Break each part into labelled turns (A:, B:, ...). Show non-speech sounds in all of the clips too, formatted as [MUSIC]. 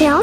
A: 聊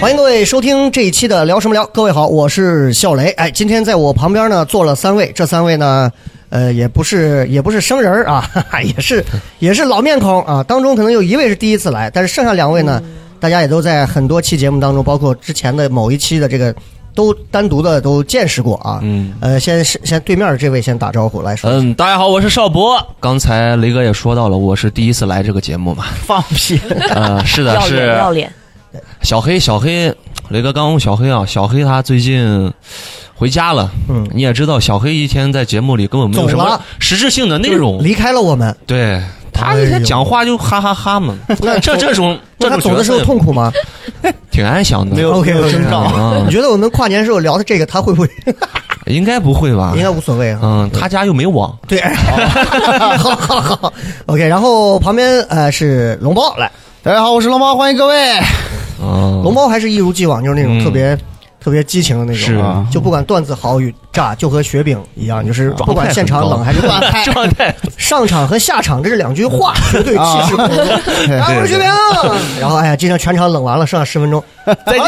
B: 欢迎各位收听这一期的聊什么聊。各位好，我是笑雷。哎，今天在我旁边呢坐了三位，这三位呢，呃，也不是也不是生人儿啊， [LAUGHS] 哈哈，也是也是老面孔啊。当中可能有一位是第一次来，但是剩下两位呢，大家也都在很多期节目当中，包括之前的某一期的这个。都单独的都见识过啊，嗯，呃，先先对面的这位先打招呼来说，
C: 嗯，大家好，我是邵博。刚才雷哥也说到了，我是第一次来这个节目嘛。
D: 放
B: [LAUGHS]
D: 屁！
C: 呃，是的，
E: 要脸
C: 是
E: 要脸，
C: 小黑，小黑，雷哥刚问小黑啊，小黑他最近回家了。
B: 嗯，
C: 你也知道，小黑一天在节目里根本没有什
B: 走
C: 么
B: 了嗯
C: 实质性的内容，
B: 离开了我们，
C: 对他
B: 哎呦
C: 一天讲话就哈哈哈嘛。
B: 那
C: 这这种这
B: 那他
C: 种
B: 走的时候
C: 角色
B: 痛苦吗？
C: 挺安详的，
D: 没有
B: OK，
D: 没有
B: OK，
D: 征兆。
C: 啊
B: 嗯你，觉得我们跨年时候聊的这个，他会
D: [LAUGHS]
B: 不会
C: 应该不会吧
B: 应？该无所谓啊？
C: 嗯，他家又没网，
B: 对， [LAUGHS] 好好好，OK。然后旁边呃是龙包来，
D: 大家好，我是龙猫，欢迎各
B: [LAUGHS]
D: 位。
B: 啊
C: 嗯，
B: 龙包还是一如既往，就是那种
C: 嗯
B: 特别、特别激情的那
C: 是
B: 种，
D: 啊
B: 就不管段子好与炸，就和雪饼一样，就是
C: 状态
B: 不管现场
C: 很高
B: 冷还是段嗨，
C: 状态
B: 上场和下场这是两句 [LAUGHS] 话，绝啊对气势汹汹。然后我是 [LAUGHS] 雪饼，然后哎呀，今天全场冷完了，剩下十分钟，
D: 再见。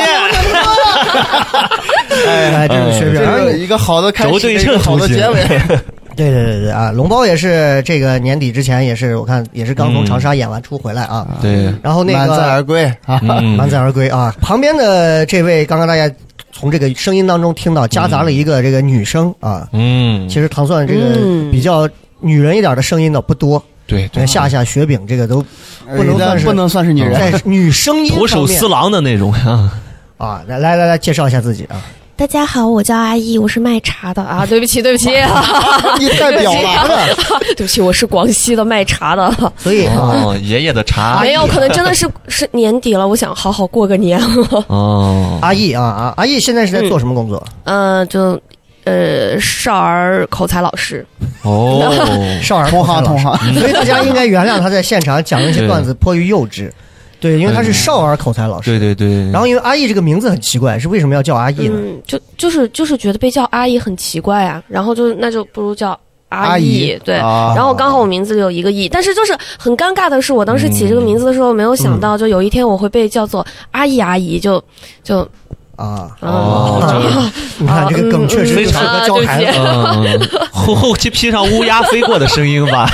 B: 哎，
D: 哎，
B: 这是雪饼。然后
D: 这是一个好的开
C: 轴
D: 始，
C: 对
D: 一
C: 称
D: 个好的
C: 同行
D: 结尾。
B: 对对对对啊，龙包也是这个年底之前也是我看也是刚从长沙演完出回来啊，
C: [LAUGHS] 对，
B: 然 [LAUGHS] 后那个
D: 嗯满载而归啊！
B: [LAUGHS]
C: 嗯
B: 满载而归啊。旁边的这位，刚刚大家从这个声音当中听到，夹杂了一个这个女生啊。
C: 嗯
B: 其，实糖蒜这个
E: 嗯
B: 比较女人一点的声音呢不多，
C: 对对
B: 像，夏夏、雪饼这个都不能算是
D: 不能算是女人。
B: 在女声音
C: 徒手
B: 方面
C: 撕狼的
B: [LAUGHS]
C: 那种啊。
B: 啊。来来来来，介绍一下自己啊。
F: 大家好，我叫阿易，我是卖茶的啊，对不起，对不起，
D: 你太表
B: [LAUGHS]
D: 达了，
F: [LAUGHS] 对不起，我是广西的卖茶的，
B: 所以
D: 嗯
B: 啊，
C: 哦，爷爷的茶
F: 没有，可能真的是 [LAUGHS] 是年底了，我想好好过个 [LAUGHS] 年，
B: [LAUGHS]
C: 哦，
B: 阿易啊啊，阿易现在是在做什么工作？
F: 嗯、就呃少儿口才老师，
C: 哦，
B: 少儿
D: 同行
B: 口才老
D: 同
B: 师
D: 行。
C: 嗯
B: 所以大家应该原谅他在现场讲的一些段子颇于幼稚，对，因为他是少儿口才老师。
C: 嗯对对对，
B: 然后因为阿易这个名字很奇怪，是为什么要叫阿易呢？
F: 嗯，就就是就是觉得被叫阿姨很奇怪啊，然后就那就不如叫阿姨，对。
D: 啊
F: 然后刚好我名字里有一个“易”，但是就是很尴尬的是，我当时起这个名字的时候，没有想到就有一天我会被叫做阿姨阿姨，就就嗯
B: 啊，
C: 哦，就是
B: 你看这个梗确实
C: 非
B: 就适
C: 常
B: 合教孩
F: 啊
B: 子。 [LAUGHS]
C: 嗯，后后期披上乌鸦飞过的声音吧，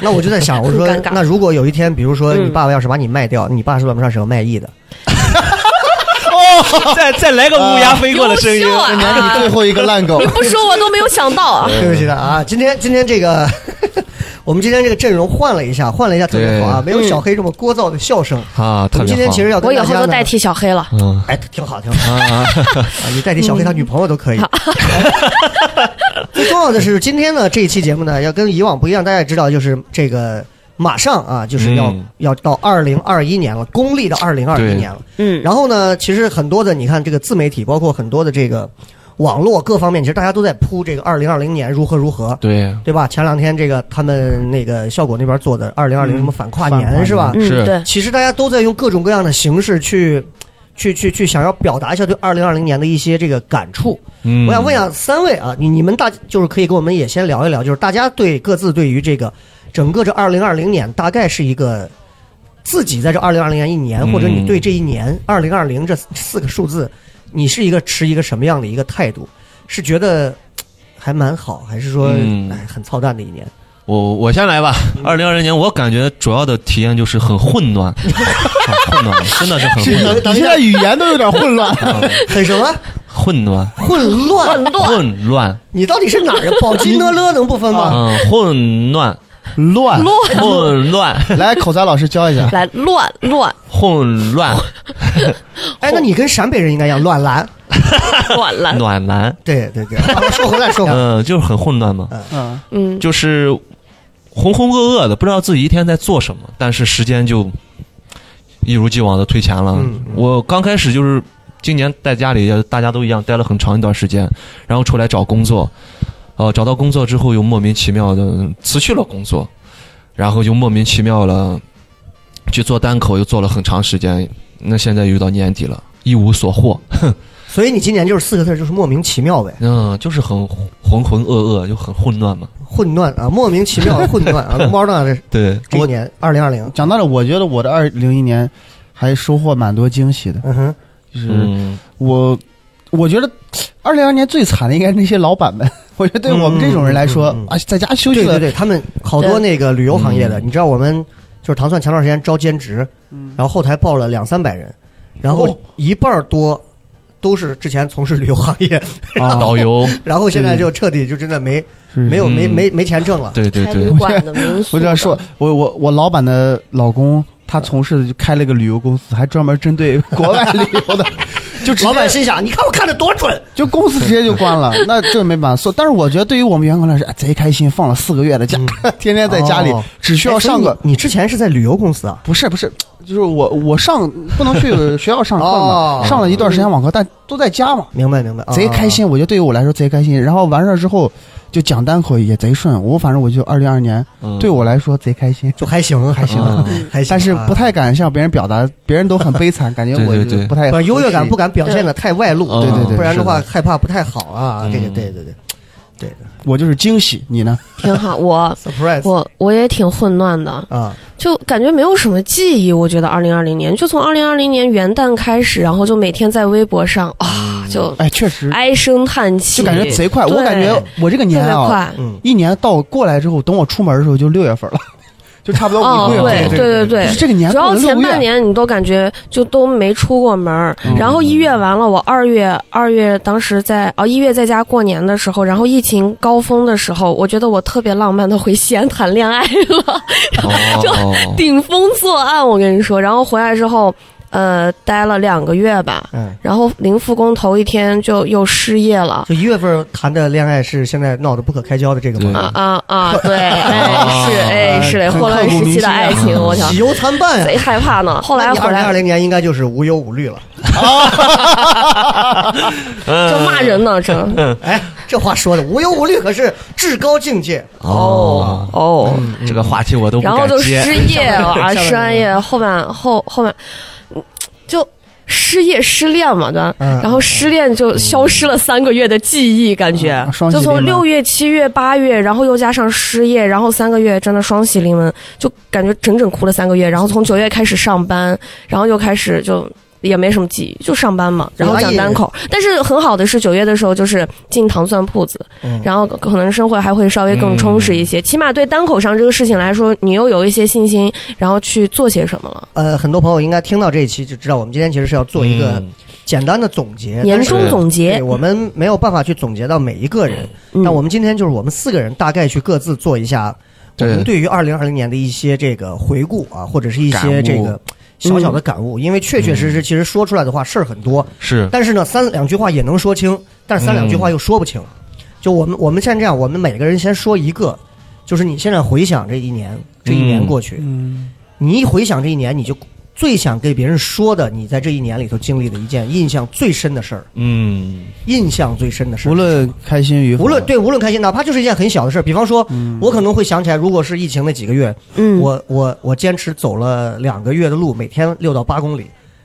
B: 那我就在想，我说
F: 很尴尬
B: 那如果有一天，比如说
F: 嗯
B: 你爸爸要是把你卖掉，你爸是算不算是个卖艺的？哦
C: [LAUGHS] 再再来个乌鸦 [LAUGHS] 飞过的声音
F: [LAUGHS] 优，秀啊
D: 这年底 [LAUGHS] 最后一个烂
B: [LAUGHS]
D: 狗
F: 你，不说我都没有想
D: [LAUGHS]
F: 到啊。
B: 对不起的啊，今天今天这个 [LAUGHS] 我们今天这个阵容换了一下，换了一下特别好啊，
C: 对
B: 没有小黑这么聒噪的笑声。
C: 啊，
B: 我
C: 特
B: 们
C: 别
B: 今天
C: 好
B: 其
D: 哦
B: 实要
F: 嗯我
B: 跟
F: 以
B: 大
F: 后
B: 家
F: 就
B: 呢
F: 代，替小黑了。
D: 啊
C: 嗯
B: 哎，挺好挺好
C: 啊，嗯
B: 啊，你代替小黑他女朋友都可以。 [LAUGHS] 最重要的是今天呢这一期节目呢要跟以往不一样，大家也知道就是这个。马上啊，就是要、
C: 嗯
B: 要到二零二一年了，公历的二零二一
C: 对
B: 年了。
F: 嗯，
B: 然后呢，其实很多的，你看这个自媒体，包括很多的这个网络各方面，其实大家都在铺这个二零二零年如何如何，
C: 对，
B: 对吧？前两天这个他们那个效果那边做的二零二零
D: 嗯
B: 什么反跨
D: 反跨
B: 年
D: 年
B: 是吧？
F: 嗯，
C: 是
F: 对，
B: 其实大家都在用各种各样的形式去。去去去，想要表达一下对二零二零年的一些这个感触。
C: 嗯，
B: 我想问一下三位啊，你你们大就是可以跟我们也先聊一聊，就是大家对各自对于这个整个这二零二零年大概是一个自己在这二零二零年一年，
C: 嗯
B: 或者你对这一年二零二零这四个数字，你是一个持一个什么样的一个态度？是觉得嘖还蛮好，还是说
C: 嗯
B: 哎很操蛋的一年？
C: 我我先来吧。二零二零年，我感觉主要的体验就是很混乱， [LAUGHS] 很混乱，真的是很混
D: 你现在语言都有点
B: [LAUGHS]
D: 混乱。
C: 乱，
B: 很什么
C: 混乱，
B: 混乱？
C: [LAUGHS] 混乱，
B: 你到底是哪儿啊？宝鸡呢了能不分吗？ [LAUGHS]
C: 嗯，混乱，
D: 乱，
C: 混乱，
D: [LAUGHS] 来，口才老师教一下。
F: 来乱乱
C: 混乱，
B: 哎，那你跟陕北人应该一样，乱蓝。
F: 乱乱，
C: 暖男，
B: 对对 [LAUGHS] 对，说回来说回来，
C: 嗯，就是很混乱嘛，
D: 嗯，
F: 嗯，
C: 就是浑浑噩噩的，不知道自己一天在做什么，但是时间就一如既往的推前了。
B: 嗯
C: 我刚开始就是今年在家里，大家都一样待了很长一段时间，然后出来找工作，呃，找到工作之后又莫名其妙的辞去了工作，然后就莫名其妙了去做单口，又做了很长时间。那现在又到年底了，一无所获，
B: 所以你今年就是四个字，就是莫名其妙呗，
C: 嗯，就是很浑浑噩噩，就很混乱嘛。
B: 混乱啊，莫名其妙的混 [LAUGHS] 乱啊，龙猫呢这
C: 对，
B: 这一年二零二零，
D: 讲到了，我觉得我的二零一年还收获蛮多惊喜的，
B: 嗯哼，
D: 就是
C: 嗯，
D: 我，我觉得二零二年最惨的应该是那些老板们， [LAUGHS] 我觉得对我们这种人来说
B: 嗯嗯嗯嗯
D: 啊，在家休息
B: 对
D: 了
B: 对，对，他们好多那个旅游行业的，
C: 嗯
B: 你知道我们就是糖蒜前段时间招兼职，然后后台报了两三百人，然
D: 哦
B: 后一半儿多都是之前从事旅游行业， [LAUGHS]
D: 啊，
C: 嗯导游，
B: 然后现在就彻底就真的没
D: 是
B: 没有没
C: 嗯
B: 没没钱挣了。
C: 对对
F: 开
C: 对 [LAUGHS]
F: 旅，馆的
D: [LAUGHS]
F: 民宿
D: 我
F: 的，
D: 就要说，我我我老板的老公，他从事的就开了个旅游公司，还专门针
B: [LAUGHS]
D: 对国外旅游的，就直
B: 老
D: 接
B: 板心想：你看我看的多准，
D: 就公司直接就
B: [LAUGHS]
D: 关了，那这没办法说。但是我觉得对于我们员工来说，哎贼开心，放了四个月的假， [LAUGHS] 天天在家里
B: 嗯哦，
D: 只需要
B: 哎所以
D: 上个
B: 你你之前是在旅游公司啊？
D: 不是不是，就是我我上不能去学校上课
B: 哦
D: 嘛，上了一段时间网课，但都在家嘛，
B: 明白明白，啊
D: 贼开。心。我觉得对于我来说贼开心。然后完事儿之后，就讲单口也贼顺。我反正我就二零二年
C: 嗯
D: 对我来说贼开心，
B: 就还行，还行
C: 嗯，
B: 还行啊，
D: 但是不太敢向别人表达，别人都很悲惨，感
C: [LAUGHS]
D: 觉
C: 对
D: 我
C: 对
D: 就
C: 对
D: 不太
B: 把优越感不敢表现的太外露，
C: 嗯对对对
B: 不然的话
D: 是
B: 害怕不太好啊。
C: 嗯
B: 这个对对对
D: 我就是惊喜。你呢？
F: 挺
D: [LAUGHS]
F: 好，我
B: ，surprise
F: 我我也挺混乱的，
B: 啊，
F: 就感觉没有什么记忆。我觉得二零二零年，就从二零二零年元旦开始，然后就每天在微博上啊，就
D: 哎，确实，
F: 唉声叹气，
D: 就感觉贼快。
F: 对
D: 我感觉我这个
F: 特
D: 年
F: 别
D: 啊，
F: 快。
B: 嗯，
D: 一年到过来之后，等我出门的时候就六月份了， [LAUGHS] 就差不多
F: 哦
D: 五，六
F: 对
D: 月份。
F: 对对
D: 就，是这个年
F: 主
D: 过
F: 要
D: 了
F: 前
D: 六
F: 半
D: 月，嗯
F: 年你都感觉就都没出过门儿，然后一月完了，我二月二月当时在哦一月在家过年的时候，然后疫情高峰的时候，我觉得我特别浪漫的回西安谈恋爱了，
C: 哦，
F: 顶风作案，我跟你说，然后回来之后，呃，待了两个月吧，
B: 嗯
F: 然后临复工头一天就又失业了。
B: 就一月份谈的恋爱是现在闹得不可开交的这个
C: 对
B: 吗？
F: 啊啊啊！
D: [LAUGHS]
F: 对，哎，是哎是嘞，
D: 很
F: 霍乱时期的
D: 啊
F: 爱情，
D: [LAUGHS]
F: 我操，
B: 喜忧参半 [LAUGHS] 呀。
F: 贼害怕呢。后来
B: 二
F: 回
B: 零二
F: 来
B: 零年应该就是无忧无虑 [LAUGHS] 了。
C: 嗯
F: 就骂人呢，这
B: 哎，这话说的无忧无虑可是至高境界。
F: 哦
C: 哦，
F: 哦，
C: 这个话题我都不
F: 然后
C: 敢
F: 就
C: 接。
F: 失业啊，失完业后半后后半，就失业失恋嘛，对吧？
B: 嗯
F: 然后失恋就消失了三个月的记忆，感觉
D: 嗯双喜
F: 就从
D: 临门
F: 六月、七月、八月，然后又加上失业，然后三个月真的双喜临门，就感觉整整哭了三个月。然后从九月开始上班，然后又开始就。也没什么记忆，就上班嘛，然后讲单口。但是很好的是，九月的时候就是进糖蒜铺子，
B: 嗯
F: 然后可能生活还会稍微更充实一些，起码对单口上这个事情来说，你又有一些信心，然后去做些什么了。
B: 呃，很多朋友应该听到这一期就知道，我们今天其实是要做一个
C: 嗯
B: 简单的总结，
F: 年
B: 哎但是
F: 终总
B: 对
F: 结，
B: 我们没有办法去总结到每一个人。
F: 嗯
B: 那我们今天就是我们四个人大概去各自做一下我们
C: 对
B: 对于二零二零年的一些这个回顾啊，或者是一些这
D: 感嗯
B: 个小小的感悟，因为确确实实其实说出来的话事儿很多，
C: 是
B: 但是呢三两句话也能说清，但是三两句话又说不清。就我们我们现在这样，我们每个人先说一个，就是你现在回想这一年，这一年
C: 嗯
B: 过去，
D: 嗯，
B: 你一回想这一年，你就最想给别人说的，你在这一年里头经历的一件印象最深的事儿，
C: 嗯
B: 印象最深的事儿
D: 无。论开心与否，
B: 无论对，无论开心，哪怕就是一件很小的事儿，比方说，
D: 嗯
B: 我可能会想起来，如果是疫情那几个月，
F: 嗯，
B: 我我我坚持走了两个月的路，每天六到八公里，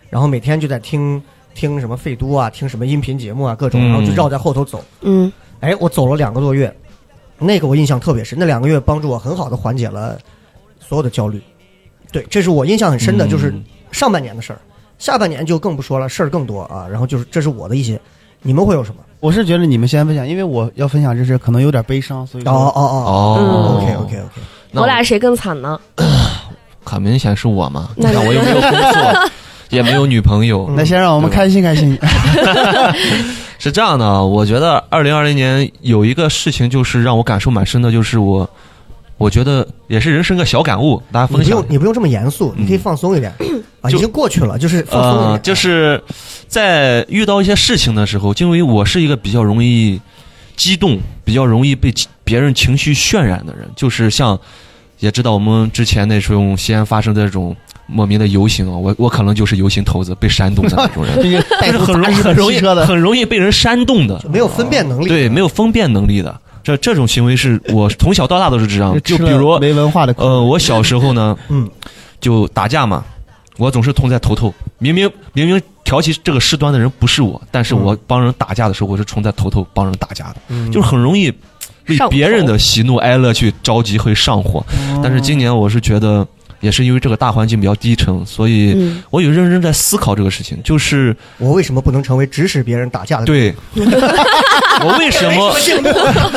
B: 然后每天就在听听什么废都啊，听什么音频节目啊，各种，
C: 嗯
B: 然后就绕在后头走。
F: 嗯
B: 哎，我走了两个多月，那个我印象特别深，那两个月帮助我很好的缓解了所有的焦虑。对，这是我印象很深的，
C: 嗯
B: 就是上半年的事儿，下半年就更不说了，事儿更多啊。然后就是这是我的一些，你们会有什么？
D: 我是觉得你们先分享，因为我要分享这事可能有点悲伤，所以
B: 哦
D: 说
B: 哦哦
C: 哦
B: ，OK OK OK，
C: 那
F: 我俩谁更惨呢？
C: 很明显是我嘛，你
F: 那
C: 看我又没有工作，也没有女朋友，
D: 嗯那先让我们
C: 对吧
D: 开心
C: [LAUGHS]
D: 开心。
C: 是这样的啊，我觉得二零二零年有一个事情就是让我感受蛮深的，就是我我觉得也是人生个小感悟，大家
B: 你
C: 分
B: 不
C: 享
B: 用。你不用这么严肃，你可以
C: 嗯
B: 放松一
C: [COUGHS]
B: 点啊，已
C: 就
B: 经过去了，就是放松一
C: 呃
B: 点，，
C: 就是在遇到一些事情的时候，因为我是一个比较容易激动、比较容易被其别人情绪渲染的人，就是像也知道我们之前那种西安发生的这种莫名的游行啊，我 [LAUGHS] 我可能就是游行头子，被煽动的那
D: [LAUGHS]
C: 种人，
D: 这个带
C: 就是很
D: 头
C: 容
D: 砸日
C: 很
D: 本
C: 容易
D: 汽车的，
C: 很容易被人煽动的
B: 就，没有分辨能力。
C: 对，没有分辨能力的。这这种行为是我从小到大都是这样，就
D: [LAUGHS] 吃
C: 比
D: 了
C: 如
D: 没文化的苦，
C: 呃，我小时候呢，
B: 嗯，
C: 就打架嘛，我总是痛在头头。明明明明挑起这个事端的人不是我，但是我帮人打架的时候，我是冲在头头帮人打架的，
B: 嗯
C: 就是很容易为
F: 上头
C: 别人的喜怒哀乐去着急会上火。
B: 哦
C: 但是今年我是觉得，也是因为这个大环境比较低沉，所以
F: 嗯，
C: 我有认真在思考这个事情，就是
B: 我为什么不能成为指使别人打架的？，
C: 对我为什么。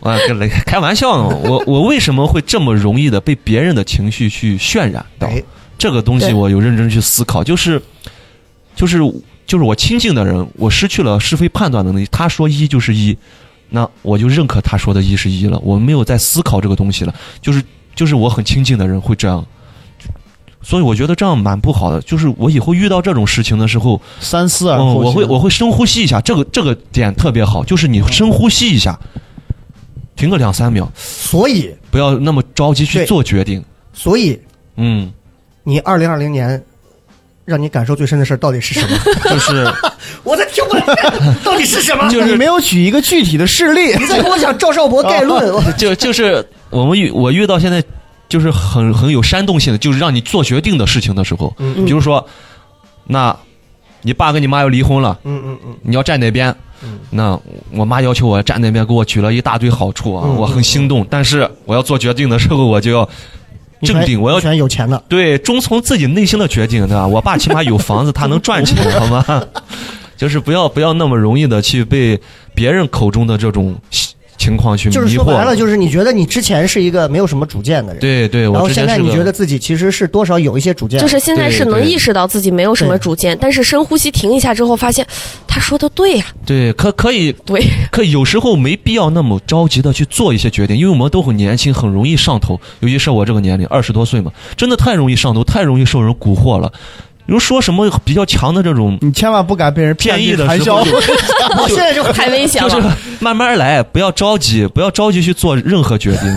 C: 啊，跟雷开玩笑呢，我我为什么会这么容易的被别人的情绪去渲染到？
B: 哎，
C: 这个东西
F: 对
C: 我有认真去思考，就是，就是就是我亲近的人，我失去了是非判断的能力。他说一就是一，那我就认可他说的一是一了，我没有在思考这个东西了。就是就是我很亲近的人会这样，所以我觉得这样蛮不好的。就是我以后遇到这种事情的时候，
D: 三思
B: 呃
D: 而
C: 嗯，
D: 后行。
C: 我会我会深呼吸一下，这个这个点特别好，就是你深呼吸一下，停个两三秒，
B: 所以
C: 不要那么着急去
B: 对
C: 做决定。
B: 所以
C: 嗯，
B: 你二零二零年让你感受最深的事儿到底是什么？
C: [LAUGHS] 就是。
B: 我才听不懂，到底是什么？
C: 就是
D: 你没有举一个具体的
C: [LAUGHS]
D: 事例，
B: 你在跟我讲赵少博概论，我
C: 就就是我们遇我遇到现在就是很很有煽动性的，就是让你做决定的事情的时候，
B: 嗯
C: 比如说，那你爸跟你妈要离婚了，
B: 嗯嗯嗯，
C: 你要站哪边？那我妈要求我站那边，给我举了一大堆好处啊，
B: 嗯
C: 我很心动。但是我要做决定的时候，我就要
B: 你
C: 正
B: 选
C: 定，我要
B: 你选有钱的，
C: 对，遵从自己内心的决定，对吧？我爸起码有房子，他能赚
B: [LAUGHS]
C: 钱，好吗？就是不要不要那么容易的去被别人口中的这种情况去迷惑。
B: 就是说白了，就是你觉得你之前是一个没有什么主见的人，
C: 对对，
B: 然
C: 我
B: 后
C: 之
B: 现在
C: 前是
B: 你
C: 个
B: 觉得自己其实是多少有一些主见的，
F: 就是现在
C: 对
F: 是能
C: 对
F: 意识到自己没有什么
B: 对
F: 主见，但是深呼吸停一下之后，发现他说的对呀、
C: 对，可可以
B: [LAUGHS]
F: 对，
C: 可以有时候没必要那么着急的去做一些决定，因为我们都很年轻，很容易上头，尤其是我这个年龄，二十多岁嘛，真的太容易上头，太容易受人蛊惑了。比如说什么比较强的这种
D: 你千万不敢被人
C: 建议
D: 去
C: 的
D: 传
C: 时
D: 销
C: 候，。
D: [LAUGHS]
B: 我现在就
F: 太危险
C: 就
F: 了。
C: 是慢慢来，不要着急，不要着急去做任何决定，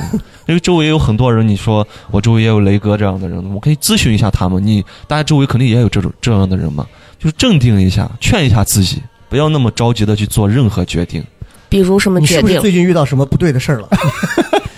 C: 因为周围有很多人，你说我周围也有雷哥这样的人，我可以咨询一下他们，你大家周围肯定也有这种这样的人嘛，就是镇定一下，劝一下自己，不要那么着急的去做任何决定。
F: 比如什么
B: 你是
F: 决
B: 不
F: 定
B: 是最近遇到什么不对的事儿了？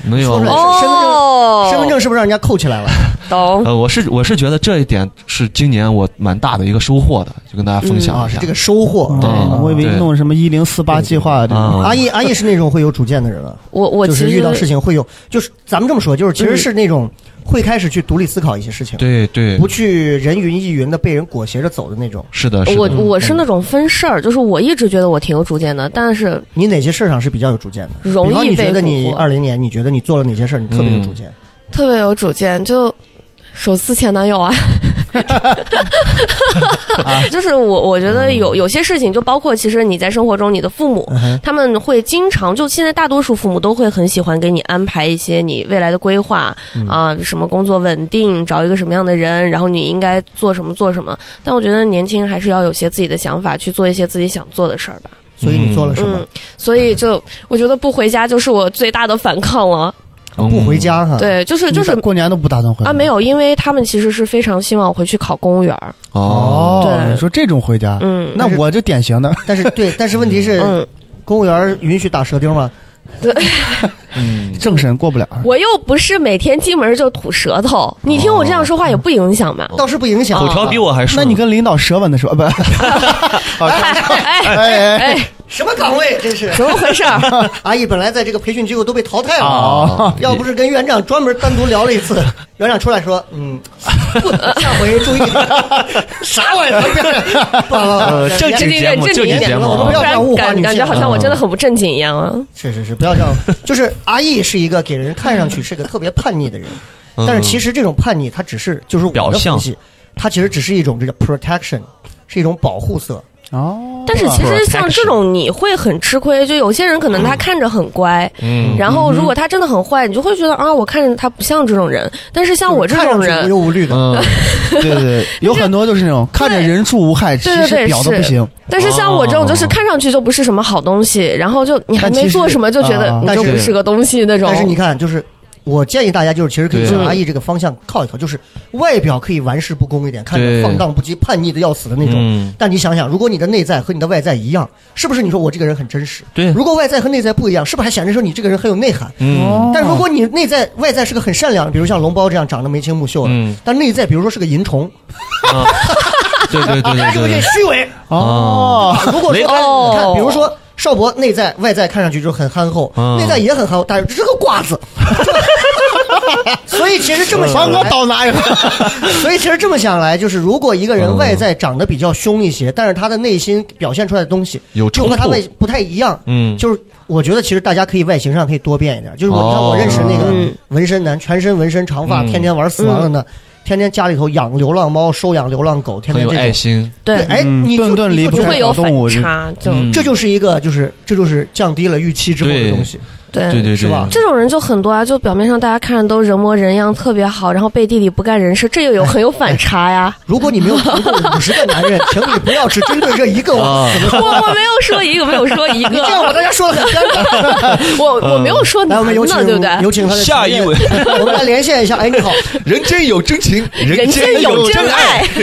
C: 没有
B: 说出，来
F: 哦
B: 身份证是不是让人家扣起来了？
F: 懂。
C: 呃，我是我是觉得这一点是今年我蛮大的一个收获的，就跟大家分享
B: 啊，
C: 一
B: 是
C: 下。
B: 这个收获。
C: 对
D: 嗯我以为
C: 对
D: 弄什么一零四八计划这种
C: 嗯
B: 阿义阿义是那种会有主见的人了，
F: 我我
B: 就
F: 其
B: 是
F: 实
B: 遇到事情会有，就是咱们这么说，就是其实是那种会开始去独立思考一些事情，
C: 对对
B: 不，去人云亦云的被人裹挟着走的嗯那种。
C: 是的，是
F: 我
C: 的，
F: 我是那种分事儿，就是我一直觉得我挺有主见的，但是
B: 你哪些事儿上是比较有主见的？
F: 容
B: 比方
F: 易
B: 你觉
F: 被
B: 得
F: 蛊
B: 你
F: 惑
B: 二零年，你觉得你做了哪些事儿，你特别
C: 嗯
B: 有主见？
F: 特别有主见，就首次前男友啊， [LAUGHS] 就是我我觉得有有些事情，就包括其实你在生活中，你的父母。
B: 嗯哼，
F: 他们会经常就现在大多数父母都会很喜欢给你安排一些你未来的规划啊、什么工作稳定，找一个什么样的人，然后你应该做什么做什么。但我觉得年轻人还是要有些自己的想法，去做一些自己想做的事儿吧。
B: 所以你做了什么
F: 嗯？，所以就我觉得不回家就是我最大的反抗了。
C: 嗯
B: 不回，家哈？，
F: 对，就是就
D: 你
F: 是
D: 咋过年都不打算回
F: 啊，没有，因为他们其实是非常希望我回去考公务员儿。
C: 哦，
D: 哦
F: 对，
D: 你说这种回家，
F: 嗯，
D: 那我就典型的
B: 但是对，但是问题是，
F: 嗯，
B: 公务员允许打舌钉吗？
C: 嗯，
D: 政审过不了。
F: 我又不是每天进门就吐舌头，你听我这样说话也不影响嘛。
B: 倒是不影响。
C: 哦
B: 啊
C: 口条比我
B: 哦
C: 还
D: 那
C: 顺。
D: 你跟领导舌吻的
F: [LAUGHS]
D: 时候，不，
F: 哎
D: 哎哎，
F: 哎，
B: 什么岗位？真是。
F: 怎么回事儿？
B: [LAUGHS] 阿姨本来在这个培训机构都被淘汰了，
C: 啊
B: 要不是跟园长专门单独聊了一次，园长出来说：“嗯，不下回注意。”啥玩意儿？ [LAUGHS] 不
C: 呃
B: 不不
C: 正
B: 不
C: 经
F: 正经
C: 节目，
F: 正经
C: 正经
F: 一点
C: 节目
B: 我们
C: 啊，
B: 不要这样物化
F: 感
B: 女性
F: 感觉好像我真的很不正经一样啊！
B: 是是是，不要这样。就是阿义是一个给人看上去是个特别叛逆的人，
C: 嗯
B: 但是其实这种叛逆，它只是就是我的
C: 表象
B: 分析，它其实只是一种这个 protection，是一种保护色。
D: 哦，
F: 但是其实像这种你会很吃亏，就有些人可能他看着很乖，
C: 嗯，
F: 然后如果他真的很坏，你就会觉得啊，我看着他不像这种人。但是像我这
B: 看上
F: 种
B: 去无
F: 人，
B: 忧无虑的，
C: 嗯，
D: 对对对， [LAUGHS] 有很多就是那种看着人畜无害，其
F: 对对
D: 实
F: 对
D: 表的不
F: 是
D: 行。
F: 但是像我这种就是看上去就不是什么好东西，然后就你还
D: 但其
F: 没
D: 实
F: 做什么就觉
D: 啊
F: 得你
B: 但
F: 就是不是个东西那种
B: 但。是你看，就是我建议大家，就是其实可以
C: 对
B: 向阿义这个方向靠一靠，就是外表可以玩世不恭一点，看着
C: 对
B: 放荡不羁、叛逆的要死的那种。
C: 嗯
B: 但你想想，如果你的内在和你的外在一样，是不是你说我这个人很真实？
C: 对
B: 如果外在和内在不一样，是不是还显示说你这个人很有内涵？
C: 嗯
B: 但如果你内在外在是个很善良，比如像龙包这样长得眉清目秀的，
C: 嗯
B: 但内在比如说是个淫虫，哎
C: 啊，对对嗯
B: [LAUGHS]
C: 对
B: 那就有
C: 对
B: 点
C: 对，
B: 虚伪。
D: 哦，
B: 啊如果说
C: 雷
F: 哦
B: 你看，比如说邵博内在外在看上去就是很憨厚，
C: 嗯
B: 内在也很憨厚，但是这是个瓜子。 [LAUGHS] 所以其实这么
C: 嗯
D: 把
B: 想
D: 我
B: 来，
D: 倒哪一个？
B: 所以其实这么想来，就是如果一个人
C: 嗯
B: 外在长得比较凶一些，但是他的内心表现出来的东西
C: 有
B: 就
C: 冲
B: 和他
C: 突，
B: 外不太一样，
C: 嗯，
B: 就是我觉得其实大家可以外形上可以多变一点，就是我你看我认识那个
F: 嗯
B: 纹身男，全身纹身，长发，
C: 哦嗯
B: 天天玩死亡的呢，天天家里头养流浪猫，收养流浪狗，天
C: 很
B: 天
C: 有
B: 这
C: 爱
B: 种。
C: 心，
B: 对，
F: 对，
B: 哎，你就
D: 顿顿离
B: 你
D: 不
B: 就
F: 就
B: 觉得
D: 开
F: 会有
D: 小动物
F: 反
D: 这
F: 差，就
C: 嗯
B: 这就是一个就是这就是降低了预期之后的
C: 对
B: 东西。
F: 对
C: 对对
B: 是
C: 对
B: 吧，
F: 这种人就很多啊，就表面上大家看着都人模人样，特别好，然后背地里不干人事，这又有很有反差呀。
B: 如果你没有足够五十个男
C: [LAUGHS]
B: 人，请你不要只针对这一个我
C: 啊。
F: 我我没有说一个，没有说 [LAUGHS] 一
B: 你这样把
F: 个，
B: [LAUGHS] 大家说的很尴尬。
F: 我我没有说
B: 嗯来，我
F: 男
B: 们有请
F: 的，对不对？
B: 有请他的
C: 下一位，
B: 我们来连线一下。哎，你
C: [LAUGHS]
B: 好，
C: 人间有真情，人
F: 人间有
C: 真
F: 真爱。 [LAUGHS]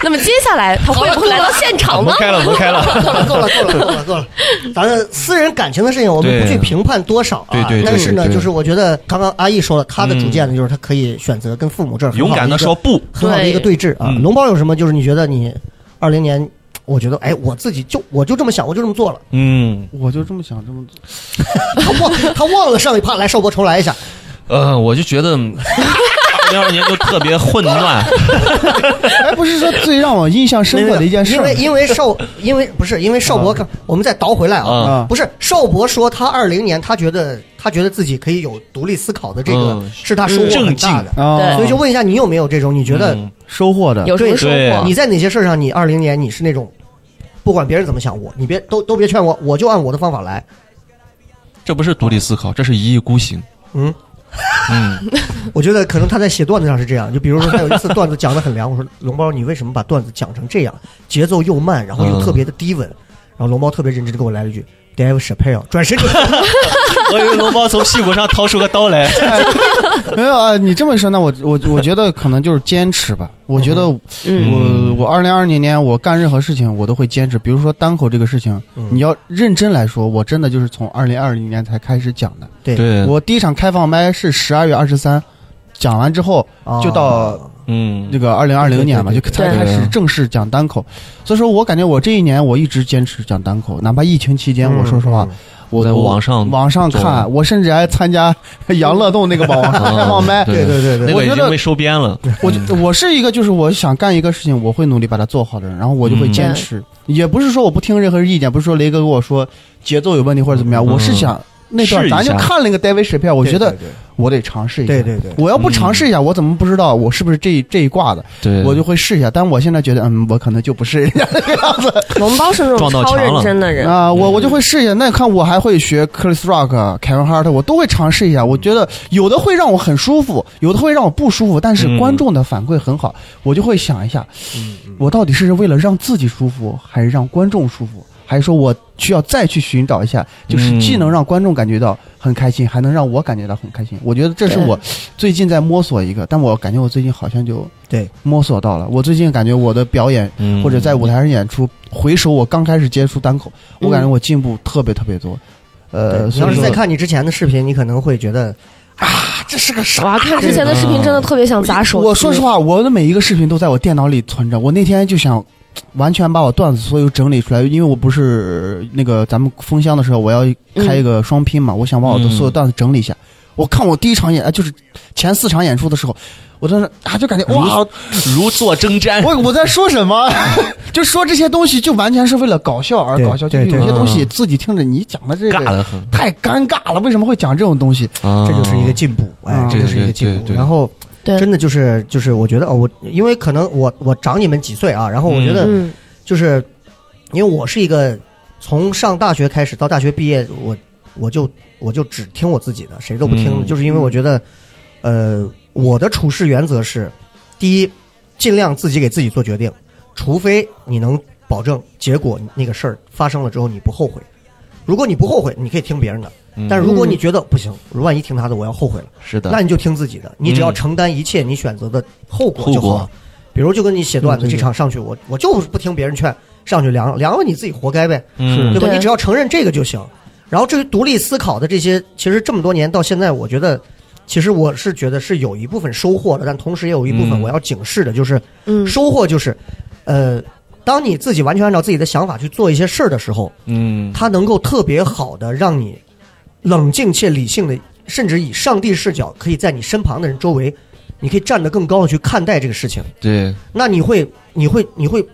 F: 那么接下来他会不会来到现场
C: 门？
F: 呢
C: 啊开了，门开了。 [LAUGHS]
B: 啊够了，够了，够了，够了，够了。咱们私人感情的事情，我们不
C: 对
B: 去评判多少啊。
C: 对对对
B: 但是呢，
C: 对对
B: 就是我觉得刚刚阿义说了，他的主见呢，就是他可以选择跟父母这儿很好
C: 勇敢
B: 的一
C: 的
B: 个
C: 说不，
B: 很好的一个对峙啊。
C: 嗯
B: 龙包有什么？就是你觉得你二零年，我觉得哎，我自己就我就这么想，我就这么做了。
C: 嗯，
D: [LAUGHS] 我就这么想，这么做
B: 他忘他忘了上一趴，来邵博重来一下。
C: 呃，我就觉得二零二年就特别混乱，
D: 哎，不是说最让我印象深刻的一件事
B: 因
D: 儿
B: 为因为邵因为不是因为邵博，我们再倒回来啊。
C: 啊
D: 啊，
B: 不是邵博说他二零年他觉得他觉得自己可以有独立思考的这个
C: 嗯
B: 是他收获很大的，
D: 啊，
F: 对
B: 所以就问一下你有没有这种？你觉得
C: 嗯
D: 收获的
B: [LAUGHS]
F: 有什么收
C: 对
F: 获
B: 你？在哪些事儿上你二零年你是那种不管别人怎么想我，你别都都别劝我，我就按我的方法来。
C: [LAUGHS] 这不是独立思考，这是一意孤行。
B: 嗯，
C: 嗯，
B: 我觉得可能他在写段子上是这样，就比如说他有一次段子讲的很凉，我说龙包你为什么把段子讲成这样，节奏又慢，然后又
C: 嗯
B: 特别的低稳，然后龙包特别认真的给我来了一句 Dave Chappelle，转身就
C: 我以为龙猫从屁股上掏出个刀来。
D: 没有啊？你这么说，那我我我觉得可能就是坚持吧。我觉得我
F: 嗯
D: 我二零二零年我干任何事情我都会坚持，比如说单口这个事情，你要认真来说，我真的就是从二零二零年才开始讲的。
B: 对
C: [LAUGHS] 对，
D: 我第一场开放麦是十二月二十三，讲完之后
B: 啊
D: 就到
C: 嗯
D: 那，个二零二零年嘛，
B: 对对
D: 就
B: 对
C: 对
D: 才开始正式讲单口。所以说我感觉我这一年我一直坚持讲单口，哪怕疫情期间，
B: 嗯
D: 我说实话，我
C: 在
D: 我
C: 网上
D: 网上
C: 做
D: 看，我甚至还参加 [LAUGHS] 杨乐栋那个
C: [LAUGHS]
D: 网上开放
C: 嗯
D: 麦。
B: 对对对对
C: 那
D: 我
C: 个已
D: 觉
C: 经
D: 得
C: 被收编了。
D: 我就
C: 嗯
D: 我是一个就是我想干一个事情，我会努力把它做好的人，然后我就会
C: 嗯
D: 坚持。也不是说我不听任何意见，不是说雷哥跟我说节奏有问题或者怎么样，我是想那段
C: 嗯试一
D: 咱就
C: 下
D: 看了一个 David s h a p p e l 我觉得
B: 对对
D: 我得尝试一下。
B: 对对对
D: 我要不尝试一下，我怎么不知道我是不是这这一挂的？
C: 嗯对，
D: 我就会试一下。但我现在觉得，嗯，我可能就不是人家那个样子
F: 龙包是那种
C: 撞到
F: 超
C: 墙
F: 认
C: 了
F: 真的人，
D: 啊，我我就会试一下。那看我还会学 Chris Rock、Kevin Hart，我都会尝试一下。我觉得有的会让我很舒服，有的会让我不舒服，但
C: 嗯嗯
D: 是观众的反馈很好，我就会想一下，我到底是为了让自己舒服，还是让观众舒服？还是说我需要再去寻找一下，就是
C: 嗯
D: 既能让观众感觉到很开心，还能让我感觉到很开心。我觉得这是
F: 对
D: 我最近在摸索一个，但我感觉我最近好像就
B: 对
D: 摸索到了。我最近感觉我的表演
C: 嗯
D: 或者在舞台上演出，回首我刚开始接触单口，
B: 嗯
D: 我感觉我进步特别特别多。呃，
B: 你
D: 所
B: 要
D: 以
B: 是再
D: 说
B: 看你之前的视频，你可能会觉得啊，这是个傻。
F: 哇，看之前的视频真的特别想砸手机。
D: 我说实，话，我的每一个视频都在我电脑里存着。我那天就想。完全把我段子所有整理出来，因为我不是那个咱们封箱的时候，我要开一个双拼嘛，我想把我的所有段子整理一下。我看我第一场演，啊就是前四场演出的时候，我当时啊就感觉哇，
C: 如坐针毡。
D: [LAUGHS] 我我在说什么？ [LAUGHS] 就说这些东西，就完全是为了搞笑而
B: 对
D: 搞笑。就
B: 对
D: 有
B: 对
D: 些东西自己听着你讲的这
C: 尬
D: 个
C: 得很，
D: 太尴尬了，为什么会讲这种东西？
C: 这
B: 这就是一个进步，哎，
D: 嗯
B: 这就是一个
C: 啊对
B: 进
C: 对
B: 步。
C: 对
B: 然后
F: 对，
B: 真的就是就是，我觉得哦，我因为可能我我长你们几岁啊，然后我觉得
F: 嗯，
B: 就是因为我是一个从上大学开始到大学毕业，我我就我就只听我自己的，谁都不听，
C: 嗯
B: 就是因为我觉得，呃，我的处事原则是，第一，尽量自己给自己做决定，除非你能保证结果那个事儿发生了之后你不后悔。如果你不后悔，你可以听别人的；
C: 嗯
B: 但如果你觉得不行，万一听他的我要后悔了，
C: 是的，
B: 那你就听自己的，你只要
C: 嗯
B: 承担一切你选择的后果
C: 后
B: 就好
C: 果
B: 了。比如就跟你写段子，
D: 嗯对
B: 这
D: 对
B: 场上去我我就是不听别人劝，上去凉凉了你自己活该呗，
C: 嗯
B: 对吧？
F: 对
B: 你只要承认这个就行。然后至于独立思考的这些，其实这么多年到现在，我觉得其实我是觉得是有一部分收获的，但同时也有一部分
C: 嗯
B: 我要警示的，就是
F: 嗯，
B: 收获就是，呃，当你自己完全按照自己的想法去做一些事儿的时候，
C: 嗯，
B: 它能够特别好的让你冷静且理性的，甚至以上帝视角，可以在你身旁的人周围，你可以站得更高的去看待这个事情。
C: 对，
B: 那你会，你会，你会，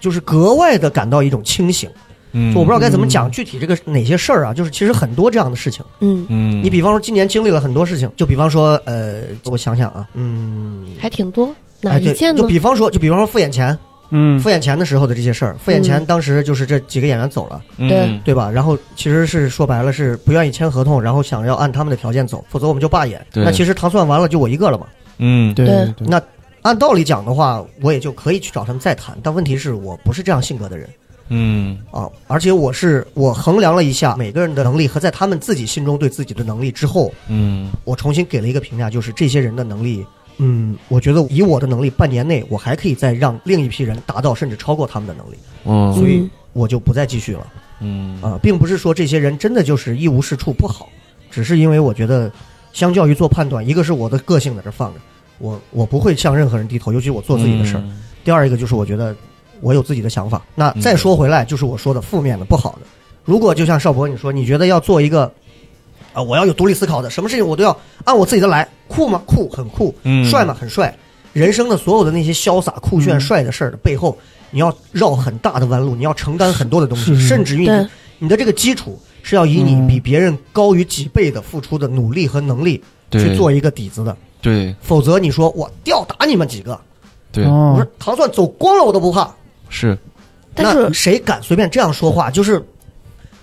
B: 就是格外的感到一种清醒。
C: 嗯，
B: 就我不知道该怎么讲具体这个哪些事儿啊，就是其实很多这样的事情。
F: 嗯，
C: 嗯，
B: 你比方说今年经历了很多事情，就比方说呃，我想想啊，嗯，
F: 还挺多，哪
B: 哎
F: 一
B: 对，
F: 件呢
B: 就？比方说，就比方说付眼前，
D: 嗯
B: 付眼前的时候的这些事儿，付眼
F: 嗯
B: 前当时就是这几个演员走了。
C: 嗯
F: 对
B: 对吧？然后其实是说白了是不愿意签合同，然后想要按他们的条件走，否则我们就罢演。
C: 对
B: 那其实糖蒜完了就我一个了嘛。
C: 嗯，
D: 对
F: 对
D: 对，
B: 那按道理讲的话，我也就可以去找他们再谈，但问题是我不是这样性格的人
C: 嗯，
B: 啊，而且我是我衡量了一下每个人的能力和在他们自己心中对自己的能力之后，
C: 嗯，
B: 我重新给了一个评价，就是这些人的能力。嗯，我觉得以我的能力，半年内我还可以再让另一批人达到甚至超过他们的能力，
C: 嗯，
B: 所以我就不再继续了。
C: 嗯，
B: 啊，并不是说这些人真的就是一无是处不好，只是因为我觉得，相较于做判断，一个是我的个性在这放着，我我不会向任何人低头，尤其我做自己的事儿；
C: 嗯，
B: 第二一个就是我觉得我有自己的想法。那
C: 嗯
B: 再说回来，就是我说的负面的、不好的。如果就像邵博你说，你觉得要做一个。啊，我要有独立思考的，什么事情我都要按我自己的来，酷吗？酷，很酷，
C: 嗯
B: 帅吗？很帅。人生的所有的那些潇洒、酷炫、
D: 嗯
B: 帅的事儿的背后，你要绕很大的弯路，你要承担很多的东西，
D: 是
B: 甚至于你
F: 对
B: 的你的这个基础是要以
C: 嗯
B: 你比别人高于几倍的付出的努力和能力
C: 对
B: 去做一个底子的，
C: 对
B: 否则你说我吊打你们几个，
C: 对，
F: 嗯
B: 我
D: 哦
B: 说，糖蒜走光了我都不怕，
C: 是，
F: 但是
B: 那谁敢随便这样说话？就是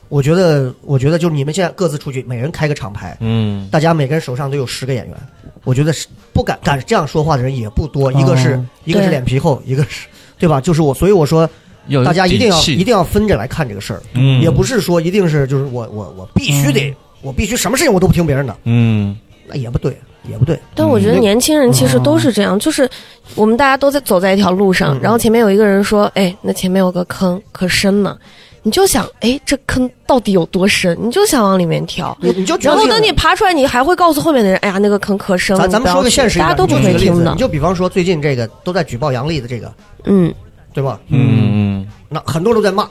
B: 我觉得，我觉得就是你们现在各自出去，每人开个厂牌，
C: 嗯，
B: 大家每个人手上都有十个演员，我觉得是不敢敢这样说话的人也不多，一个是、
D: 哦
B: 一个是
F: 对
B: 脸皮厚，一个是对吧？就是我，所以我说
C: 要有
B: 大家一定要
C: 底气
B: 一定要分着来看这个事儿，
C: 嗯
B: 也不是说一定是就是我我我必须得、我必须什么事情我都不听别人的，
C: 嗯，
B: 那也不对，也不对，
F: 但我觉得
B: 嗯
F: 年轻人其实都是这样，就是我们大家都在走在一条路上
B: 嗯，
F: 然后前面有一个人说：“哎，那前面有个坑，可深了。”你就想，哎，这坑到底有多深？你就想往里面跳。
B: 你你就觉
F: 然
B: 得
F: 后
B: 这个
F: 等你爬出来，你还会告诉后面的人：“哎呀，那个坑可深了。
B: 咱咱
F: 你不
B: 们
F: 要
B: 说个
F: 去
B: 现实一
F: 大
B: 点，
F: 家都不
B: 你就
F: 会
B: 举个例
F: 听
B: 子
F: 的
B: 你。就比方说最近这个都在举报杨笠的这个，
F: 嗯，
B: 对吧？
C: 嗯嗯
B: 那很多人都在骂，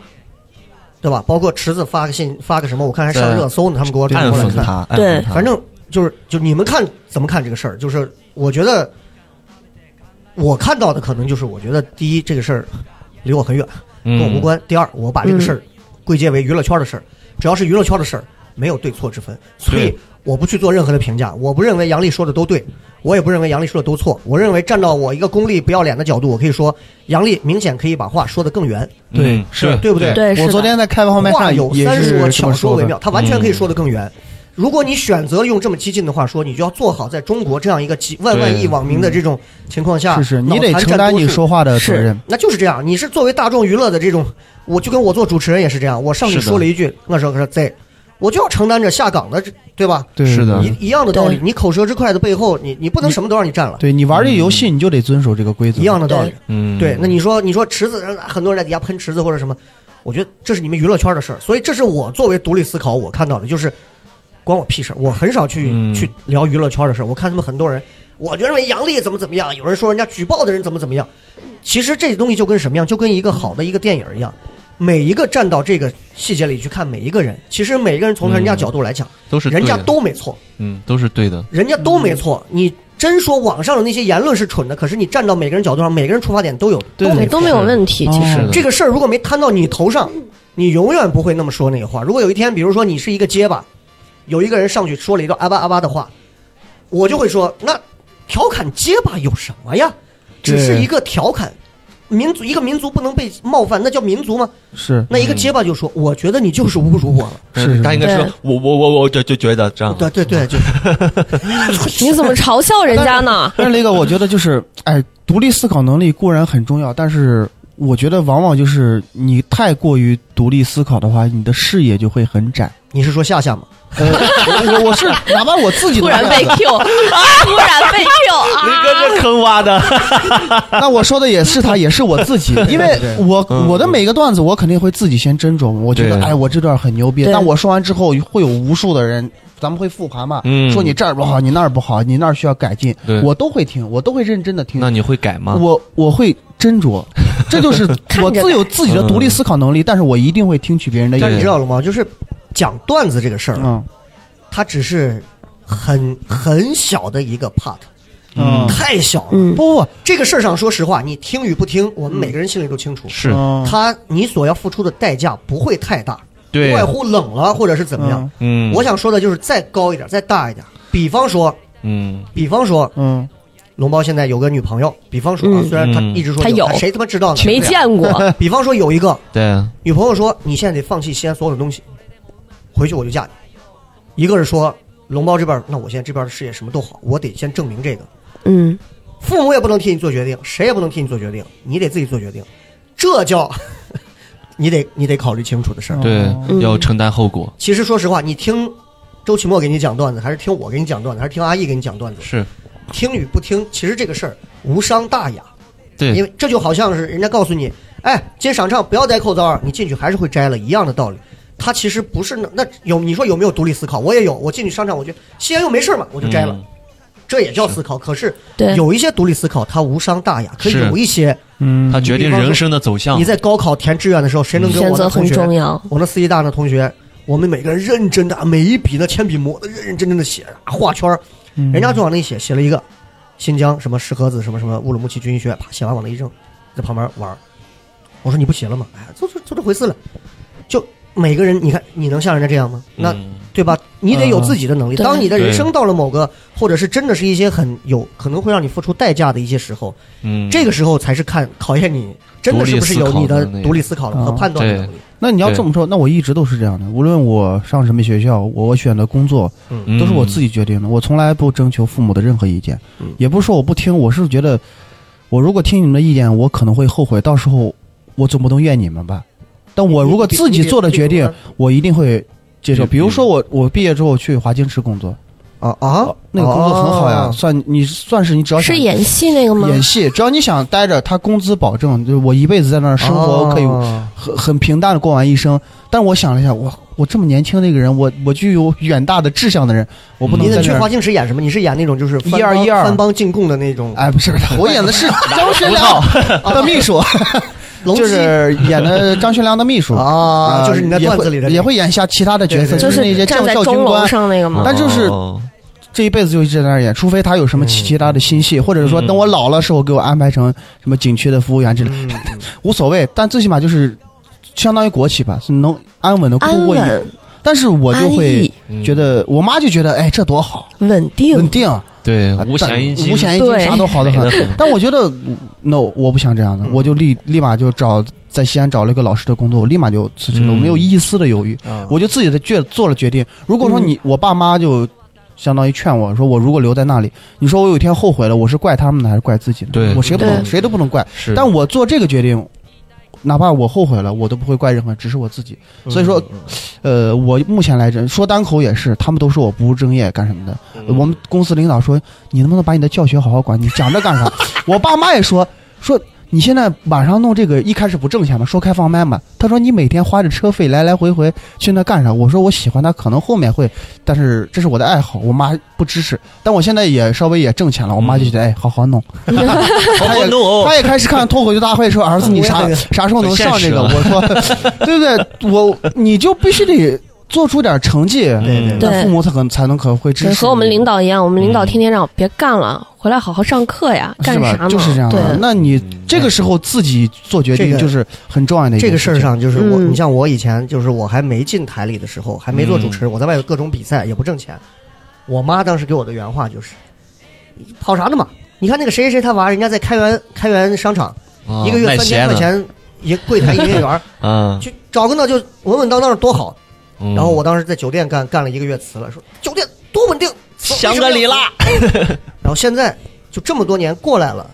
B: 对吧？包括池子发个信发个什么，我看还上
C: 对
B: 热搜呢，他们给我
C: 嗯，
B: 转
C: 暗
B: 过来
C: 讽
B: 看。
C: 他，暗
F: 对
C: 讽他
B: 反正就是就你们看怎么看这个事儿？就是我觉得我看到的可能就是我觉得第一这个事儿离我很远，跟我无，关；第二，我把这个事儿归结为娱乐圈的事儿，只要是娱乐圈的事儿，没有对错之分，所以
C: 对
B: 我不去做任何的评价。我不认为杨笠说的都对，我也不认为杨笠说的都错。我认为站到我一个功利不要脸的角度，我可以说杨笠明显可以把话说得更圆，
C: 嗯对，
B: 是对不对
F: 对，是
D: 我昨
F: 的。
D: 天在开放麦
B: 话
D: 上
B: 有
D: 也
B: 三
D: 是
B: 说，
D: 这
B: 巧
D: 么
B: 说
D: 说
B: 为
D: 的嗯
B: 妙，，他完全可以说得更圆。如果你选择用这么激进的话说，你就要做好在中国这样一个几万万亿网民的这种情况下，
D: 嗯是是，你得
B: 啊脑残
D: 承
B: 占
D: 担
B: 多
D: 你
B: 数
D: 说话的责任。
B: 那就是这样。你是作为大众娱乐的这种，我就跟我做主持人也是这样。我上去
C: 是的
B: 说了一句，那时候可是在，我就要承担着下岗的这，对吧？
D: 对，嗯
C: 是的
B: 一一样的道理
F: 对，
B: 你口舌之快的背后，你你不能什么都让你占了，
D: 对你玩这个游戏，你就得遵守这个规则。
B: 一样的道理。
C: 嗯，
B: 对，那你说你说池子，很多人在底下喷池子或者什么，我觉得这是你们娱乐圈的事儿，所以这是我作为独立思考我看到的，就是关我屁事儿，我很少去、
C: 嗯
B: 去聊娱乐圈的事儿。我看他们很多人，我就认为杨笠怎么怎么样，有人说人家举报的人怎么怎么样，其实这东西就跟什么样，就跟一个好的一个电影一样。每一个站到这个细节里去看每一个人，其实每个人从人家
C: 嗯
B: 角度来讲，
C: 都是
B: 人家
C: 对的
B: 都没错，
C: 嗯都是对的，
B: 人家都没错。你真说网上的那些言论是蠢的，可是你站到每个人角度上，每个人出发点都有
D: 对
B: 都
D: 对
B: 没
D: 对
F: 都没有问题，其
D: 是
F: 实
C: 的
B: 这个事儿如果没摊到你头上，你永远不会那么说那个话。如果有一天，比如说你是一个结巴，有一个人上去说了一段啊阿巴阿巴的话，我就会说，那调侃结巴有什么呀？只是一个调侃，民族一个民族不能被冒犯，那叫民族吗？
D: 是
B: 那一个结巴就说，我觉得你就是侮辱我了。
D: 是
C: 他应该说
F: 对，
C: 我我我我就就觉得这样。
B: 对对对，就是
F: 你怎么嘲笑人家呢？
B: 哦 [LAUGHS]
D: [LAUGHS] 但是那个，我觉得就是，哎，独立思考能力固然很重要，但是我觉得往往就是你太过于独立思考的话，你的视野就会很窄。
B: 你是说夏夏吗？
D: 呃，我 [LAUGHS] 我是哪怕我自己
F: 突
D: 都
F: 然
D: 这
F: 被
D: 样
B: [LAUGHS]
D: 子
F: Q，突然被 Q 啊！
C: 林哥这坑挖的，
B: 啊
D: 那我说的也是他，也是我自己，因为 [LAUGHS] 我
C: 嗯
D: 我的每个段子，我肯定会自己先斟酌，我觉得
C: 对
D: 哎，我这段很牛逼，
F: 对
D: 但我说完之后，会有无数的人，咱们会复盘嘛，
C: 嗯
D: 说你这儿不好，你那儿不好，你那儿需要改进
C: 对，
D: 我都会听，我都会认真的
C: [LAUGHS]
D: 听
C: 那，你会改吗？
D: 我我会斟酌，这就是
F: 看着
D: 我自有自己的独立思考能力，但是我一定会听取别人的意
B: 但是你知
D: 见。
B: 道了吗？就是讲段子这个事儿啊，
D: 嗯
B: 它只是很很小的一个 part，
C: 嗯
B: 太小了。
F: 嗯
B: 不不，这个事儿上，说实话，你听与不听，我们每个人心里都清楚。
C: 是
D: 嗯
B: 他你所要付出的代价不会太大，
C: 对
B: 不外乎冷了或者是怎么样。
C: 嗯，
B: 我想说的就是再高一点，再大一点。比方说，
C: 嗯
B: 比方说，
D: 嗯，
B: 龙猫现在有个女朋友。比方说啊，
F: 嗯
B: 虽然他
C: 嗯
B: 一直说
F: 他有
B: 谁他妈知道呢？
F: 没
B: 对啊。
F: 见
B: [LAUGHS]
F: 过，
B: 比方说有一个
C: 对，
B: 女朋友说，你现在得放弃西安所有的东西，回去我就嫁你。一个是说龙猫这边，那我现在这边的事业什么都好，我得先证明这个。
F: 嗯，
B: 父母也不能替你做决定，谁也不能替你做决定，你得自己做决定，这叫 [LAUGHS] 你得你得考虑清楚的事儿。
C: 对
F: 嗯，
C: 要承担后果。
B: 其实说实话，你听周奇墨给你讲段子，还是听我给你讲段子，还是听阿义给你讲段子，
C: 是
B: 听与不听，其实这个事儿无伤大雅。因
C: 对，
B: 为这就好像是人家告诉你，哎，今天赏唱不要戴口罩儿，你进去还是会摘了，一样的道理。他其实不是那那有你说有没有独立思考？我也有，我进去商场，我觉得西安又没事儿嘛，我就摘了，
C: 嗯
B: 这也叫思考。可是
F: 对，
B: 有一些独立思考，它无伤大雅，可以
C: 是
B: 有一些
D: 嗯
C: 他决定人生的走向
B: 你。在高考填志愿的时候，谁能跟
F: 选
B: 我
F: 择
B: 的
F: 很
B: 同
F: 重
B: 学，
F: 要。
B: 我那四医大的同学，我们每个人认真的，每一笔那铅笔磨的认认真真的写，啊画圈儿，
D: 嗯
B: 人家就往那一写，写了一个新疆什么石河子什么什么乌鲁木齐军医学，啪写完往那一扔，在旁边玩儿。我说你不写了吗？哎，就就就这回事了。就每个人，你看你能像人家这样吗？那、
C: 嗯
B: 对吧？你得有自己的能力。
F: 嗯对
B: 当你的人生到了某个，或者是真的是一些很有可能会让你付出代价的一些时候，
C: 嗯，
B: 这个时候才是看考验你真的是不是有你的独
C: 独
B: 立
C: 立
B: 思考了和
D: 嗯
B: 判断的能力。
D: 那你要这么说，那我一直都是这样的。无论我上什么学校，我我选的工作，
C: 嗯
D: 都是我自己决定的。我从来不征求父母的任何意见，也不是说我不听，我是觉得，我如果听你们的意见，我可能会后悔，到时候我总不能怨你们吧。但我如果自己做的决定，我一定会接受。
C: 嗯
D: 比如说我我毕业之后去华清池工作，
B: 啊啊，
D: 那个工作很好呀，
B: 哦
D: 算你算是你只要想
F: 是演戏那个吗？
D: 演戏，只要你想待着，他工资保证，就是我一辈子在那儿生活，我可以
B: 哦
D: 很很平淡的过完一生。但我想了一下，我我这么年轻的一个人，我我具有远大的志向的人，我不能
B: 你
D: 在
B: 得
D: 这
B: 去
D: 儿
B: 华清池演什么？你是演那种就是
D: 一二一二
B: 翻帮进贡的那种
D: 哎，不是，
B: [LAUGHS]
D: 不是我演的是 [LAUGHS] 张学良 [LAUGHS] 的秘书，
B: 龙
D: 就
B: 姬
D: 是演的张学良的秘书
B: [LAUGHS] 啊，就是你的
D: 也
B: 段
D: 会
B: 子里的
D: 也会演一下其他的角色，
B: 对对对
F: 就是
D: 那些
F: 站
D: 教
F: 在
D: 教
F: 钟
D: 军
F: 楼
D: 官，啊
F: 上那个吗？
D: 嗯但就是
C: 哦
D: 这一辈子就一直在那儿演，除非他有什
C: 嗯
D: 么其其他的新戏，或者说等我老了时候给我安排成什么景区的服务员之类，
B: 嗯
D: 无所谓。但最起码就是相当于国企吧，是能安稳的
F: 安
D: 度过一。
F: 稳、
D: 但是我就
F: 安
D: 会
F: 逸、
D: 觉得，我妈就觉得，哎，这多好，
F: 稳
D: 稳
F: 定，
D: 定，
C: 嗯对
D: 啊
C: 五
D: 但
C: 险一金，
D: 五险一金
F: 对
D: 啥都好的很。但我觉得，no，我不想
C: 嗯
D: 这样的，我就立立马就找在西安找了一个老师的工作，我立马就辞职
C: 嗯
D: 了，我没有一丝的犹豫，
B: 啊
D: 我就自己的决做了决定。如果说你，
C: 嗯
D: 我爸妈就相当于劝我说，我如果留在那里，你说我有一天后悔了，我是怪他们呢，还是怪自己呢？
C: 对
D: 我谁不能
F: 对
D: 谁都不能怪。
C: 是
D: 但我做这个决定，哪怕我后悔了，我都不会怪任何人，只是我自己。
B: 嗯
C: 嗯
D: 所以说，呃，我目前来着说单口也是，他们都说我不务正业干什么的。我们公司领导说，你能不能把你的教学好好管？你讲这干啥？我爸妈也说说。你现在晚上弄这个，一开始不挣钱嘛，说开放麦嘛。他说你每天花着车费来来回回去那干啥？我说我喜欢他，可能后面会，但是这是我的爱好，我妈不支持。但我现在也稍微也挣钱了，我妈就觉得哎，好好弄。
C: 好
D: 他
C: 好
D: 也
C: 弄哦
D: 他也开始看脱口秀大会，说儿子你啥
B: 我也
D: 啥时候能上这个？我
B: 啊
D: 说， [LAUGHS] 对不对？我你就必须得做出点成绩，
B: 对
F: 对
D: 那父母才可能才能可能会支持
F: 对，
D: 你。
F: 和我们领导一样，我们领导天天让我别干了，回来好好上课呀，干
D: 是
F: 啥
D: 吧？
F: 呢？
D: 就是这样的。
F: 对，
D: 那你这个时候自己做决
B: 这
D: 定
B: 个
D: 就是很重要的一
B: 这个
D: 件
B: 事
D: 事
B: 儿
D: 情。
B: 上，就是我，
F: 嗯
B: 你像我以前，就是我还没进台里的时候，还没做主
C: 嗯
B: 持人，我在外头各种比赛也不挣钱。我妈当时给我的原话就是：“跑啥呢嘛？你看那个谁谁谁他娃，人家在开元开元商场
C: 啊
B: 一个月
C: 卖
B: 三千
C: 鞋
B: 块
C: 的，
B: 钱，一柜台营业
C: [LAUGHS]
B: 员儿
C: 嗯，
B: 去找个那就稳稳当当的多好。
C: 嗯
B: 然后我当时在酒店干干了一个月，辞了，说酒店多稳定，
C: 香格里拉，
B: [LAUGHS] 然后现在就这么多年过来了，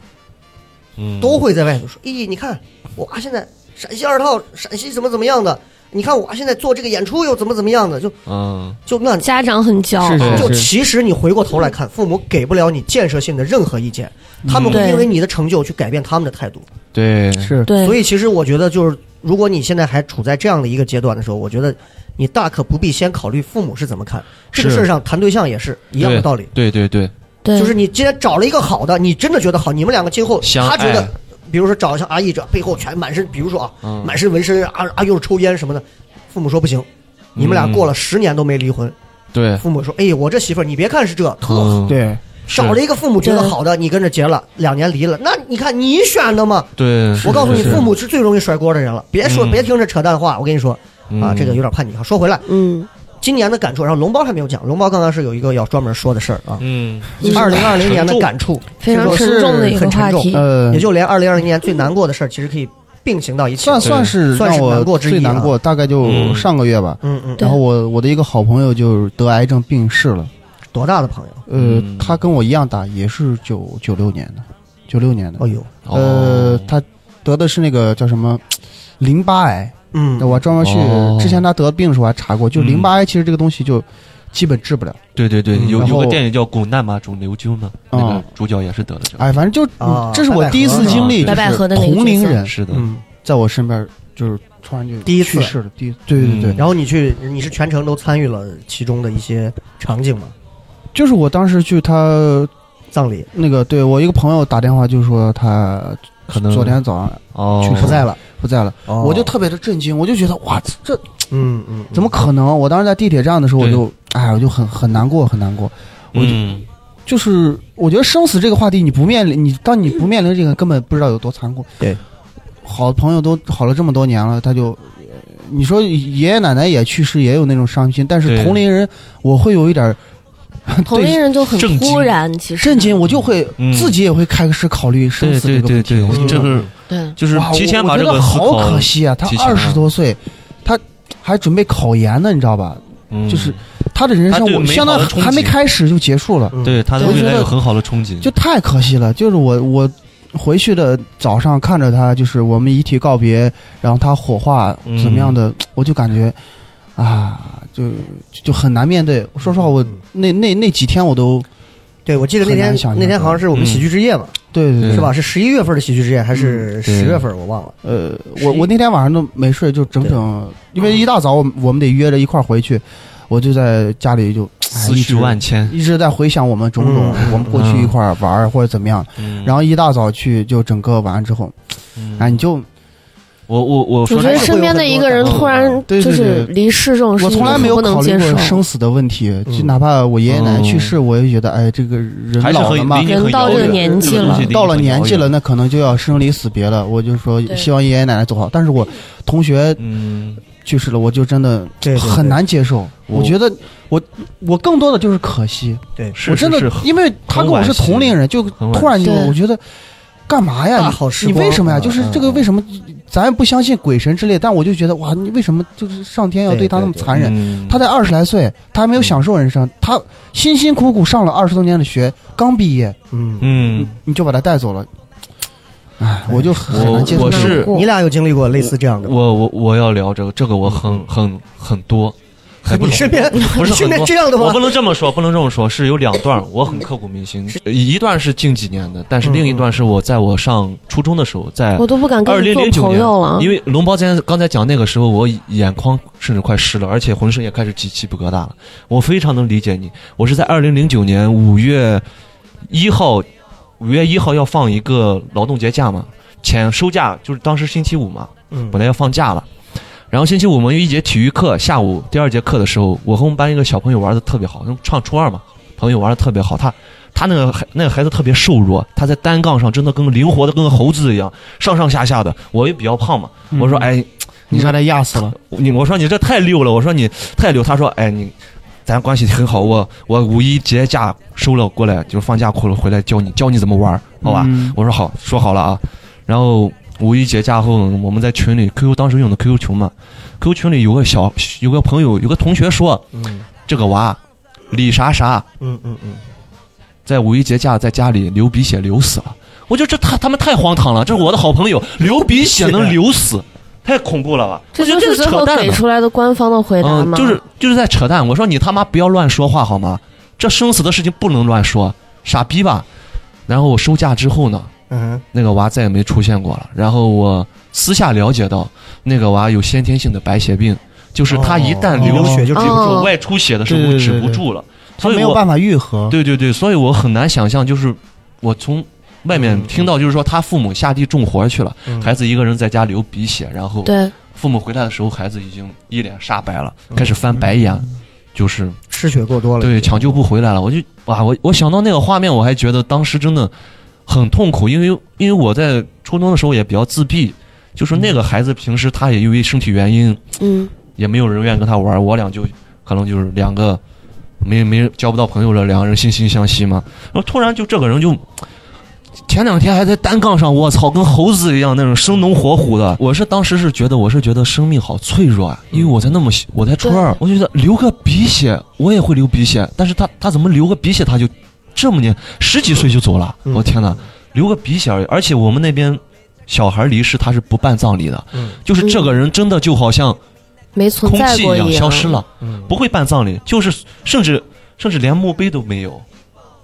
C: 嗯
B: 都会在外头说：“咦，你看我啊，现在陕西二套，陕西怎么怎么样的？你看我啊，现在做这个演出又怎么怎么样的？就
C: 嗯
B: 就那
E: 家长很骄傲
D: 是，
C: 对
B: 就
D: 对
B: 其实你回过头来看，父母给不了你建设性的任何意见，他们会
F: 嗯对
B: 因为你的成就去改变他们的态度。
C: 对，
D: 是
F: 对
B: 所以其实我觉得，就是如果你现在还处在这样的一个阶段的时候，我觉得你大可不必先考虑父母是怎么看这个
C: 是
B: 事儿上谈对象也是一样的道理。
C: 对对对，
F: 对，
B: 就是你既然找了一个好的，你真的觉得好，你们两个今后
C: 相
B: 他觉
C: 爱
B: 得，比如说找像阿义这背后全满身，比如说啊，
C: 嗯
B: 满身纹身啊啊又是抽烟什么的，父母说不行，你们俩过了十年都没离婚，
C: 对，
B: 父母说，哎，我这媳妇儿你别看是这特好，
C: 嗯
D: 对，
C: 是
B: 找了一个父母觉得好的，你跟着结了，两年离了，那你看你选的嘛，
C: 对，
B: 我告诉你，
C: 嗯是
B: 父母是最容易甩锅的人了，别说
C: 嗯
B: 别听这扯淡话，我跟你说啊，这个有，点叛逆啊。说回来，
F: 嗯，
B: 今年的感触，然后龙包还没有讲，龙包刚刚是有一个要专门说的事儿啊，
C: 嗯
B: 二零二零年的感触，
F: 非常
B: 这个
F: 沉重的一个
B: 很沉
F: 话
B: 重
F: 题。
D: 呃
B: 嗯
C: 嗯
B: 也，就连二零二零年最难过的事儿，其实可以并行到一起。
D: 算算是
B: 算
D: 让
B: 是难过
D: 我
B: 之一啊
D: 最难过，大概就
C: 嗯
D: 上个月吧。
B: 嗯嗯，
F: 对
D: 然后我我的一个好朋友就得癌症病逝了，
B: 多大的朋友？
D: 呃
C: 嗯，
D: 他跟我一样大，也是九九六年的，九六年的
B: 哦，呦，
C: 嗯
D: 呃
C: 哦，
D: 他得的是那个叫什么淋巴癌，
B: 嗯，
D: 我专门去
C: 哦
D: 之前他得病的时候还查过，就
C: 嗯
D: 淋巴癌其实这个东西就基本治不了，
C: 对对对，
B: 嗯
C: 有
D: 然
C: 有
D: 后
C: 个电影叫《滚蛋吧，肿瘤灸》呢，那个
D: 嗯
C: 主角也是得了这个，
D: 哎，反正就
B: 啊
D: 这是我第一次经历，
F: 白百合
D: 就是
F: 的那个
D: 同龄
F: 角色
D: 人
C: 是的，
D: 嗯，在我身边就是突然就
B: 第一次
D: 去世了，第一对对对
C: 嗯，
B: 然后你去，你是全程都参与了其中的一些场景吗？
D: 就是我当时去他
B: 葬礼
D: 那个，对我一个朋友打电话就说他
C: 可能
D: 昨天早上
C: 哦
D: 去世
B: 不在了，
D: 不在了，
B: 哦
D: 我就特别的震惊，我就觉得哇，这
B: 嗯嗯，嗯
D: 怎么可能？我当时在地铁站的时候，我
C: 对
D: 就哎，我就很很难过，很难过。我就
C: 嗯
D: 就是我觉得生死这个话题，你不面临，你当你不面临这个，根本不知道有多残酷。
B: 对，
D: 好朋友都好了这么多年了，他就，你说爷爷奶奶也去世，也有那种伤心，但是
C: 对
D: 同龄人，我会有一点儿
E: 同龄
D: 对
E: 人就很
C: 震惊
E: 突然，其实
D: 震惊，我就会
C: 嗯
D: 自己也会开始考虑生
C: 对
D: 死这
C: 对
D: 个问
C: 对
D: 题。
C: 对
D: 我觉，得
C: 这个
E: 对
C: 就是
D: 哇，
C: 提前
D: 我
C: 把
D: 我
C: 这
D: 觉
C: 个
D: 得
C: 思
D: 好
C: 考
D: 可，惜啊！他
C: 提前了
D: 二十多岁，他还准备考研呢，你知道吧？
C: 嗯
D: 就是他的人
C: 他
D: 生，
C: 对
D: 我
C: 美好
D: 相当于
C: 的憧
D: 还没
C: 憬
D: 开始就结束了，
B: 嗯
C: 对他对
D: 我
C: 未
D: 觉
C: 来
D: 得
C: 有很好的憧憬，
D: 就太可惜了。就是我我回去的早上看着他，就是我们遗体告别，然后他火化
C: 嗯
D: 怎么样的，我就感觉啊，就就就很难面对。说实话，
C: 嗯
D: 我那那那几天我都
B: 嗯对，我记得那
D: 很
B: 天
D: 难想象
B: 那天好像是我们喜剧之夜嘛，
D: 对
C: 嗯
D: 对对
B: 是吧？是十一月份的喜剧之夜还是
C: 嗯对
B: 十月份？我忘了。
D: 呃，我我那天晚上都没睡，就整
C: 啊
D: 整，因为一大早我们我们得约着一块儿回去，我就在家里就哎
C: 思
D: 一
C: 绪
D: 直
C: 万千，
D: 一直在回想我们种种，
B: 嗯
D: 我们过去一块儿玩儿或者怎么样，然
C: 后
D: 后一大早去就整个晚上之后，
C: 嗯
D: 哎，你就
C: 我我我
F: 我
C: 说
F: 觉得身边的一个人突然
D: 对对对
F: 就是离世这种事
D: 我
F: 情，
D: 从来没有
F: 不
D: 考
F: 能
D: 虑
F: 接
D: 过
F: 受。
D: 生死的问题，
B: 嗯
D: 就哪怕我爷爷奶奶去世，我也觉得哎，这个人
C: 哦还是
D: 老
C: 很
D: 了嘛
C: 离。你
F: 人
C: 很
F: 到
C: 遥
F: 这个
C: 远
F: 年纪
C: 这个东
F: 了
C: 西离你
D: 到了
C: 很
D: 年
C: 遥
D: 纪
C: 远
D: 了，，那可能就要生离死别了。我就说
F: 对
D: 希望爷爷奶奶走好，但是我同学
C: 嗯，
D: 去世了，我就真的
B: 对对对
D: 很难接受。
C: 我
D: 我觉得我我更多的就是可惜，
B: 对，
C: 是
D: 我真的
C: 是是
D: 因为他跟我是同龄人，就
C: 惋惜
D: 突然就
F: 对
D: 我觉得干嘛呀？
B: 大
D: 你
B: 好时
D: 你
B: 光
D: 为什
C: 啊
D: 么呀？
B: 嗯
D: 就是这个
B: 嗯
D: 为什么？咱也不相信鬼神之类，但我就觉得哇，你为什么就是上天要
B: 对
D: 对他那么
B: 对对
D: 残忍？
C: 嗯
D: 他才二十来岁，他还没有享受人生，他辛辛苦苦上了二十多年的学，刚毕业，
B: 嗯，
C: 嗯，
D: 你就把他带走了，哎，我就很很
C: 我
D: 难接受
C: 我
D: 这种。
C: 是
B: 你俩有经历过类似这样的吗？
C: 我我我要聊这个，这个我很很很多，还不
B: 你
C: 是
B: 身边
C: 不是
B: 你身
C: 很
B: 边
C: 多
B: 这样的
C: 我
B: 吗
C: 不？能这么说，不能这么说，是有两段儿我很刻骨铭心，一段是近几年的，但是另一段是我在我上初中的时候，在
F: 我都不敢
C: 二
F: 跟你
C: 零
F: 做
C: 零九
F: 朋
C: 年
F: 友了，，
C: 因为龙包今天刚才讲那个时候，我眼眶甚至快湿了，而且浑身也开始起鸡皮疙瘩了。我非常能理解你，我是在二零零九年五月一号，五月一号要放一个劳动节假嘛，前收假就是当时星期五嘛，
B: 嗯
C: 本来要放假了。然后星期五我们有一节体育课，下午第二节课的时候，我和我们班一个小朋友玩的特别好，上初二嘛，朋友玩的特别好。他他那个孩那个孩子特别瘦弱，他在单杠上真的跟灵活的跟个猴子一样，上上下下的。我也比较胖嘛，我说
D: 嗯，
C: 哎，
D: 你让他压死了，
C: 你我说你这太溜了，我说你太溜。他说哎你，咱关系很好，我我五一节假收了过来，就是放假过了回来教你教你怎么玩，好吧？
D: 嗯
C: 我说好，说好了啊。然后五一节假后，我们在群里 QQ 当时用的 QQ 群嘛，QQ 群里有个小有个朋友有个同学说，
B: 嗯
C: 这个娃李啥啥
B: 嗯嗯嗯，
C: 在五一节假在家里流鼻血流死了。我觉得这太他们太荒唐了，这是我的好朋 [LAUGHS] 友流鼻血能流死，太恐怖了吧？
F: 这
C: 我觉得
F: 就
C: 这是
F: 是最
C: 扯
F: 后
C: 淡
F: 给
C: 的。
F: 出来的官方的回答
C: 嗯，
F: 吗？
C: 就是就是在扯淡。我说你他妈不要乱说话好吗？这生死的事情不能乱说，傻逼吧？然后我收假之后呢，
B: 嗯
C: 那个娃再也没出现过了。然后我私下了解到，那个娃有先天性的白血病，就是他一旦
B: 哦
C: 流
B: 流血就
C: 止
F: 止
C: 不
F: 不
C: 住，
F: 住
C: 外出血的时
D: 对
C: 候
D: 对对
C: 止不
D: 对
C: 住了，
D: 他
C: 所以
D: 没有
C: 我
D: 办法愈合。
C: 对对对，所以我很难想象，就是我从外面
B: 嗯
C: 听到，就是说他父母下地种活去了，
B: 嗯
C: 孩子一个人在家流鼻血，然后
F: 对，
C: 父母回来的时候，孩子已经一脸煞白了，开始翻白眼，
D: 嗯
C: 就是
B: 失血过多了，
C: 对，抢救不回来了。我就哇，我我想到那个画面，我还觉得当时真的很痛苦，因为因为我在初中的时候也比较自闭，就是那
B: 嗯
C: 个孩子平时他也因为身体原因，
F: 嗯，
C: 也没有人愿意跟他玩儿，我俩就可能就是两个没没交不到朋友了，两个人惺惺相惜嘛。然后突然就这个人就。前两天还在单杠上，我操，跟猴子一样那种生龙活虎的。我是当时是觉得，我是觉得生命好脆弱啊，因为我才那么小，我才初二，我就觉得流个鼻血，我也会流鼻血，但是他他怎么流个鼻血他就这么年十几岁就走了，
B: 嗯
C: 我天哪，流个鼻血而已，而且我们那边小孩离世他是不办葬礼的，
B: 嗯
C: 就是这个人真的就好像
F: 没存
C: 空
F: 在
C: 气
F: 过
C: 一样消失了，
B: 嗯，
C: 不会办葬礼，就是甚至甚至连墓碑都没有。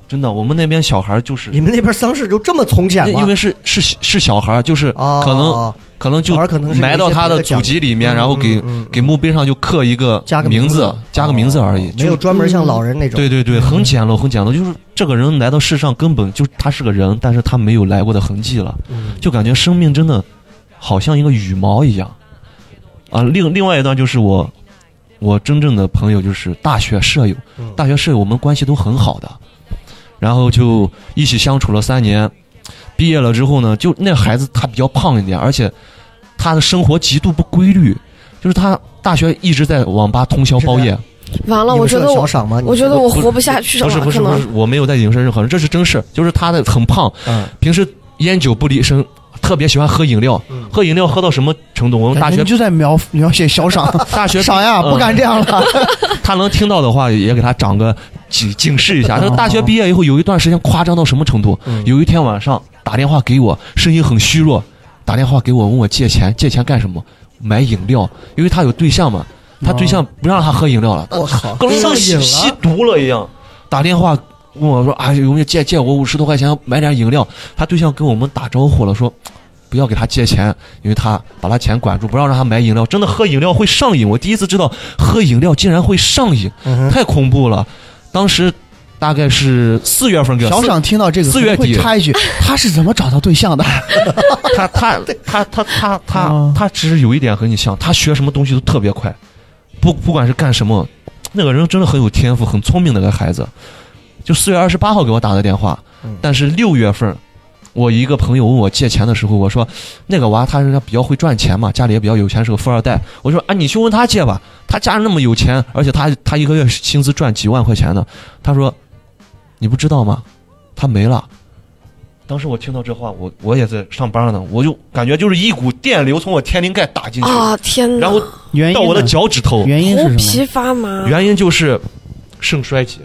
C: 真的，我们那边小孩就是，
B: 你们那边丧事就这么从简吗？
C: 因为是是是小孩，就是
B: 啊，
C: 可能、
B: 哦
C: 可能就
B: 小孩可能是有一些
C: 埋到他的祖籍里
B: 嗯
C: 面，然后给、
B: 嗯嗯
C: 给墓碑上就刻一个
B: 加个
C: 名字
B: 字，，
C: 加个名字而已，
B: 哦
C: 就
B: 没
C: 是
B: 有专嗯门像老人那种。
C: 对对对，很简陋，很简陋，就是这个人来到世上根本就他是个人，但是他没有来过的痕迹了，
B: 嗯，
C: 就感觉生命真的好像一个羽毛一样。啊，另另外一段就是我，我真正的朋友就是大学舍友，
B: 嗯
C: 大学舍友我们关系都很好的，然后就一起相处了三年，毕业了之后呢，就那孩子他比较胖一点，而且他的生活极度不规律，就是他大学一直在网吧通宵包夜，
F: 完了，
B: 你
F: 我
B: 不是
F: 觉得
B: 有
F: 我
B: 小，赏吗？你
F: 我觉得我
C: 不是
F: 活不下去了，
C: 不是不是
F: 可
C: 不
F: 能
C: 是，我没有在影射任何人，这是真事儿，就是他的很胖，
B: 嗯
C: 平时烟酒不离身，特别喜欢喝饮料，
B: 嗯
C: 喝饮料喝到什么程度？我们大
D: 感觉
C: 学
D: 就在描描写小赏，
C: 大学
D: 赏呀，
C: 嗯
D: 不敢这样
C: [LAUGHS]
D: 了。
C: 他能听到的话，也给他长个警警示一下。他说
D: 哦
C: 大学毕业以后有一段时间夸张到什么程度？
B: 嗯
C: 有一天晚上打电话给我，声音很虚弱，打电话给我问我借钱，借钱干什么？买饮料，因为他有对象嘛，他对象不让他喝饮料了，
B: 我靠，
C: 跟
B: 上
C: 像
B: 瘾
C: 吸吸
B: 了，
C: 毒了一样，打电话问我说：“啊，有没有借借我五十多块钱买点饮料？”他对象跟我们打招呼了，说：“不要给他借钱，因为他把他钱管住，不让让他买饮料。真的喝饮料会上瘾，我第一次知道喝饮料竟然会上瘾， [LAUGHS]
B: 嗯哼
C: 太恐怖了。当时大概是四月份给
D: 小赏听到这个，
C: 四月底
D: 会插
C: [LAUGHS]
D: 一句，他是怎么找到对象的？
C: 他他他他他他
D: 嗯
C: 他其实有一点和你像，他学什么东西都特别快，不不管是干什么，那个人真的很有天赋，很聪明的一个孩子。就四月二十八号给我打的电话
B: 嗯，
C: 但是六月份，我一个朋友问我借钱的时候，我说那个娃他人家比较会赚钱嘛，家里也比较有钱，是个富二代。我说啊，你去问他借吧，他家人那么有钱，而且他他一个月薪资赚几万块钱呢。他说你不知道吗？他没了。当时我听到这话，我我也在上班呢，我就感觉就是一股电流从我天灵盖打进去，
F: 啊，天哪！
C: 然后
D: 原因
C: 到
D: 呢
C: 我的脚趾头。
D: 原因
F: 头
D: 是什么？
F: 皮发麻，
C: 原因就是肾衰竭，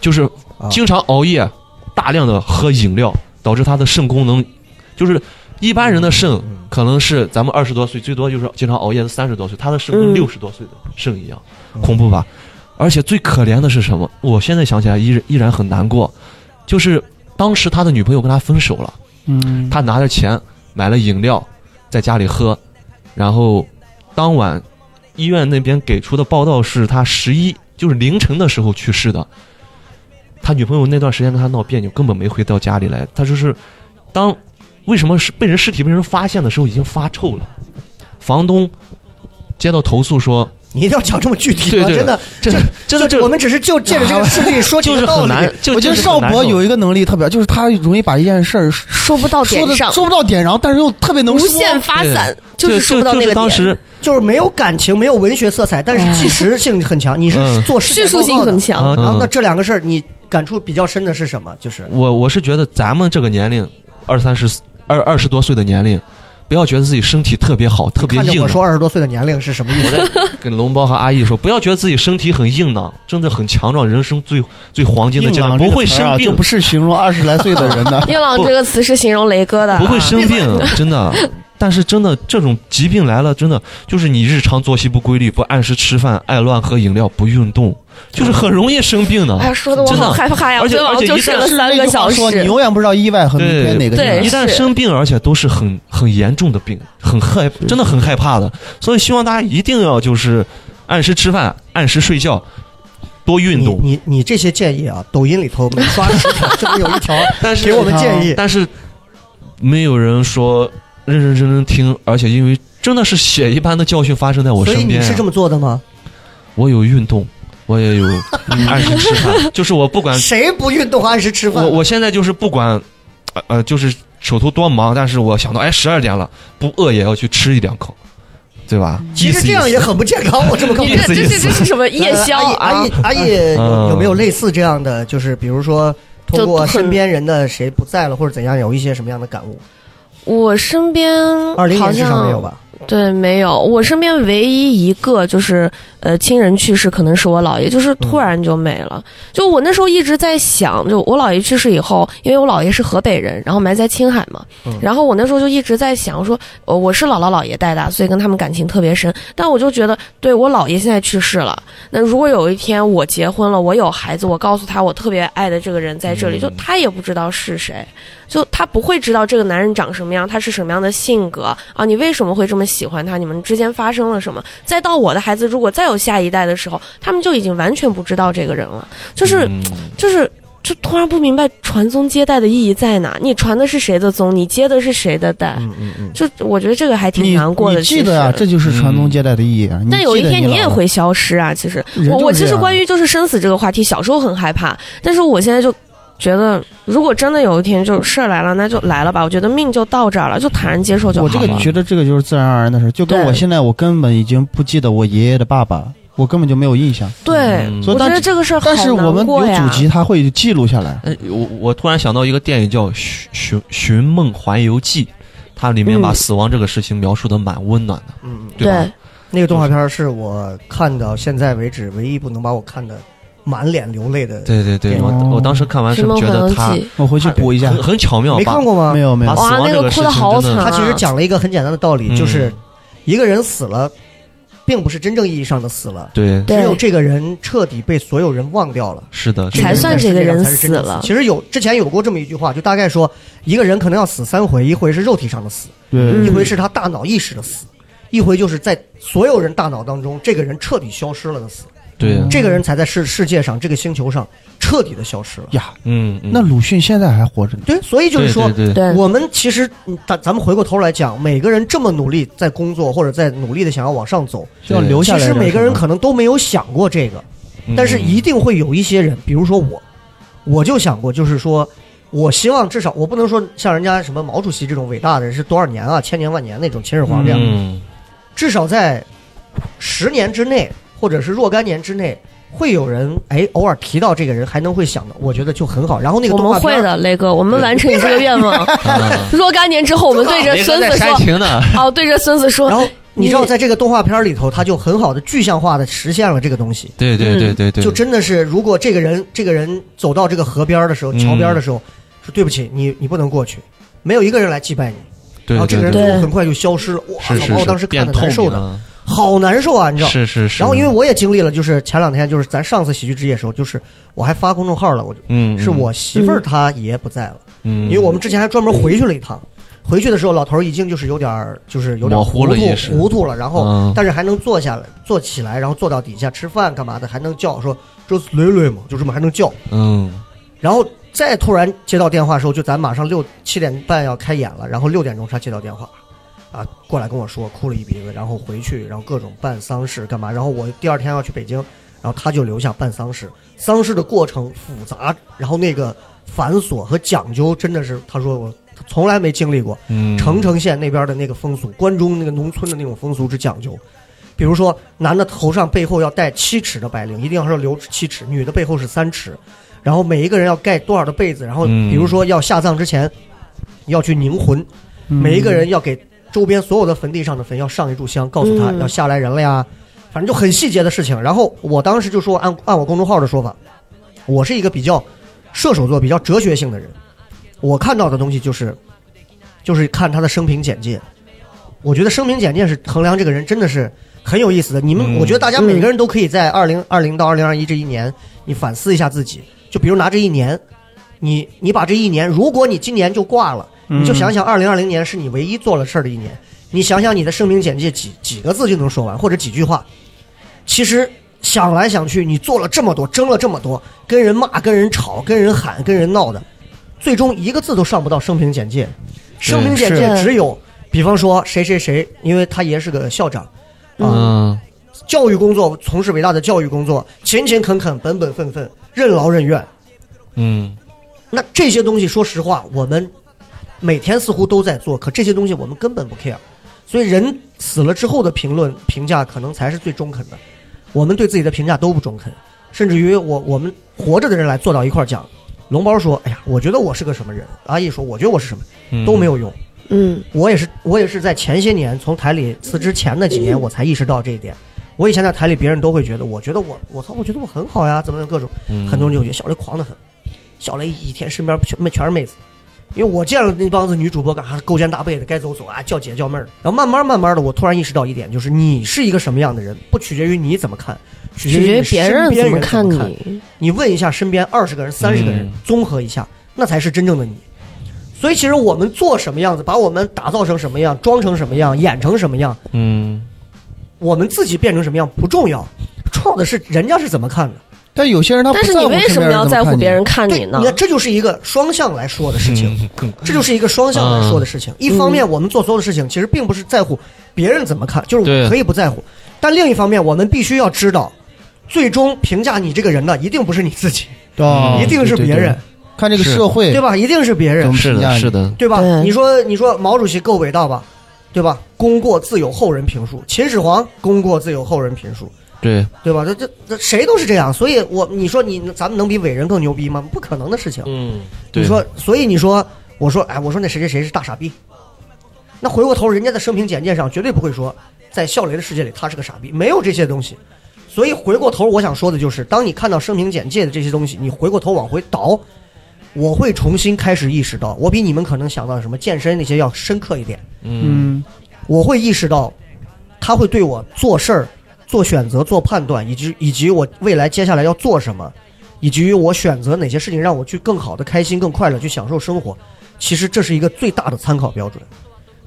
C: 就是
B: 啊
C: 经常熬夜，大量的喝饮料，导致他的肾功能，就是一般人的肾
B: 嗯
C: 可能是咱们二十多岁，最多就是经常熬夜三十多岁，他的肾跟
F: 嗯
C: 六十多岁的肾一样，
B: 嗯
C: 恐怖吧？而且最可怜的是什么？我现在想起来依然依然很难过，就是当时他的女朋友跟他分手了。
D: 嗯，
C: 他拿着钱买了饮料，在家里喝，然后当晚医院那边给出的报道是他十一就是凌晨的时候去世的。他女朋友那段时间跟他闹别扭，根本没回到家里来。他就是当为什么是被人尸体被人发现的时候已经发臭了，房东接到投诉说，
B: 你一定要讲这么具体
C: 对
B: 吗？
D: 啊
C: 对
B: 真的，
C: 这真的
B: 就
C: 这
B: 我们只是就借着这个事例说几
C: 就
B: 个
C: 是
B: 道
C: 很
B: 理。
C: 难，就
D: 我觉
C: 就
D: 得
C: 是
D: 邵
C: 很难
D: 博
C: 受
D: 有一个能力特别，就是他容易把一件事儿说
F: 说不到点
D: 的
F: 上，
D: 说不到点上，但是又特别能
F: 无
D: 说。
F: 限发散，就
C: 对
F: 是说不到
C: 就
F: 那
C: 是
F: 个
C: 当
F: 点。
C: 时
B: 就是没有感情，没有文学色彩，但是纪实性很强。你是
C: 嗯
B: 做事
F: 嗯叙
B: 情
F: 述性很。强，。
C: 啊，
B: 然后
C: 嗯
B: 那这两个事儿，你感触比较深的是什么？就是
C: 我我是觉得咱们这个年龄，二三十、二二十多岁的年龄，不要觉得自己身体特别好，特别
B: 看着
C: 硬
B: 我
C: 朗。
B: 说二十多岁的年龄是什么意
C: 我
B: 思？
C: 在跟龙包和阿姨说，不要觉得自己身体很硬朗，真的很强壮，人生最最黄金的阶段，
D: 朗
C: 不会
D: 这个词儿
C: 生
D: 啊
C: 病
D: 这不，是形容二十来岁的人的
F: 硬朗
C: 不
F: 这个词是形容雷哥的啊，
C: 不会生病，真的。
D: [LAUGHS]
C: 但是真的，这种疾病来了，真的就是你日常作息不规律，不按时吃饭，爱乱喝饮料，不运动，就是很容易生病的。
F: 哎呀，说的我
C: 啊真的
F: 好害怕呀！
C: 而且
F: 我
C: 而
F: 昨
C: 且一旦
F: 天晚上就睡了
D: 是
F: [LAUGHS] 三
D: 那
F: 个
D: 句话
F: 小
D: 说你
F: 时。
D: 永远不知道意外和明
C: 对
D: 天哪个地
F: 对
B: 哎
D: 方
C: 一旦
F: 是
C: 生病，而且都是很很严重的病， [LAUGHS] 很害，真的很害怕的。所以希望大家一定要就是按时吃饭，按时睡觉，多运
B: 你
C: 动。
B: 你你这些建议啊，抖音里头每刷十条，这不有一条
C: 但是
B: 给我们建议？
C: [LAUGHS] 但是没有人说认认真真听，而且因为真的是血一般的教训发生在我
B: 所以
C: 身
B: 你
C: 边、啊
B: 是这么做的吗？
C: 我有运动，我也有按时吃饭， [LAUGHS] 就是我不管
B: 谁不运动按时吃饭？
C: 我我现在就是不管，呃呃，就是手头多忙，但是我想到哎十二点了，不饿也要去吃一两口，对吧？
F: 嗯
B: 其
C: 意
B: 实
C: 思
B: 这样
C: 意
B: 也
C: 思
B: 很不健康，我这么告诉
F: 你
B: 你。
C: 意思
F: 这这
C: 意
F: 是
C: 思
F: 这
C: [LAUGHS]
F: 是什么夜宵
B: 呃阿
F: 啊
B: 姨？阿姨阿姨有
C: 嗯
B: 有没有类似这样的？就是比如说通过身边人的谁不在了或者怎样，有一些什么样的感悟？
F: 我身边
B: 二零
F: 好
B: 年至少没有
F: 像
B: 吧？
F: 对没有，我身边唯一一个就是呃亲人去世，可能是我姥爷，就是突然就没了。就我那时候一直在想，就我姥爷去世以后，因为我姥爷是河北人，然后埋在青海嘛，
B: 嗯
F: 然后我那时候就一直在想说，呃我是姥姥姥爷带大，所以跟他们感情特别深。但我就觉得，对我姥爷现在去世了，那如果有一天我结婚了，我有孩子，我告诉他我特别爱的这个人在这里，
C: 嗯
F: 就他也不知道是谁，就他不会知道这个男人长什么样，他是什么样的性格啊，你为什么会这么喜欢他？你们之间发生了什么？再到我的孩子，如果再有下一代的时候，他们就已经完全不知道这个人了，就是、
C: 嗯
F: 就是。就突然不明白传宗接代的意义在哪？你传的是谁的宗？你接的是谁的代？
B: 嗯嗯嗯。
F: 就我觉得这个还挺
D: 你
F: 难过的。
D: 你记
F: 其实
D: 得啊，这就是传宗接代的意义啊。你
F: 但有一
D: 记得
F: 天你
D: 姥
F: 也
D: 姥
F: 会消失啊！其实
D: 人
F: 我
D: 就
F: 我
D: 是
F: 其
D: 这
F: 实
D: 样
F: 关于就是生死这个话题，小时候很害怕，但是我现在就觉得，如果真的有一天就事儿来了，那就来了吧。我觉得命就到这儿了，就坦然接受就好
D: 我
F: 了。
D: 这个觉得这个就是自然而然的事，就跟
F: 对
D: 我现在我根本已经不记得我爷爷的爸爸，我根本就没有印象。
F: 对，
C: 嗯
D: 所
F: 我
D: 以
F: 觉
D: 但
F: 得这个事儿好
D: 但是我
F: 难
D: 们
F: 过
D: 有
F: 呀
D: 祖。籍，他会记录下来。
C: 哎，我我突然想到一个电影叫《寻寻寻梦环游记》，它里面把
F: 嗯
C: 死亡这个事情描述的蛮温暖的，
B: 嗯，嗯，
C: 对吧？
B: 那个动画片是我看到现在为止唯一不能把我看的满脸流泪的，
C: 对对对，
B: 对
C: 我我当时看完是
F: 寻梦
C: 觉
F: 环游
C: 得它
F: 记
D: 我回
B: 啊
D: 去补一下
C: 很，很巧妙，
B: 没
C: 把
B: 看过吗
D: 没？有没
C: 把
D: 有
C: 死，
B: 啊
C: 亡这
F: 那个
C: 事
F: 哭得好
C: 情真
F: 惨
C: 的
F: 啊
B: 他其实讲了一个很简单的道理，
C: 嗯
B: 就是一个人死了，并不是真正意义上的死了，
C: 对，
B: 只有
F: 对，
B: 这个人彻底被所有人忘掉了。
C: 是的，
F: 才算这个人死
B: 这个
F: 了
B: 其实有之前有过这么一句话，就大概说，一个人可能要死三回，一回是肉体上的死，
D: 对
F: 嗯
B: 一回是他大脑意识的死，一回就是在所有人大脑当中，这个人彻底消失了的死，
C: 对，
B: 这个人才在世世界上这个星球上彻底的消失了。
D: 呀。
C: 嗯，嗯
D: 那鲁迅现在还活着呢，
B: 对，所以就是说，
C: 对对对
F: 对
B: 我们其实嗯咱咱们回过头来讲，每个人这么努力在工作，或者在努力的想要往上走，
D: 要
C: 对
D: 留
B: 其
D: 下来
B: 实
D: 的
B: 每个
D: 什
B: 人
D: 么
B: 可能都没有想过这个，
C: 嗯
B: 但是一定会有一些人，比如说我，我就想过，就是说我希望至少我不能说像人家什么毛主席这种伟大的人是多少年啊，千年万年那种秦始皇这样，
C: 嗯，
B: 至少在十年之内，或者是若干年之内。会有人哎，偶尔提到这个人，还能会想到，我觉得就很好。然后那个
F: 我
B: 动画
F: 们
B: 片
F: 会
B: 儿
F: 的，雷哥，我们完成你这
B: [LAUGHS]
F: 个愿望。 [LAUGHS]
C: 啊
F: 若干年之后，我们对着
C: 雷哥
F: 孙
C: 在
F: 子
C: 煽
F: 说，
C: 情呢，
F: 哦，对着孙子
B: 然
F: 说，
B: 后你知道，
F: 你
B: 在这个动画片里头，他就很好的具象化的实现了这个东西。
C: 对对对对对，
B: 就真的是，如果这个人这个人走到这个河边的时候，
C: 嗯
B: 桥边的时候，说对不起，你你不能过去，没有一个人来祭拜你，
C: 对
B: 然后这个人
F: 对
B: 就很快就消失了。哇，
C: 是是
B: 把我
C: 是
B: 当时看
C: 变
B: 的
C: 透
B: 难受
C: 明
B: 的，
C: 了，
B: 好难受啊，你知道。
C: 是是是。
B: 然后因为我也经历了，就是前两天就是咱上次喜剧之夜的时候，就是我还发公众号了，我就
C: 嗯，嗯
B: 是我媳妇儿她爷不在了，
C: 嗯，
B: 因为我们之前还专门回去了一趟。回去的时候，老头儿已经就是有点儿，就是有点儿
C: 模糊了
B: 糊
C: 意
B: 涂
C: 识
B: 糊涂了，然后
C: 嗯
B: 但是还能坐下来，坐起来，然后坐到底下吃饭干嘛的，还能叫说这是磊磊嘛，就这么还能叫。
C: 嗯
B: 然后再突然接到电话的时候，就咱马上六七点半要开演了，然后六点钟他接到电话，啊，过来跟我说哭了一鼻子，然后回去，然后各种办丧事干嘛，然后我第二天要去北京，然后他就留下办丧事，丧事的过程复杂，然后那个繁琐和讲究真的是，他说我他从来没经历过，
C: 嗯，
B: 澄城县那边的那个风俗，关中那个农村的那种风俗之讲究，比如说男的头上背后要戴七尺的白绫，一定要是留七尺；女的背后是三尺，然后每一个人要盖多少的被子，然后
C: 嗯
B: 比如说要下葬之前要去凝魂，
D: 嗯
B: 每一个人要给周边所有的坟地上的坟要上一炷香，告诉他
F: 嗯
B: 要下来人了呀，反正就很细节的事情。然后我当时就说，按按我公众号的说法，我是一个比较射手座、比较哲学性的人，我看到的东西就是就是看他的生平简介。我觉得生平简介是衡量这个人真的是很有意思的。你们，
C: 嗯
B: 我觉得大家每个人都可以在二零二零到二零二一这一年，你反思一下自己。就比如拿这一年，你你把这一年，如果你今年就挂了，你就想想二零二零年是你唯一做了事儿的一年，你想想你的生平简介几几个字就能说完，或者几句话。其实想来想去，你做了这么多，争了这么多，跟人骂、跟人吵、跟人喊、跟人闹的，最终一个字都上不到生平简介。生平简介
F: 是
B: 只有，比方说谁谁谁，因为他爷是个校长，
C: 嗯，
B: 教育工作从事伟大的教育工作，勤勤恳恳、本本分分、任劳任怨。
C: 嗯，
B: 那这些东西，说实话，我们每天似乎都在做，可这些东西我们根本不 care。所以人死了之后的评论评价，可能才是最中肯的。我们对自己的评价都不中肯，甚至于我我们活着的人来坐到一块儿讲，龙包说：“哎呀，我觉得我是个什么人。”阿义说：“我觉得我是什么，
C: 嗯
B: 都没有用。
F: 嗯
B: 我也是，我也是在前些年从台里辞职前的几年，我才意识到这一点。我以前在台里，别人都会觉得，我觉得我，我操，我觉得我很好呀，怎么样各种，
C: 嗯
E: 嗯
B: 很多人就觉得小雷狂得很，小雷一天身边全全是妹子，因为我见了那帮子女主播，干啥勾肩搭背的，该走走啊，叫姐叫妹儿。然后慢慢慢慢的，我突然意识到一点，就是你是一个什么样的人，不取决于你怎么看，取
E: 取决
B: 于
E: 于
B: 你
E: 别
B: 身
E: 人
B: 边
E: 怎么
B: 人
E: 看
B: 看
E: 你。
B: 你问一下身边二十个人、三十个人
C: 嗯，
B: 综合一下，那才是真正的你。所以，其实我们做什么样子，把我们打造成什么样，装成什么样，演成什么样，
C: 嗯，
B: 我们自己变成什么样不重要，重要的是人家是怎么看的。
D: 但有些人他不
F: 但是
D: 在
F: 你
D: 乎
F: 为什
D: 身边
F: 么要
D: 人
F: 在
D: 怎
F: 乎
D: 看
F: 别人看
B: 对，
F: 你呢
B: 你？看，这就是一个双向来说的事情，
C: 嗯
B: 这就是一个双向来说的事情。一方面，我们做所有的事情，其实并不是在乎别人怎么看，就是
C: 对
B: 我可以不在乎；但另一方面，我们必须要知道，最终评价你这个人的，一定不是你自己，
D: 对啊
B: 嗯一定是
D: 对对
B: 别人，
D: 看这个
C: 是
D: 社会
B: 对吧？一定是别人
D: 怎
C: 嗯
D: 么。
C: 是的，是的，
B: 对吧？
E: 对
B: 你说你说毛主席够伟大吧，对吧？功过自有后人评述，秦始皇功过自有后人评述，
C: 对，
B: 对吧？这这这谁都是这样，所以我你说你咱们能比伟人更牛逼吗？不可能的事情。
C: 嗯，对，
B: 你说，所以你说，我说，哎，我说那谁谁谁是大傻逼，那回过头人家的生平简介上绝对不会说，在笑雷的世界里他是个傻逼，没有这些东西。所以回过头我想说的就是，当你看到生平简介的这些东西，你回过头往回倒，我会重新开始意识到，我比你们可能想到什么健身那些要深刻一点。
C: 嗯
D: 嗯，
B: 我会意识到，他会对我做事儿、做选择、做判断，以及以及我未来接下来要做什么，以及于我选择哪些事情让我去更好的开心、更快乐去享受生活。其实这是一个最大的参考标准，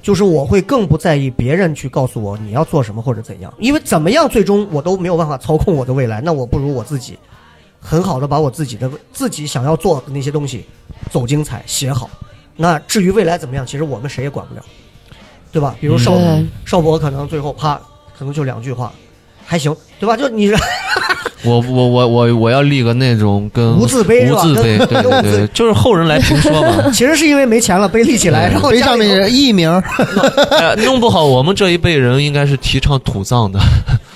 B: 就是我会更不在意别人去告诉我你要做什么或者怎样，因为怎么样最终我都没有办法操控我的未来，那我不如我自己，很好的把我自己的自己想要做的那些东西走精彩写好。那至于未来怎么样，其实我们谁也管不了，对吧？比如邵、
E: 对，
B: 邵博可能最后啪，可能就两句话，还行，对吧？就你
C: 我我我我我要立个那种跟
B: 无字碑是
C: 无
B: 吧
C: 字碑，
B: 跟 [LAUGHS]
C: 对
B: 跟
C: 对
B: 无字，
C: 对，就是后人来评说
B: [LAUGHS] [LAUGHS]
C: 嘛
B: 其实是因为没钱了，背立起
D: [LAUGHS]
B: 来，
C: 对
B: 然后
D: 非
B: 家
D: 上
B: 里
D: 面
B: 头
D: 人艺名儿，
C: 哎弄不好我们这一辈人应该是提倡土葬的，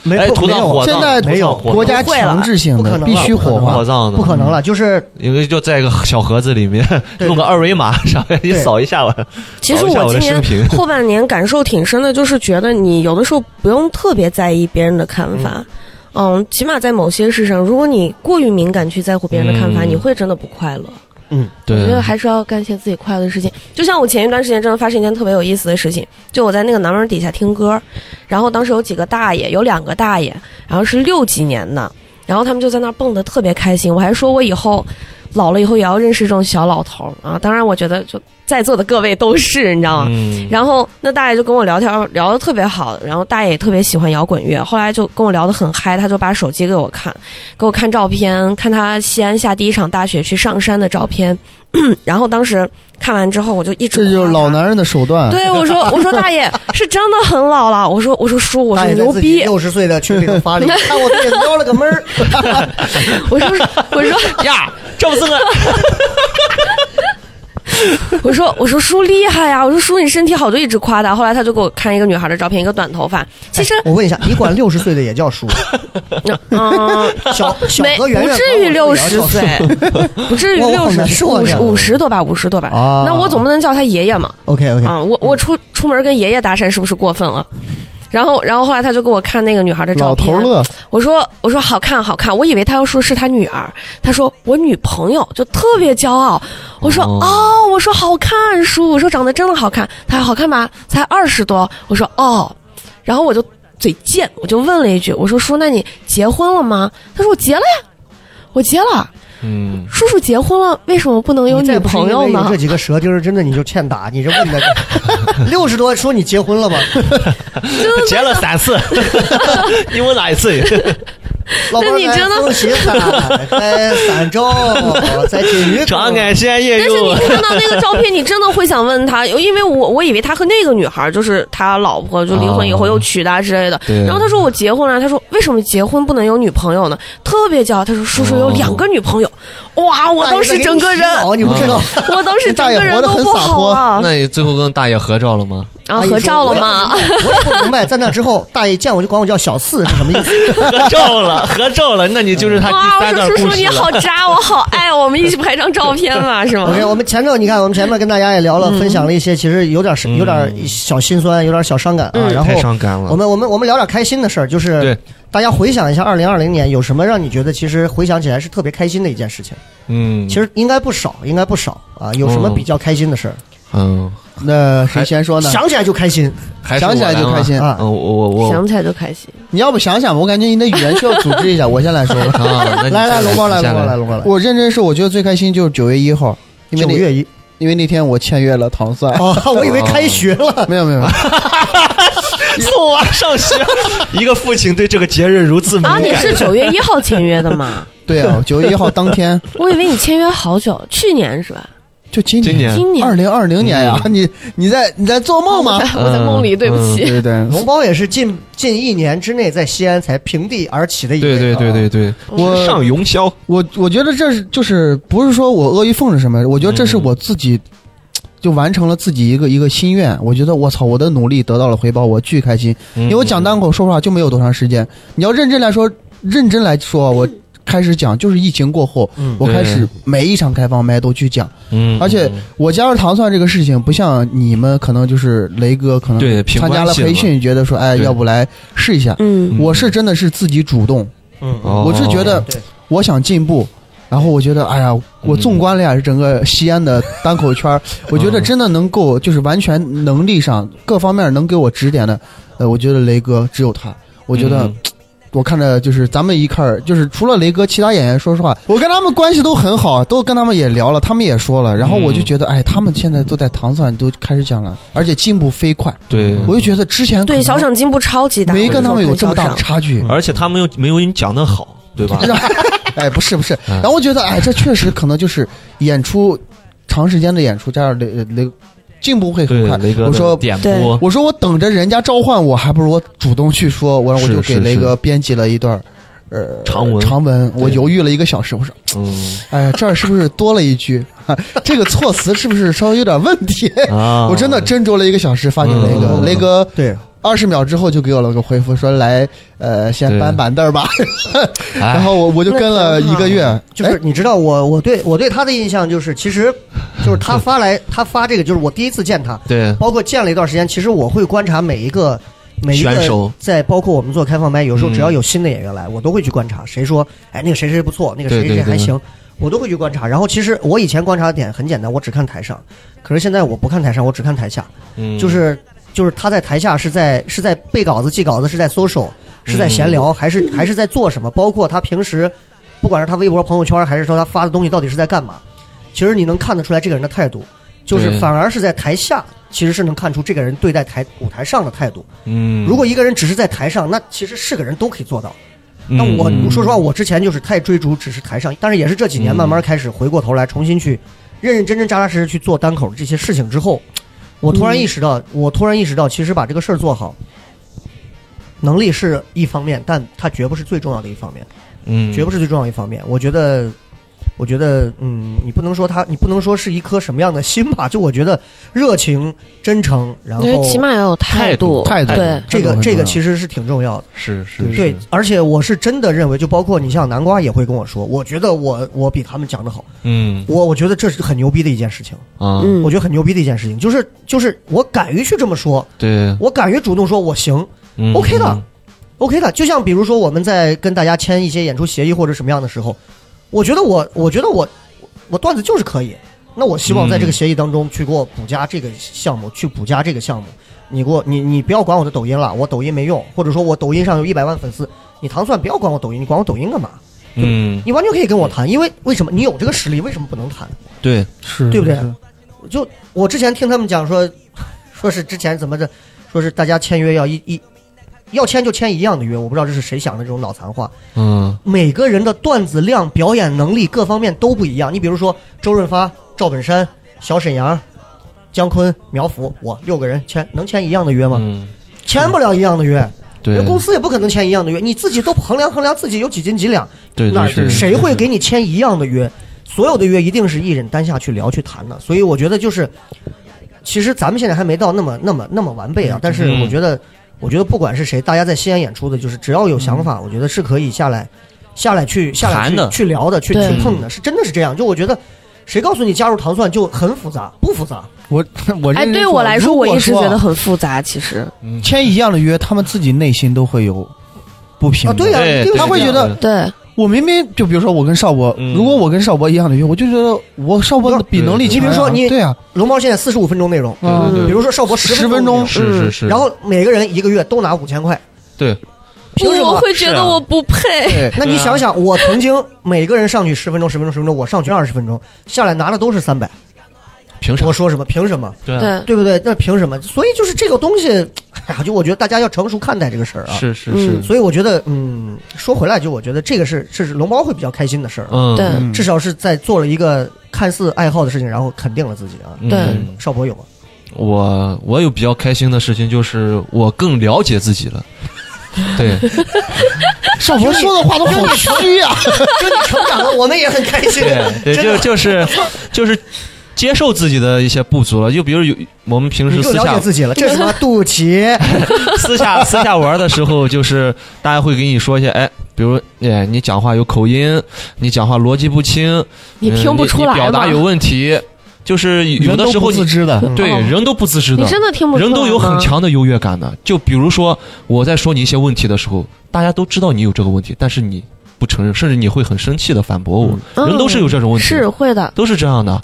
B: 没
C: 哎，土葬火
D: 现
C: 葬，
D: 在
C: 土葬
B: 没有啊
C: 火
D: 国家
F: 不会了
D: 强制性
B: 不可
D: 的
B: 能
D: 必
B: 了
D: 须
B: 不可
D: 火
B: 能
D: 化
C: 火。葬的，嗯
B: 不可能了，就是
C: 应该就在一个小盒子里面
B: 对
C: 弄个二维码，上面你
B: 对
C: 扫一下吧。
F: 其实
C: 扫一下我
F: 今
C: 的生
F: 年
C: 平
F: 后半年感受挺深的，就是觉得你有的时候不用特别在意别人的看法。嗯，起码在某些事上，如果你过于敏感去在乎别人的看法，
C: 嗯
F: 你会真的不快乐。
C: 对，
F: 我觉得还是要干些自己快乐的事情。就像我前一段时间真的发生一件特别有意思的事情，就我在那个南门底下听歌，然后当时有几个大爷，有两个大爷，然后是六几年的，然后他们就在那儿蹦得特别开心。我还说我以后老了以后也要认识这种小老头儿啊！当然，我觉得就在座的各位都是，你知道吗？
C: 嗯，
F: 然后那大爷就跟我聊天，聊得特别好，然后大爷也特别喜欢摇滚乐，后来就跟我聊得很嗨，他就把手机给我看，给我看照片，看他西安下第一场大雪去上山的照片， [COUGHS] 然后当时看完之后，我就一直
D: 这就是
F: 夸
D: 老
F: 他。
D: 男人的手段。
F: 对，我说我说大爷是真的很老了，我说我说叔，我
B: 大
F: 说
B: 爷在
D: 哎
F: 牛
B: 自己
F: 逼，
B: 六十岁的群里头
F: [LAUGHS]
B: 发了一个，看我自己撩了个妹儿，
F: 我说我说
C: 呀，这不是个
F: 我说我说叔厉害啊呀，我说叔你身体好，就一直夸他。后来他就给我看一个女孩的照片，一个短头发，
D: [LAUGHS]
F: 其实
B: 我问一下，你管六十岁的也
F: [LAUGHS]
B: 叫叔？
F: 嗯，
B: 小小
F: 没
B: 何圆
F: 不
B: 圆
F: 至
B: 管我
F: 于
B: 也
F: 六
B: 要
F: 十
B: 叫叔
F: 岁， [LAUGHS] 不至
B: [LAUGHS]
F: 于
B: 我我
F: 六
B: 好难
F: 十
B: 受啊
F: 五
B: 这
F: 十
B: 样
F: 五十多吧，五十多吧。
B: 啊嗯
F: 那我总不能叫他爷爷嘛，
B: OK OK，
F: 啊，我我出出门跟爷爷搭讪是不是过分了？然后，然后后来他就给我看那个女孩的照
D: 老
F: 片
D: 头，乐，
F: 我说我说好看好看，我以为他要说是他女儿，他说我女朋友，就特别骄傲。我说
C: 哦
F: 哦我说好看叔，我说长得真的好看，他说好看吧，才二十多，我说哦，然后我就嘴贱，我就问了一句，我说叔，那你结婚了吗？他说我结了呀，我结了，
C: 嗯，
F: 叔叔结婚了，为什么不能有
B: 你
F: 女
B: 再不是因
F: 朋友
B: 为
F: 呢
B: 有这？几个舌钉儿真的你就欠打，你这问
F: [LAUGHS]
B: 的六十多说你结婚了吗？
C: 结了三 [LAUGHS] 次，你问哪一次？
B: 老婆
F: 那你
B: 来
F: 真的
B: 恭喜咱，开三周，在金鱼
C: 长安县也
F: 但是
C: 有
F: 你。看到那个照片，你真的会想问他，因为我我以为他和那个女孩就是他老婆，就离婚以后又娶她之类的。
C: 对
F: 然后他说我结婚了，他说为什么结婚不能有女朋友呢？特别骄傲，他说叔叔有两个女朋友，哇！我当时整个人，
B: 哦，你不知道，
F: [LAUGHS] 我当时整个人都不好
D: 哦
F: 啊
C: 哎那你哎最后跟大爷合照了吗？
F: 啊！
B: 阿姨
F: 合照
B: 说
F: 了吗？
B: 哎我也不我也不明白，在那之后，大爷见我就管我叫小四是什么意思？
C: 合照了，合照了，那你就是他
F: 哇！
C: 第三
F: 我
C: 段
F: 说叔
C: 故
F: 叔
C: 事
F: 你
C: 了。
F: 好渣，我好爱，我们一起拍张照片
C: [LAUGHS]
F: 吧，是吗？
B: OK，我们前头你看，我们前面跟大家也聊
C: 嗯
B: 了，分享了一些其实有点是有点小心酸，有点小伤感啊。然后
C: 嗯太伤感
B: 我
C: 了。
B: 们我们我们聊点开心的事儿，就是
C: 对
B: 大家回想一下，二零二零年有什么让你觉得其实回想起来是特别开心的一件事情？
C: 嗯，哦
B: 其实应该不少，应该不少啊。有什么比较开心的事儿？
C: 嗯，
D: 那谁先
C: 哦
D: 说呢？
B: 哎想起来就开心
C: 还是
D: 想起来就
C: 我
D: 开
C: 吗。
D: 心。
B: 啊！
C: 嗯，我我我
F: 想起来就开心。
D: 你要不想想吧，我感觉你的语言需要组织一下。我 [LAUGHS] 先来说吧。
C: 啊，那你
B: 来来，
C: 再
B: 龙猫来，
C: 你
B: 龙
C: 再
B: 猫来，龙猫来。
D: 我认真是，我觉得最开心就是九月一号，因为
B: 九
C: [LAUGHS]
D: 那
B: 月一
D: 因为那天我签约了唐蒜。
B: 哦，我以为开学
C: 哦
B: [LAUGHS] 了。
D: [LAUGHS] 没有没有， [LAUGHS]
C: 送娃上学， [LAUGHS] 一个父亲对这个节日如此敏
F: 啊，
C: 感。
F: 你是九月一号签约的吗？ [LAUGHS]
D: 对啊，九月一号当天
F: 我以为你签约好久，去年是吧？
D: 就今
C: 今年
F: 今年
D: 二零二零年呀，
C: 嗯
D: 你你在你在做梦吗？
F: [LAUGHS] 我在梦
D: 嗯
F: 里，对不起。 [LAUGHS]
D: 对对，
B: 龙包也是近近一年之内在西安才平地而起的一
C: 对
B: 位
C: 对对
B: 啊
C: 对对，
D: 我
C: 上云霄，
D: 我我觉得这是就是不是说我阿谀奉承什么，我觉得这是我自己。就完成了自己一个一个心愿，我觉得我操，我的努力得到了回报，我巨开心。
C: 嗯
D: 因为我讲单口说实话就没有多长时间，你要认真来说，认真来说，我开始讲就是疫情过后，
B: 嗯
D: 我开始
C: 对
D: 每一场开放麦都去讲，
C: 嗯，嗯，
D: 而且我加入糖蒜这个事情，不像你们可能就是雷哥可能
C: 对凭
D: 参加了
C: 关系
D: 培
C: 嘛
D: 训，觉得说哎，
C: 对
D: 要不来试一下。
F: 嗯，
C: 嗯
D: 我是真的是自己主动，
B: 嗯，
C: 哦嗯
D: 我是觉得
B: 对
D: 我想进步，然后我觉得，哎呀，我纵观了呀，整个西安的单口圈儿，我觉得真的能够就是完全能力上各方面能给我指点的，呃，我觉得雷哥只有他。我觉得
C: 嗯
D: 我看着就是咱们一块儿，就是除了雷哥，其他演员说实话，
C: 嗯
D: 我跟他们关系都很好，都跟他们也聊了，他们也说了，然
C: 嗯
D: 后我就觉得，哎，他们现在都在糖蒜都开始讲了，而且进步飞快，
C: 对，
D: 我就觉得之前可
F: 对，
D: 能
F: 小赏进步超级大，
D: 嗯没跟他们有
F: 我
D: 这么大
F: 小
D: 的
F: 赏
D: 差距。
C: 而且他们又没有你讲的好，对吧？ [LAUGHS]
D: 哎，不是不是，
C: 嗯
D: 然后我觉得，哎，这确实可能就是演出长时间的演出，加上雷呃雷进步会很
C: 对，
D: 快。
C: 雷哥的
D: 我说，
C: 点
F: 对
C: 播，
D: 我说我等着人家召唤我，还不如我主动去说。我然后我
C: 是
D: 就是给雷
C: 是
D: 哥编辑了一段儿，呃，
C: 长文
D: 长文，我
C: 对
D: 犹豫了一个小时，我说，
C: 嗯
D: 哎呀，这儿是不是多了一句？ [LAUGHS] 这个措辞是不是稍微有点问题？
C: 啊，
D: [LAUGHS] 我真的斟酌了一个小时发给雷哥，
C: 嗯
D: 雷哥
B: 对，
D: 二十秒之后就给我了个回复，说来，呃，先
C: 对
D: 搬板凳儿吧。
C: 哎，
D: [LAUGHS] 然后我我就跟了一个月，
B: 就是你知道我我对我对他的印象就是，其实就是他发来他发这个，就是我第一次见他，
C: 对，
B: 包括见了一段时间，其实我会观察每一个每一
C: 选
B: 个
C: 手
B: 在包括我们做开放麦，有时候
C: 嗯
B: 只要有新的演员来，我都会去观察谁说哎那个谁谁不错，那个谁
C: 对对
B: 谁还
C: 对
B: 行，我都会去观察。然后其实我以前观察的点很简单，我只看台上，可是现在我不看台上，我只看台下，
C: 嗯
B: 就是就是他在台下是在是在背稿子、记稿子，是在 social，是
C: 嗯
B: 在闲聊，还是还是在做什么？包括他平时，不管是他微博、朋友圈，还是说他发的东西到底是在干嘛，其实你能看得出来这个人的态度，就是
C: 对
B: 反而是在台下，其实是能看出这个人对待台舞台上的态度。
C: 嗯，
B: 如果一个人只是在台上，那其实是个人都可以做到。
C: 嗯
B: 但我
C: 嗯
B: 说实话，我之前就是太追逐只是台上，但是也是这几年
C: 嗯
B: 慢慢开始回过头来，重新去认认真真、扎扎实实去做单口的这些事情之后，我突然
D: 嗯
B: 意识到，我突然意识到，其实把这个事儿做好，能力是一方面，但它绝不是最重要的一方面，
C: 嗯
B: 绝不是最重要的一方面。我觉得我觉得，嗯，你不能说他，你不能说是一颗什么样的心吧？就我觉得热情、真诚，然
E: 我觉得
B: 后
E: 起码要有态度，
D: 态度
E: 对，
B: 这个
D: 很重要
B: 这个其实是挺重要的。
C: 是是
B: 对，而且我是真的认为，就包括你像南瓜也会跟我说，我觉得我我比他们讲的好，
C: 嗯
B: 我我觉得这是很牛逼的一件事情，
C: 啊，
E: 嗯，
B: 我觉得很牛逼的一件事情，就是就是我敢于去这么说，
C: 对
B: 我敢于主动说我行
C: 嗯
B: ，OK 的，OK 的。就像比如说我们在跟大家签一些演出协议或者什么样的时候，我觉得我我觉得我我段子就是可以，那我希望在这个协议当中去给我补加这个项目，去补加这个项目。你给我你你不要管我的抖音了，我抖音没用，或者说我抖音上有一百万粉丝，你糖蒜不要管我抖音，你管我抖音干嘛？
C: 嗯，
B: 你完全可以跟我谈，因为为什么你有这个实力，为什么不能谈？
C: 对，
D: 是
B: 对不对就我之前听他们讲说， [LAUGHS] 说是之前怎么着，说是大家签约要一一要签就签一样的约，我不知道这是谁想的这种脑残话。
C: 嗯
B: 每个人的段子量、表演能力各方面都不一样。你比如说周润发、赵本山、小沈阳、姜昆、苗阜，我六个人签能签一样的约吗？
C: 嗯，
B: 签不了一样的约，
C: 对，
B: 公司也不可能签一样的约。你自己都衡量衡量自己有几斤几两，
C: 对
B: 那
C: 对是，
B: 谁会给你签一样的约？所有的约一定是一人单下去聊去谈的，所以我觉得就是，其实咱们现在还没到那么那么那么完备啊，但是
C: 嗯
B: 我觉得，我觉得不管是谁，大家在西安演出的，就是只要有想法，我觉得是可以下来下来去下来
C: 嗯谈
B: 去
C: 的
B: 去聊的，去
E: 对
B: 去碰的，是真的是这样。就我觉得，谁告诉你加入糖蒜就很复杂？不复杂，
D: 我我
E: 哎，
D: 认真
E: 对
D: 说
E: 我来
D: 如果
E: 我一直觉得
D: 啊
E: 很复杂，其实
C: 嗯
D: 签一样的约，他们自己内心都会有不平
B: 啊
D: 的。
B: 对呀
C: 对
B: 一定是
D: 他会
B: 这样
D: 觉得
E: 对，啊
D: 我明明就比如说我跟邵博，
C: 嗯
D: 如果我跟邵博一样的约，我就觉得我邵博的比能力
C: 对
D: 强
B: 你比
D: 呀。
B: 如说你
D: 对啊，
B: 龙猫现在四十五分钟内容，
C: 对对对
B: 嗯比如说邵博十
D: 10分钟
B: 内容
C: 是是是，
B: 然后每个人一个月都拿五千块，
C: 对
B: 凭什
E: 我
B: 么？
E: 会觉
C: 是
E: 得
C: 啊
E: 我不配，
D: 对
B: 那你
C: 对啊
B: 想想，我曾经每个人上去十分钟、十分钟、十分钟，我上去二十分钟，下来拿的都是三百。
C: 凭啥
B: 我？说什么？凭什么？
C: 对啊
E: 对，
B: 对不对？那凭什么？所以就是这个东西，哎呀，就我觉得大家要成熟看待这个事儿啊。。
C: 是是是，
B: 所以我觉得，嗯，说回来，就我觉得这个是是龙猫会比较开心的事儿啊，
C: 嗯
E: 对
D: 嗯
B: 至少是在做了一个看似爱好的事情，然后肯定了自己啊。
C: 嗯
E: 对
C: 嗯
B: 邵博有吗？ [LAUGHS]
C: 我我有比较开心的事情，就是我更了解自己
E: [LAUGHS]
C: 了。对，
D: 邵博说的话都好虚啊。
B: 就你成长了，我们也很开心。
E: [LAUGHS]
B: [LAUGHS]
C: 对对，
B: 真
C: 就
B: 的
C: 就是就是接受自己的一些不足了。就比如有我们平
B: 你
C: 时
B: 就
C: 私
B: 了解
C: 下
B: 自己了，这是什么肚脐？
C: 私下私下玩的时候，就是大家会给你说一些，哎，比如哎，你讲话有口音，你讲话逻辑不清，
E: 你
C: 嗯
E: 听不出来
C: 你表达
E: 吗
C: 有问题，就是有
D: 人
C: 的
D: 都
C: 时候
D: 不自
C: 你
D: 知的，
C: 对
E: 哦
C: 人都不自知
E: 你
C: 的，
E: 真的听不出来
C: 人都有很
E: 吗，
C: 强的优越感的。就比如说我在说你一些问题的时候，大家都知道你有这个问题，但是你不承认，甚至你会很生气的反驳我。
E: 嗯
C: 人都是有这种问题，
E: 是会
D: [LAUGHS]
E: 的，
C: 都是这样的。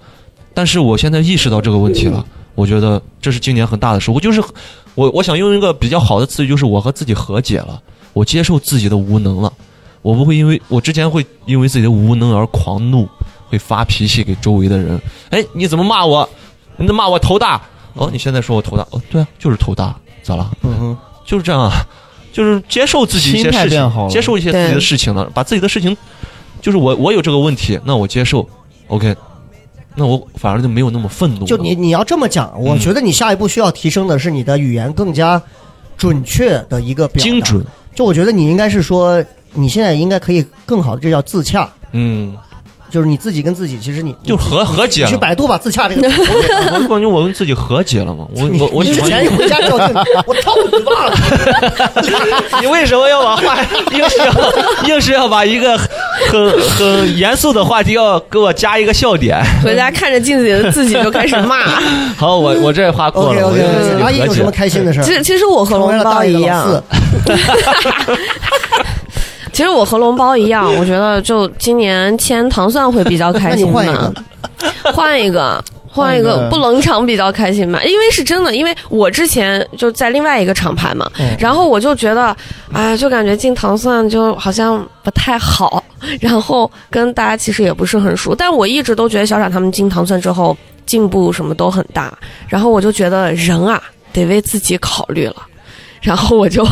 C: 但是我现在意识到这个问题了，我觉得这是今年很大的收获。就是我我想用一个比较好的词语，就是我和自己和解了，我接受自己的无能了，我不会因为我之前会因为自己的无能而狂怒，会发脾气给周围的人。哎，你怎么骂我？你怎么骂我头大？哦，你现在说我头大？哦，对啊，就是头大，咋了？
B: 嗯哼，
C: 就是这样啊，就是接受自己一些
D: 心态
C: 事
D: 变
C: 情，
D: 好了
C: 接受一些自己的事情了，把自己的事情，就是我我有这个问题，那我接受，OK，那我反而就没有那么愤怒了。
B: 就你你要这么讲，我
C: 嗯
B: 觉得你下一步需要提升的是你的语言更加准确的一个表达
C: 精。准，
B: 就我觉得你应该是说，你现在应该可以更好的，这叫自洽，
C: 嗯，
B: 就是你自己跟自己，其实你
C: 就和和解
B: 你去
C: [LAUGHS] 了。
B: 百度吧，自洽这个词。
C: 我就感觉我跟自己和解了嘛， [LAUGHS] 我
B: 你
C: 我我
B: 你
C: 喜
B: 之
C: 欢
B: 前有回家教训，我操你妈
C: [LAUGHS]
B: 了！
C: 你为什么要把话硬是要硬是要把一个很很严肃的话题要给我加一个笑点？
F: 回家看着镜子自己就开始
D: [LAUGHS]
F: 骂。
C: 好，我我这话过
B: OK
C: 了，我就
B: OK，阿姨嗯有
C: 自己
B: 什么
C: 和解。
B: 开心的事
F: 其
B: 儿？
F: 实其实我和
B: 成为
F: 龙
B: 了
F: 包
B: 大爷的
D: [LAUGHS]
F: 一
B: 老
F: 样
B: 四，，
F: [LAUGHS] 其实我和龙包一样，我觉得就今年签糖蒜会比较
B: 那
F: 开
B: 你
F: 心
B: 换一
F: 吧
B: 个。，
F: 换一个，
D: 换
F: 换
D: 一
F: 一
D: 个
F: 个不冷场比较开心吧，因为是真的，因为我之前就在另外一个厂牌嘛，
B: 嗯
F: 然后我就觉得，哎，就感觉进糖蒜就好像不太好， [LAUGHS] 然后跟大家其实也不是很熟，但我一直都觉得小傻他们进糖蒜之后进步什么都很大，然后我就觉得人啊得为自己考虑了，然后我就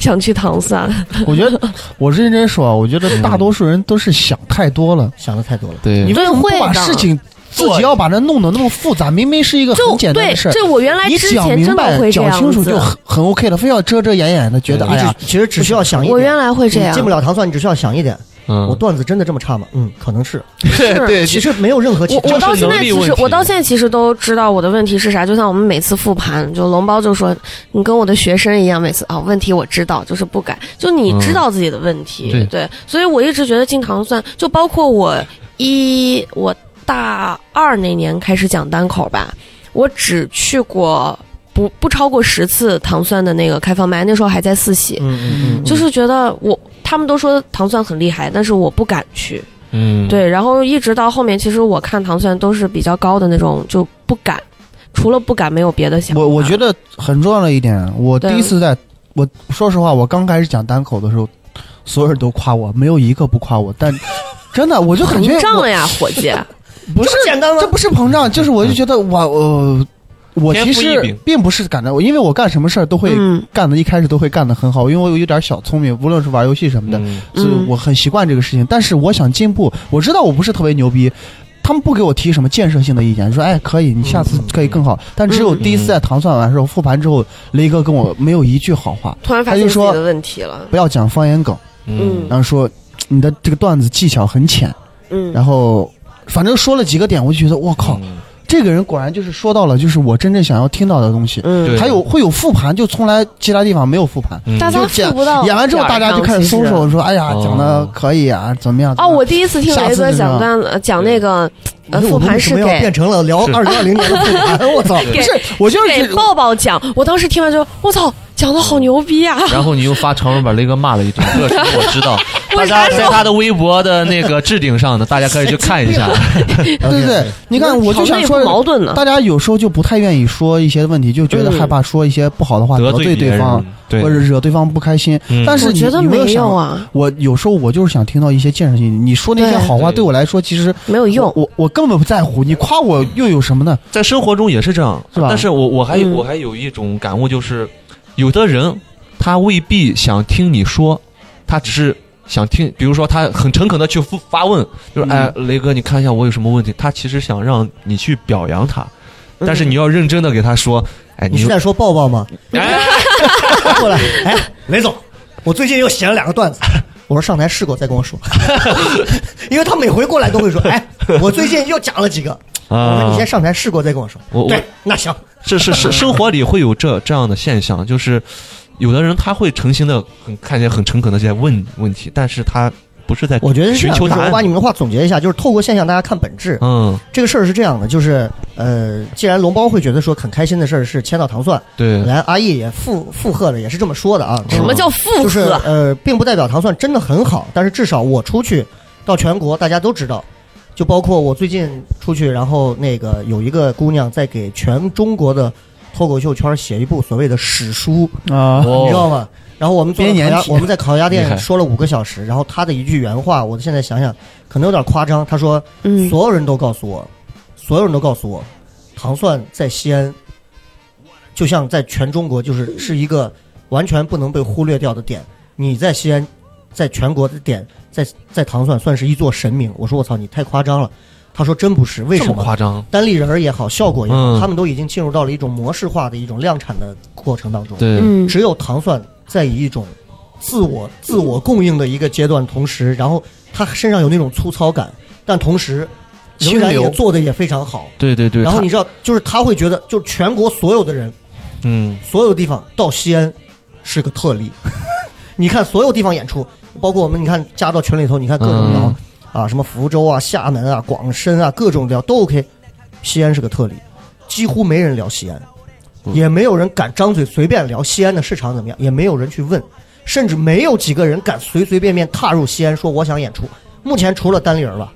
F: 想去糖蒜，
D: 我觉得我认真说啊，我觉得大多数人都是想太多了。
B: 想的太多了。
C: 对，
D: 你为什么不
F: 对
D: 把
F: 会的
D: 事情自己要把它弄得那么复杂？明明是一个
F: 就
D: 很简单
F: 对
D: 的事儿，，
F: 这我原来
D: 你
F: 之
D: 讲
F: 前
D: 明
F: 真的
D: 白、
F: 会这
D: 讲
F: 样
D: 清楚
F: 子
D: 就很很 OK 了，非要遮遮掩掩的，觉得
C: 对
D: 哎呀，
B: 其实只需要想一点，嗯
F: 我原来会这
B: 你进
F: 样
B: 不。了糖蒜，你只需要想一点，
C: 嗯 [LAUGHS] 哎
B: 我段子真的这么差吗？嗯，可能是，
C: 对对，
B: 其实没有任何其
F: 我我到现在其
C: 就是能力
F: 实
C: 问题
F: 我到现在其实都知道我的问题是啥，就像我们每次复盘，就龙包就说你跟我的学生一样，每次啊、问题我知道，就是不改，就你知道自己的问题，
C: 嗯对
F: 对，所以我一直觉得经常算，就包括我一我大二那年开始讲单口吧，我只去过不不超过十次糖蒜的那个开放麦，那时候还在四喜，
B: 嗯嗯嗯，
F: 就是觉得我他们都说糖蒜很厉害，但是我不敢去，
C: 嗯，
F: 对，然后一直到后面，其实我看糖蒜都是比较高的那种，就不敢，除了不敢没有别的想法。
D: 我我觉得很重要的一点，我第
F: 对
D: 一次在，我说实话，我刚开始讲单口的时候，所有人都夸我，没有一个不夸我，
F: [LAUGHS]
D: 但真的我就感
F: 膨
D: 觉
F: 胀哎
D: 我
F: 了呀，
D: [LAUGHS]
F: 伙计，
D: 不是
C: 嗯
B: 这么简单吗
D: 这不是膨胀，就是我就觉得哇，呃，我
C: 天
D: 其
C: 赋异
D: 实
C: 禀
D: 并不是感到，因为我干什么事儿都会
F: 嗯
D: 干的，一开始都会干的很好，因为我有一点小聪明，无论是玩游戏什么的，
C: 嗯
D: 所以
F: 嗯
D: 我很习惯这个事情。但是我想进步，我知道我不是特别牛逼，他们不给我提什么建设性的意见，说哎可以，你下次可以更
C: 嗯
D: 好。但只有第一次在糖蒜完之后复盘之后，雷哥跟我没有一句好话，
F: 突然发
D: 他就
F: 现自己
D: 说
F: 的问题了。
D: 不要讲方言梗，
C: 嗯
D: 然后说你的这个段子技巧很浅，
F: 嗯，
D: 然后反正说了几个点，我就觉得我靠，
C: 嗯
D: 这个人果然就是说到了就是我真正想要听到的东西。
F: 嗯，
C: 对
D: 还有会有复盘，就从来其他地方没有复盘。
C: 嗯
F: 大家
D: 就
F: 付不到
D: 演完之后，
F: 点
D: 大家
F: 儿
D: 就
F: 上
D: 开始
F: 其实
D: 松手，说：“哎呀，
C: 哦
D: 讲的可以啊，怎么样？”怎
F: 哦，
D: 么样
F: 我第一次听
D: 下
F: 雷
D: 次
F: 哥
D: 就
F: 讲
D: 是
F: 段子，讲那个
B: 我
F: 呃复
B: 们为
F: 盘
B: 什
F: 是
B: 么要
F: 给
B: 变成了聊
C: 是
B: 二零二零年的复盘？我操！
D: 不是，我就是觉
F: 给
D: 得
F: 抱抱讲，我当时听完就我操，讲的好牛逼啊！ [LAUGHS]
C: 然后你又发长文把雷哥骂了一顿，这是我知道。大
F: 为啥
C: 家在他的微博的那个置顶上呢，大家可以去看
D: [LAUGHS]
C: 一下。
D: 对对对，你看，我就
F: 好
D: 想
F: 内部
D: 说
F: 矛，盾呢。
D: 大家有时候就不太愿意说一些问题，就觉得
F: 嗯
D: 害怕说一些不好的话得
C: 罪别
D: 对
C: 人
D: 方，，
C: 对
D: 或者惹对方不开心
C: 嗯。
D: 但是
F: 我
D: 你
F: 觉得
D: 你有
F: 没
D: 想
F: 有
D: 过，
F: 啊，
D: 我有时候我就是想听到一些建设性，你说那些
F: 对
D: 好话
C: 对
D: 对我来说其实
F: 没有用。
D: 我我根本不在乎，你夸我又有什么呢？
C: 在生活中也是这样，
D: 是吧
C: 但是我我还、
F: 嗯
C: 我还有一种感悟，就是有的人他未必想听你说，他只是想听，比如说他很诚恳的去复发问，就是、
D: 嗯
C: 哎，雷哥，你看一下我有什么问题？他其实想让你去表扬他，
D: 嗯
C: 但是你要认真的给他说，哎，
B: 你是在说抱抱吗？
C: 哎，
B: [LAUGHS] 过来，哎，雷总，我最近又写了两个段子。我说上台试过再跟我说， [LAUGHS] 因为他每回过来都会说，哎，我最近又讲了几个。我说
D: [LAUGHS]
C: 啊
B: 你先上台试过再跟我说。
C: 我我
B: 对，那行，
C: 是是
B: [LAUGHS]
C: 是，生活里会有这这样的现象，就是有的人他会诚心的很看起来很诚恳的在问问题，但是他不是在
B: 我觉得是这
C: 寻
B: 样。
C: 求
B: 就是
C: 答
B: 我把
C: 案
B: 你。们的话总结一下，就是透过现象大家看本质。
C: 嗯，
B: 这个事儿是这样的，就是呃，既然龙包会觉得说很开心的事儿是签到糖蒜，
C: 对，
B: 来阿义也附附和了，也是这么说的啊。
D: 嗯
F: 什么叫复
B: 就是
F: 合？
B: 呃，并不代表糖蒜真的很好，但是至少我出去到全国，大家都知道。就包括我最近出去，然后那个有一个姑娘在给全中国的脱口秀圈写一部所谓的史书，
D: 啊
C: 哦
B: 你知道吗？然后我们做了
D: 编
B: 烤
D: 年
B: 鸭，
D: 体
B: 我们在烤鸭
C: 厉
B: 店
C: 害
B: 说了五个小时，然后她的一句原话，我现在想想可能有点夸张，她说
F: 嗯，
B: 所有人都告诉我，所有人都告诉我，糖蒜在西安，就像在全中国，就是是一个完全不能被忽略掉的点。你在西安，在全国的点，在在糖蒜算是一座神明。我说我操，你太夸张了。他说真不是，为
C: 这
B: 什
C: 么
B: 么？
C: 夸张？
B: 单立人儿也好，效果也好，
C: 嗯
B: 他们都已经进入到了一种模式化的一种量产的过程当中。
C: 对，
F: 嗯，
B: 只有糖蒜在以一种自我自我供应的一个阶段，同时，然后他身上有那种粗糙感，但同时仍然
D: 清
B: 也
D: 流
B: 做的也非常好。
C: 对对对，
B: 然后
C: 他
B: 你知道，就是他会觉得，就是全国所有的人，
C: 嗯，
B: 所有地方到西安是个特例。 [LAUGHS] 你看所有地方演出，包括我们，你看加到群里头，你看各种聊、
C: 嗯
B: 啊，什么福州啊、厦门啊、广深啊，各种聊都 OK。西安是个特例，几乎没人聊西安，
C: 嗯
B: 也没有人敢张嘴随便聊西安的市场怎么样，也没有人去问，甚至没有几个人敢随随便便踏入西安说我想演出。目前除了单立人吧，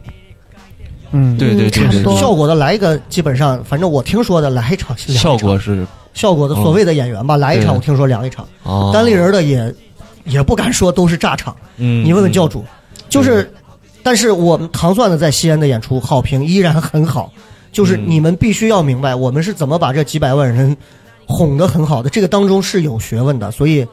D: 嗯，
C: 对对对
F: 差
C: 对
F: 不
C: 对，
F: 多
B: 效果的来一个，基本上反正我听说的来一场是两
C: 效
B: 一场
C: 果是
B: 效果的所谓的演员吧，来一场
C: 对
B: 我听说凉一场，
C: 哦，
B: [LAUGHS] 单立人的也也不敢说都是炸场，
C: 嗯，
B: 你问问教主，就是，但是我们糖蒜的在西安的演出好评依然很好，就是
C: 嗯
B: 你们必须要明白我们是怎么把这几百万人哄得很好的，这个当中是有学问的，所以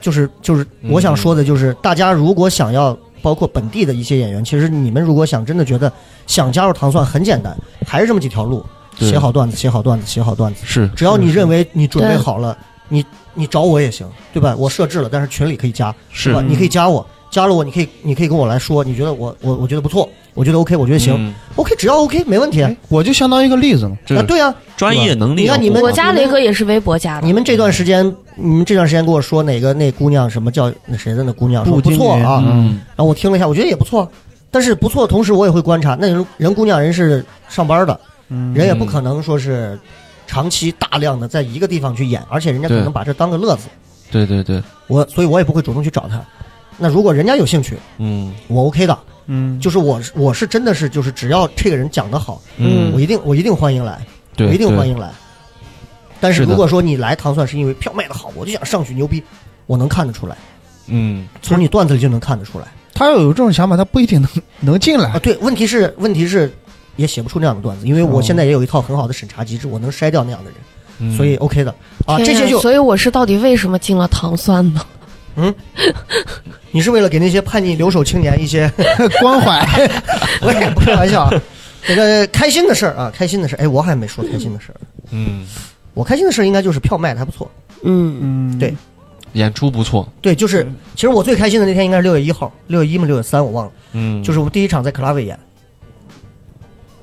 B: 就是就是
C: 嗯
B: 我想说的就是，大家如果想要。包括本地的一些演员，其实你们如果想真的觉得想加入糖蒜很简单，还是这么几条路：
C: 对
B: 写好段子，写好段子，写好段子。
C: 是
B: 只要你认为你准备
F: 对
B: 好了，你你找我也行，对吧？我设置了，但是群里可以加，
C: 是
B: 吧？你可以加我，加了我，你可以你可以跟我来说，你觉得我我我觉得不错，我觉得 OK，我觉得行、
C: 嗯哎
B: o k 只要 OK 没问题。啊，
D: 哎我就相当于一个例子嘛。
C: 这
B: 对啊，
C: 专业能力
B: 你
C: 要
B: 看
C: 过，
B: 你们
F: 我家雷哥也是微博加的，
B: 你们这段时间，你们这段时间跟我说哪个那姑娘什么叫那谁的那姑娘说
D: 步
B: 不
D: 惊
B: 错
D: 云
B: 啊，
C: 嗯，
B: 然后我听了一下，我觉得也不错，啊但是不错，同时我也会观察，那人人姑娘人是上班的，
C: 嗯
B: 人也不可能说是长期大量的在一个地方去演，而且人家可
C: 对
B: 能把这当个乐子，
C: 对对对，
B: 我所以我也不会主动去找她。那如果人家有兴趣，
C: 嗯
B: 我 OK 的，
D: 嗯，
B: 就是我是我是真的是就是只要这个人讲得好，
C: 嗯，
B: 我一定我一定欢迎来，
C: 对，
B: 我一定
C: 对
B: 欢迎来。但是
C: 是的
B: 如果说你来糖蒜是因为票卖得好，我就想上去牛逼，我能看得出来，
C: 嗯，
B: 从你段子里就能看得出来
D: 他要有这种想法，他不一定能 [LAUGHS] 能进
B: 啊。
D: 来。
B: 对，问题是问题是也写不出那样的段子，因为我
D: 哦
B: 现在也有一套很好的审查机制，我能筛掉那样的人，
C: 嗯
B: 所以 OK 的啊。这
E: 天
B: 些
E: 呀
B: 就
E: 所以我是到底为什么进了糖蒜呢？
B: 你是为了给那些叛逆留守青年一些，
D: 关怀，
B: 我也不开玩
C: [LAUGHS]
B: 笑啊，这个开心的事儿啊，开心的事儿。哎，我还没说开心的事儿，
C: 嗯，
B: 我开心的事儿应该就是票卖的还不错。
E: 嗯，
D: 嗯，
B: 对
C: 演出不错，
B: 对，就是
C: 嗯
B: 其实我最开心的那天应该是六月一号，六月一嘛，六月三我忘了，
C: 嗯，
B: 就是我们第一场在克拉维演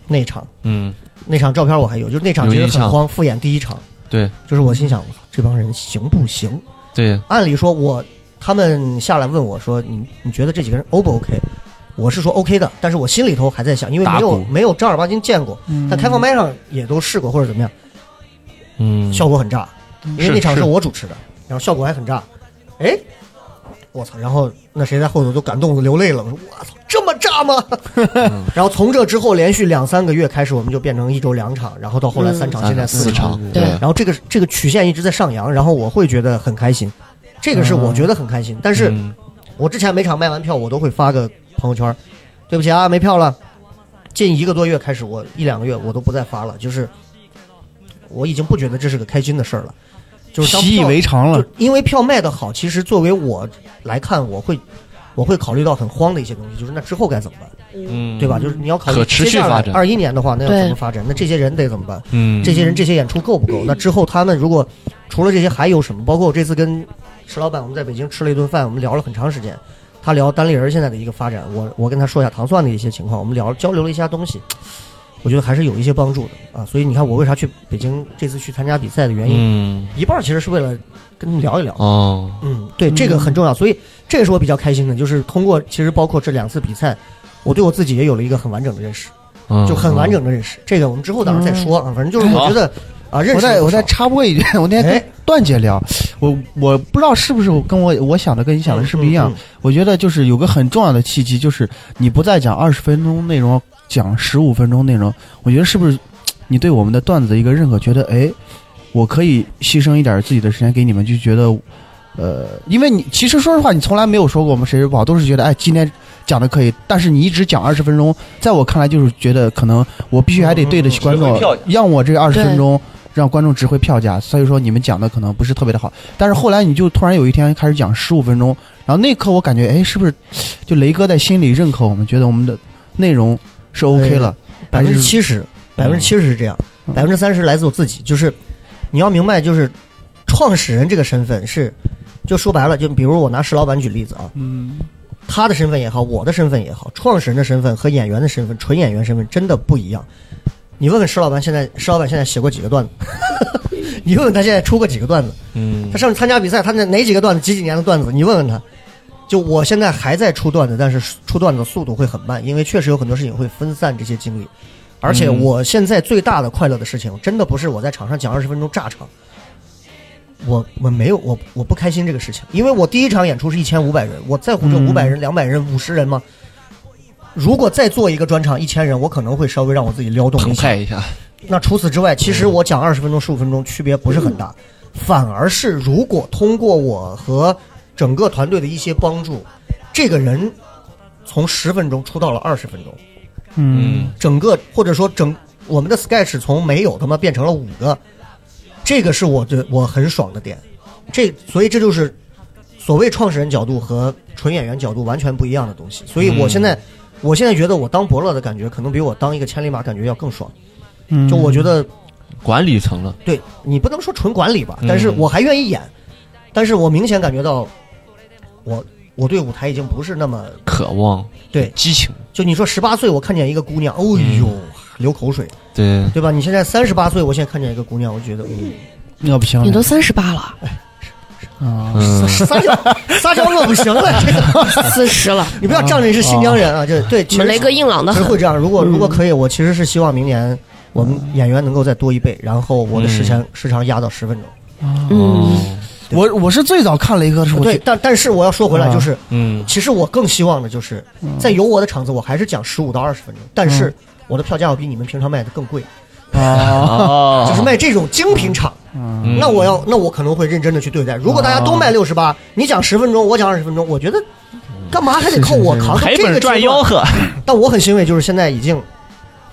B: 那一场，
C: 嗯，
B: 那场照片我还有，就是那场
C: 有
B: 其实
C: 印
B: 很
C: 象嗯
B: 慌，复演第一场，
C: 对
B: 就是我心想，我操，这帮人行不行？
C: 对，
B: 按理说我他们下来问我说，你你觉得这几个人 O 不 OK？我是说 OK 的，但是我心里头还在想，因为没
C: 打
B: 有
C: 鼓
B: 没有正儿八经见过，
D: 嗯
B: 但开放麦上也都试过或者怎么样，
C: 嗯，
B: 效果很炸，因为那场
C: 是
B: 是我主持的，然后效果还很炸。哎，我操！然后那谁在后头都感动的流泪了。我说我操，这么炸吗？
C: 嗯
B: [LAUGHS] 然后从这之后连续两三个月开始，我们就变成一周两场，然后到后来三场，现在
C: 嗯四
B: 场。
C: 场，
E: 嗯对
B: 然后这个这个曲线一直在上扬，然后我会觉得很开心，这个是我觉得很开心。但是
C: 嗯
B: 我之前每场卖完票，我都会发个朋友圈儿，对不起啊，没票了。近一个多月开始，我一两个月我都不再发了，就是我已经不觉得这是个开心的事儿了，就是当
D: 习以
B: 票
D: 为常了
B: 就。因为票卖的好，其实作为我来看，我会我会考虑到很慌的一些东西，就是那之后该怎么办，
C: 嗯，
B: 对吧？就是你要考虑
C: 可持续发展
B: 二一年的话，那要怎么
E: 对
B: 发展？那这些人得怎么办？
C: 嗯，
B: 这些人这些演出够不够？那之后他们如果除了这些还有什么？包括我这次跟石老板我们在北京吃了一顿饭，我们聊了很长时间。他聊单立人现在的一个发展，我我跟他说一下糖蒜的一些情况，我们聊交流了一下东西，我觉得还是有一些帮助的啊。所以你看我为啥去北京这次去参加比赛的原因，
C: 嗯，
B: 一半儿其实是为了跟他们聊一聊。
C: 哦，
B: 嗯，对，这个很重要，所以这也是我比较开心的，就是通过其实包括这两次比赛，我对我自己也有了一个很完整的认识，
C: 嗯
B: 就很完，整的认识。这个我们之后到时候再说啊，反正就是我觉得啊，认识
D: 嗯我再
B: 了不
D: 我再
B: 少
D: 插播一句， [LAUGHS] 我那天
B: 哎
D: 跟段姐聊，我我不知道是不是我跟我我想的跟你想的是不是一样
B: 嗯嗯。
D: 我觉得就是有个很重要的契机，就是你不再讲二十分钟内容，讲十五分钟内容。我觉得是不是你对我们的段子的一个认可？觉得哎，我可以牺牲一点自己的时间给你们，就觉得呃，因为你其实说实话，你从来没有说过我们谁是不好，都是觉得哎今天讲的可以，但是你一直讲二十分钟，在我看来就是觉得可能我必须还得对得起观
C: 指
D: 众
C: 挥票价，
D: 让我这二十
E: 对
D: 分钟让观众指挥票价，所以说你们讲的可能不是特别的好，但是后来你就突然有一天开始讲十五分钟，然后那一刻我感觉哎是不是就雷哥在心里认可我们，觉得我们的内容是 OK 了，
B: 百
D: 还
B: 分之
D: 是
B: 七十，百分之七十是这样，
D: 嗯
B: 百分之三十来自我自己，就是你要明白，就是创始人这个身份是，就说白了，就比如我拿石老板举例子啊，
D: 嗯
B: 他的身份也好，我的身份也好，创始人的身份和演员的身份，纯演员身份真的不一样。你问问石老板，现在石老板现在写过几个段子？ [LAUGHS] 你问问他现在出过几个段子？
C: 嗯
B: 他，上次参加比赛，他那哪几个段子，几几年的段子？你问问他。就我现在还在出段子，但是出段子的速度会很慢，因为确实有很多事情会分散这些精力。而且
C: 嗯
B: 我现在最大的快乐的事情，真的不是我在场上讲二十分钟炸场，我我没有我我不开心这个事情，因为我第一场演出是一千五百人，我在乎这
D: 嗯
B: 五百人、两百人、五十人吗？如果再做一个专场一千人，我可能会稍微让我自己撩动一
C: 澎
B: 下
C: 湃。一下，
B: 那除此之外，其实我讲二十分钟、十五分钟区别不是很大，反而是如果通过我和整个团队的一些帮助，这个人从十分钟出到了二十分钟，
D: 嗯
C: 嗯，
B: 整个或者说整我们的 sketch 从没有他妈变成了五个，这个是我的我很爽的点，这所以这就是所谓创始人角度和纯演员角度完全不一样的东西，所以我现在、我现在觉得我当伯乐的感觉可能比我当一个千里马感觉要更爽，
D: 嗯
B: 就我觉得。
C: 管理层了，
B: 对你不能说纯管理吧
C: 嗯，
B: 但是我还愿意演，但是我明显感觉到我我对舞台已经不是那么
C: 渴望，
B: 对
C: 激情，
B: 就你说十八岁我看见一个姑娘，哦呦，流口水，
C: 对，
B: 对吧？你现在三十八岁，我现在看见一个姑娘，我觉得，嗯，
D: 那不行
E: 你
D: 了
E: 都三十八了，
D: 啊！
C: 嗯，
B: 撒娇 [LAUGHS] 撒娇我不行了， [LAUGHS] 这个
E: 四十了，
B: 你不要仗着你是新疆人啊，这对，
E: 我
B: 其实
E: 们雷哥硬朗的
B: 其实
E: 很。
B: 会这样。如果如果可以，我其实是希望明年我们演员能够再多一倍，然后我的时长时长压到十分钟。
E: 嗯，
C: 哦
D: 我我是最早看雷哥的时候，我
B: 对，
D: 就
B: 但但是我要说回来，
D: 啊
B: 就是
C: 嗯，
B: 其实我更希望的就是在有我的场子，我还是讲十五到二十分钟，但
C: 嗯
B: 是我的票价要比你们平常卖的更贵，
D: 啊，
C: 哦
B: 就是卖这种精品场。
C: 嗯啊
B: 那我要，那我可能会认真的去对待。如果大家都卖六十八，你讲十分钟，我讲二十分钟，我觉得干嘛还得靠我扛？
C: [LAUGHS] 赔
B: 这个
C: 本赚
B: 阶段
C: 吆喝，
B: 但我很欣慰，就是现在已经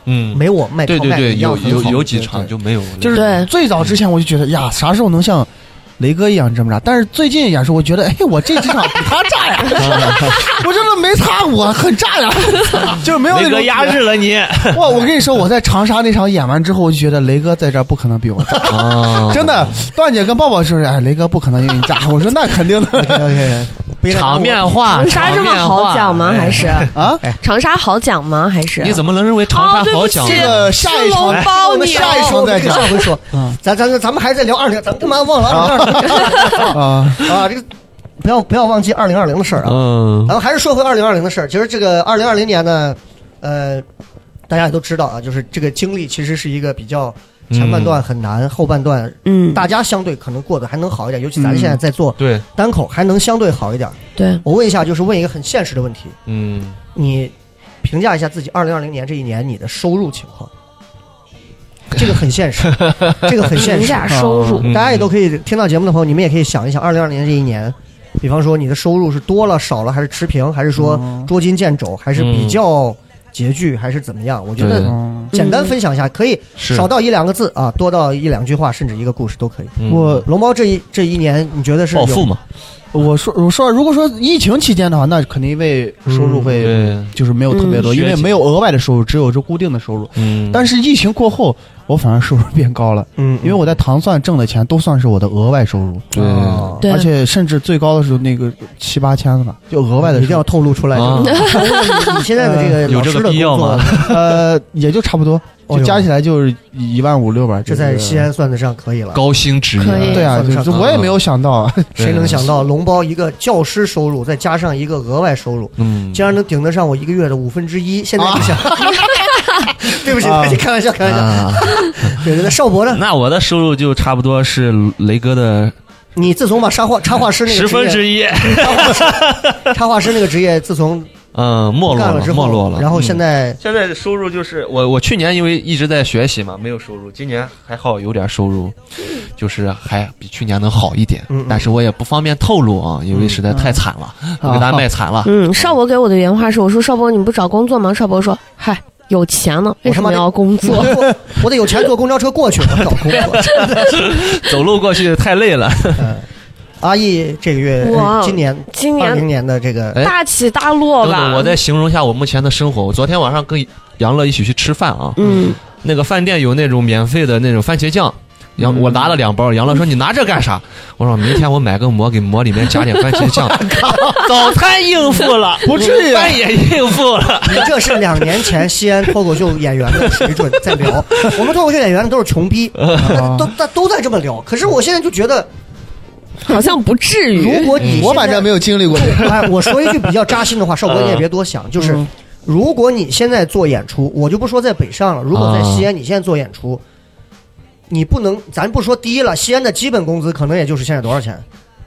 C: 嗯，
B: 没我卖
C: [LAUGHS] 对
B: 票
C: 对
B: 卖的
C: 对，
B: 一
C: 有
B: 样很
C: 有
B: 好
C: 有几
B: 对
C: 场
B: 对
C: 就没有了，
D: [LAUGHS] 就是
E: 对
D: 最早之前我就觉得呀，啥时候能像雷哥一样这么炸？但是最近演出，我觉得哎，我这几场比他
C: [LAUGHS]
D: 炸呀，我真的没他，我很炸呀，就是没有那
C: 雷哥
D: 种
C: 压制了你，
D: 哇！我跟你说，我在长沙那场演完之后，我就觉得雷哥在这儿不可能比我炸，
B: [LAUGHS]
C: 啊
D: [LAUGHS] 真的。段姐跟抱抱就是哎，雷哥不可能比你炸，我说那
B: [LAUGHS]
D: 肯定的
B: OK，不
D: [LAUGHS]
B: 应该
C: 场面话，
E: 长沙这么好讲吗？还是
D: 啊。
B: 哎
E: 长沙好讲吗？还是
C: 你怎么能认为长沙好讲
E: 哦
C: 呢？
E: 对不起
D: 这个下一
E: 是
D: 场
E: 我
D: 再
E: 包
D: 我们
E: 你
D: 下一
E: 哦
D: 场再
B: 这个下
D: 讲
B: 回
C: [LAUGHS]
B: 说，
C: 嗯
B: 咱咱咱们还在聊二零，咱们干嘛忘了二零
D: 啊！
C: [LAUGHS]
B: 二啊？这个不要不要忘记二零二零的事儿啊！
C: 嗯
B: 咱们还是说回二零二零的事儿。其实这个二零二零年呢，呃，大家也都知道啊，就是这个经历其实是一个比较前半
C: 嗯
B: 段很难，后半段
E: 嗯，
B: 大家相对可能过得还能好一点，尤其咱现在在做
C: 对，
B: 单口还能相对好一点。
E: 对，
B: 我问一下，就是问一个很现实的问题，
C: 嗯，
B: 你评价一下自己二零二零年这一年你的收入情况。这个很现实，这个很现
E: 评
B: 实。
E: 价收入
C: 嗯
B: 大家也都可以听到节目的朋友，你们也可以想一想，二零二零年这一年，比方说你的收入是多了、少了，还是持平，还是说
C: 嗯
B: 捉襟见肘，还是比较拮据，还是怎么样？我觉
C: 对
B: 得
D: 嗯
B: 简单分享一下，可以
C: 是
B: 少到一两个字啊，多到一两句话，甚至一个故事都可以。
C: 嗯
D: 我
B: 龙猫这一这一年，你觉得是
C: 暴
B: 有
C: 富嘛，
D: 我说我说，如果说疫情期间的话，那肯定因为收
B: 嗯
D: 入会
C: 对，
D: 就是没有特别
C: 嗯
D: 多，因为
C: 削减
D: 没有额外的收入，只有这固定的收入。
C: 嗯，
D: 但是疫情过后，我反而收入变高了，
B: 嗯，
D: 因为我在糖蒜挣的钱都算是我的额外收入，
C: 对
B: 哦
E: 对
D: 而且甚至最高的时候那个七八千了吧，就额外
B: 嗯
D: 的
B: 一定
D: 收入
B: 要透露出来。
C: 啊嗯
B: 就是
C: [LAUGHS]
B: 你现在的这个
C: 有
B: 老
C: 这
B: 师
C: 个
B: 的
C: 必
B: 工
C: 要
B: 作
C: 吗，
D: 呃，也就差不多，
B: 哦
D: 就
B: 哟
D: 加起来就是一万五六吧。
B: 这在西，安算得上可以了。
C: 高薪职
E: 可
C: 业
E: 以，
D: 对啊，
B: 算得
D: 就
B: 上
D: 是我也没有想到，
B: 谁
C: 嗯
B: 能想到龙包一个教师收入，再加上一个额外收入，
C: 嗯，
B: 竟然能顶得上我一个月的五分之一？现在
C: 啊
B: 你
C: [LAUGHS]
B: 想，对不起，对不起，开玩笑，开玩笑。
C: 啊，
B: [LAUGHS] 对对对，邵博呢？
C: 那我的收入就差不多是雷哥的
B: 你自从把插画插画师那个
C: 十分
B: 职业
C: 之一，
B: [LAUGHS] 插画师那个职业自从
C: 嗯，没落
B: 干
C: 了，
B: 之
C: 没落
B: 后，
C: 了。
B: 然后现
C: 嗯
B: 在
C: [LAUGHS] 现在的收入就是我我去年因为一直在学习嘛，没有收入，今年还好有点收入，就是还比去年能好一点，
B: 嗯嗯
C: 但是我也不方便透露啊，因为实在太惨了，我给大家卖惨了。
E: 嗯，邵博给我的原话是：“我说邵博，你不找工作吗？”邵博说：“嗨，有钱呢，为什么要工作
B: 我我得有钱坐公交车过去，我找工
C: [LAUGHS]
B: 作。
C: 走路过去太累了，
B: 阿义这个月
F: 哇哦
B: 今年
F: 今
B: 二零
F: 年
B: 年的这个
C: 哎
F: 大起大落
C: 等
F: 吧
C: 等，。我再形容一下我目前的生活。我昨天晚上跟杨乐一起去吃饭啊，
E: 嗯，
C: 那个饭店有那种免费的那种番茄酱。杨，我拿了两包。杨乐说：“你拿这干啥？”我说：“明天我买个馍，给馍里面加点番茄酱。” [LAUGHS] 早餐应付 [LAUGHS] 了，
D: 不至于啊
C: 午饭也应付了。
B: 你这是两年前西安脱口秀演员的水准在聊，我们脱口秀演员都是穷
C: [LAUGHS]
B: 逼，
C: 啊
D: 啊
B: 都都都在这么聊。可是我现在就觉得，
E: 好像不至
B: 如
E: 于。
B: 果
C: 嗯
B: 你
D: 嗯我反正没
B: 有。
D: 有经历过这
B: [LAUGHS]
D: 个。
B: 哎，我说一句比较扎心的话，少博你也别多想，就是
D: 嗯
B: 如果你现在做演出，我就不说在北上了，如果在
D: 啊
B: 西安你现在做演出，你不能，咱不说低了，西安的基本工资可能也就是现在多少钱，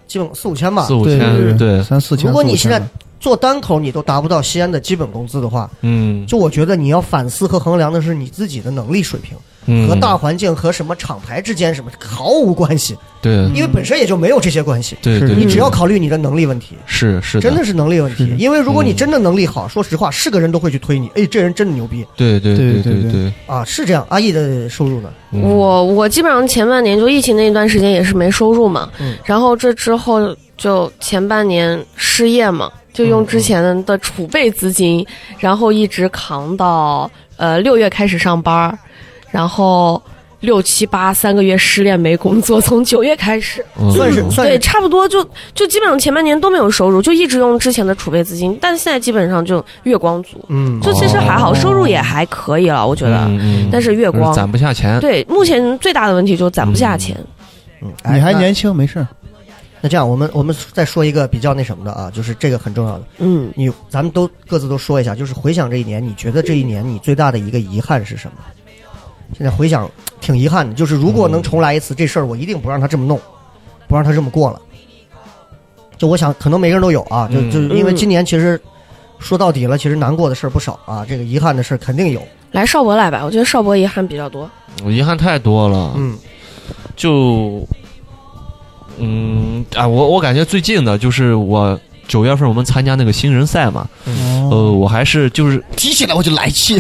B: 基本四五千吧。
C: 四五
D: 对
C: 千，对，
D: 三四千。
B: 如果你
D: 四五
B: 现
D: 千
B: 在做单口，你都达不到西安的基本工资的话，
C: 嗯，
B: 就我觉得你要反思和衡量的是你自己的能力水平
C: 嗯
B: 和大环境和什么厂牌之间什么毫无关系，
C: 对
B: 因为本身也就没有这些关系。
C: 对对，
D: 嗯
B: 你
C: 对
B: 只要考虑你的能力问题，
C: 是是
B: 真的是能力问
D: 是
B: 题
D: 的。
B: 因为如果你真的能力好，说实话，是个人都会去推你。哎，这人真的牛逼
C: 对对
D: 对
C: 对
D: 对对
C: 对，
B: 啊！是这样。阿义的收入呢？
C: 嗯
E: 我我基本上前半年就疫情那一段时间也是没收入嘛，
B: 嗯
E: 然后这之后就前半年失业嘛，就用之前的储备资金，然后一直扛到呃六月开始上班儿，然后
F: 六七八三个月失恋没工作，从九月开始，
C: 嗯
B: 算是算
F: 对，
B: 是
F: 差不多就就基本上前半年都没有收入，就一直用之前的储备资金，但现在基本上就月光族，
B: 嗯，
F: 就其实还好，
C: 哦
F: 收入也还可以了，我觉得。啊
C: 嗯嗯
F: 但是月
C: 就是
F: 光，
C: 攒不下
B: 呃
C: 钱，
F: 对，目
B: 嗯
F: 前最大的问题就是攒不下钱。
B: 哎
D: 你还
B: 那
D: 年轻，没事儿。
B: 那这样，我们我们再说一个比较那什么的啊，就是这个很重要的，
F: 嗯，
B: 你咱们都各自都说一下，就是回想这一年，你觉得这一年你最大的一个遗憾是什么？现在回想挺遗憾的，就是如果能重来一次，这事儿我一定不让他这么弄，不让他这么过了。就我想，可能每个人都有啊，就
C: 嗯
B: 就是因为今年其实说到底了，其实难过的事儿不少啊，这个遗憾的事儿肯定有。啊
F: 来邵博来吧，我觉得邵博遗憾比较多。
C: 我遗憾太多了。
B: 嗯
C: 就，嗯，啊，我我感觉最近的就是我九月份我们参加那个新人赛嘛，呃，我还是就是
D: 提起来我就来气。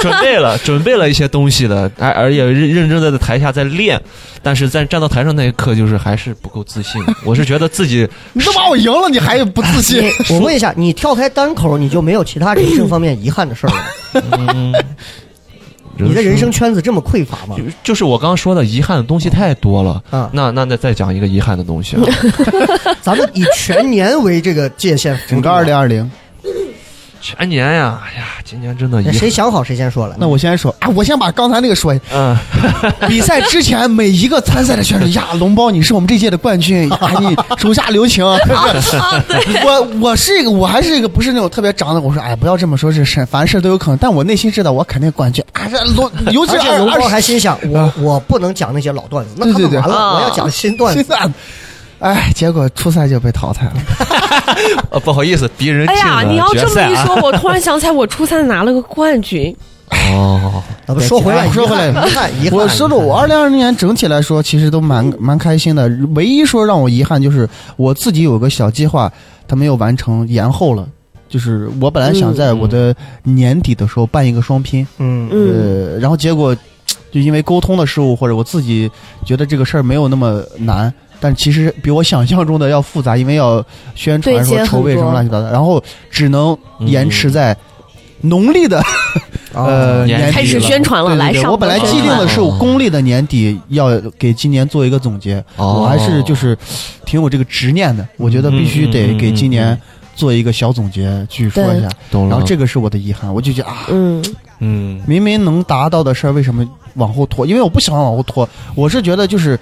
C: 准备了准备了一些东西的，而而且认认真的在台下在练，但是在站到台上那一刻，就是还是不够自信。
D: [LAUGHS]
C: 我是觉得自己
D: [LAUGHS] 你都把我赢了，你还不自信？
B: 我问一下，你跳开单口，你就没有其他人生方面遗憾的事儿了 [CLEARS THROAT] 吗？
D: 嗯
B: 你的人生圈子这么匮乏 [LAUGHS] 吗
C: 就？就是我刚刚说的遗憾的东西太多了。
B: 啊，
C: 那那那再讲一个遗憾的东
D: [LAUGHS]
C: 西啊，
B: 咱们以全年为这个界限，
D: [LAUGHS] 整个二零二零，
C: 全年呀，哎呀，今年真的遗
B: 那
C: 憾。
B: 谁想好谁先说来。
D: 那我先说啊，我先把刚才那个说一下。
C: 嗯，
D: 比赛之前，每一个参赛的选手呀，龙包，你是我们这届的冠军，呀，你手下留情。我我是一个，我还是一个不是那种特别长的。我说，哎，不要这么说，这事凡事都有可能。但我内心知道，我肯定冠军。啊，这龙，尤其
B: 而
D: 是
B: 且
D: 二
B: 龙
D: 二
B: 包
D: 十
B: 还心想，我
D: 啊
B: 我不能讲那些老段子，那他
D: 对
B: 们
D: 对对
B: 完了，
F: 啊
B: 我要讲新段
D: 现
B: 子。
D: 在，哎，结果初赛就被淘汰了。
C: 呃，不好意思，敌人
F: 哎
C: 进
F: 呀，
C: 了
F: 你要
C: 决
F: 这么
C: 赛
F: 一
B: [LAUGHS]
C: 啊
F: 说，我突然想起来，我初三拿了个冠军。
C: 哦，
B: 咱们说回来，
D: 哎说回来
B: 遗憾，遗憾。
D: 我说了，我二零二零年整体来说其实都蛮蛮开心的，唯一说让我遗憾就是我自己有个小计划，它没有完成，延后了。就是我本来想在我的年底的时候办一个双拼，
B: 嗯，
F: 嗯，
D: 呃，然后结果就因为沟通的失误，或者我自己觉得这个事儿没有那么难，但其实比我想象中的要复杂，因为要宣
F: 对
D: 传
F: 接
D: 说
F: 很
D: 筹备什么
F: 多
D: 乱七八糟的，然后只能
F: 嗯
D: 延迟在农历的 [LAUGHS] 呃，
B: 呃，
C: 年
D: 年底
F: 开始
D: 了
F: 宣啊传了哦
D: 对对
F: 来
D: 对
F: 上
D: 我本来
C: 班
D: 既定的是
C: 了
D: 我公历的年底要给今年做一个总结，
C: 哦
D: 我还是就是挺有这个执念的，我觉
F: 嗯
D: 得必须得给今年做一个小总结去说一下，
C: 懂了。
D: 然后这个是我的遗憾，我就觉得啊，
F: 嗯，
C: 嗯
D: 明明能达到的事儿为什么往后拖？因为我不喜欢往后拖，我是觉得就是。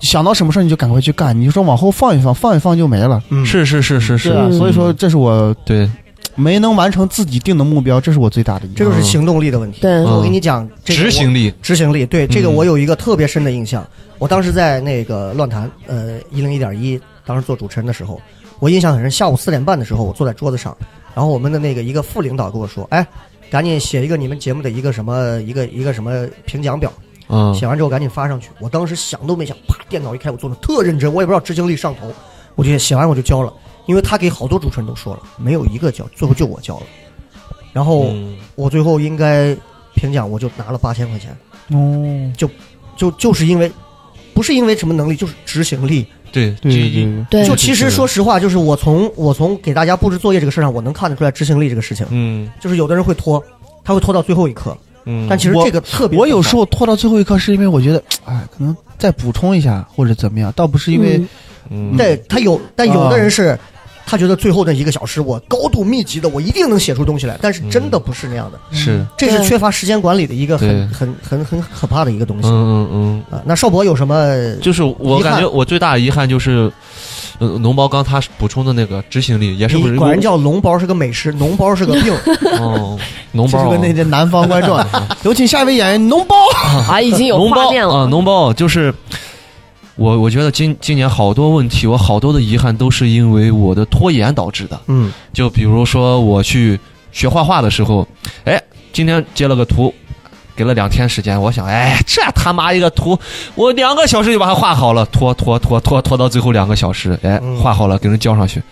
D: 想到什么事儿你就赶快去干，你就说往后放一放，放一放就没了。
B: 嗯，
C: 是是是是是，
D: 对啊，
F: 嗯
D: 所以说这是我
C: 对，
D: 没能完成自己定的目标，这是我最大的遗憾。
B: 这就是行动力的问题。
F: 对
B: 我
D: 嗯
B: 跟你讲，这个我
C: 执行力，
B: 执行力，对这个
C: 嗯
B: 我有一个特别深的印象。我当时在那个乱谈，呃，一零一点一，当时做主持人的时候，我印象很深。下午四点半的时候，我坐在桌子上，然后我们的那个一个副领导跟我说：“哎，赶紧写一个你们节目的一个什么一个一个什么评奖表，
C: 嗯，
B: 写完之后赶紧发上去。”我当时想都没想，啪，电脑一开，我做的特认真，我也不知道执行力上头，我就写完我就交了，因为他给好多主持人都说了，没有一个交，最后就我交了。然后
C: 嗯
B: 我最后应该评奖，我就拿了八千块钱。
D: 哦，
B: 就就是因为不是因为什么能力，就是执行力。
C: 对
D: 对
C: 就
D: 对
C: 一
D: 对，
F: 对
B: 就其实说实话，就是我从我从给大家布置作业这个事上，我能看得出来执行力这个事情。
C: 嗯
B: 就是有的人会拖，他会拖到最后一刻，
C: 嗯，
B: 但其实
D: 我
B: 这个特别
D: 我有时候拖到最后一刻，是因为我觉得，哎，可能再补充一下或者怎么样，倒不是因为、
C: 嗯啊
B: 对他有，但有的人是。他觉得最后那一个小时，我高度密集的，我一定能写出东西来，但
C: 嗯
B: 是真的不是那样的，
C: 是，
B: 这是
F: 对
B: 缺乏时间管理的一个
C: 对
B: 很很很很可怕的一个东
C: 嗯
B: 西
C: 嗯嗯，
B: 啊。那邵博有什么？
C: 就是我
B: 遗憾
C: 感觉我最大的遗憾就是，呃，农包刚他补充的那个执行力也是不
B: 你
C: 是
B: 管人叫龙包是个美食，脓包是个
C: [LAUGHS]
B: 病，
C: 哦，农
D: 这
C: 包啊
D: 是跟那些南方观众，有请下一位演员脓包。
B: [LAUGHS]
F: 啊，已经有
C: 脓
F: 画
C: 包
F: 面
C: 啊，
B: 呃
F: 了。
C: 脓包就是我，我觉得今今年好多问题，我好多的遗憾都是因为我的拖延导致的。
B: 嗯，
C: 就比如说我去学画画的时候，哎，今天截了个图，给了两天时间，我想，哎，这他妈一个图，我两个小时就把它画好了，拖拖拖拖拖到最后两个小时，哎
B: 嗯，
C: 画好了给人交上去。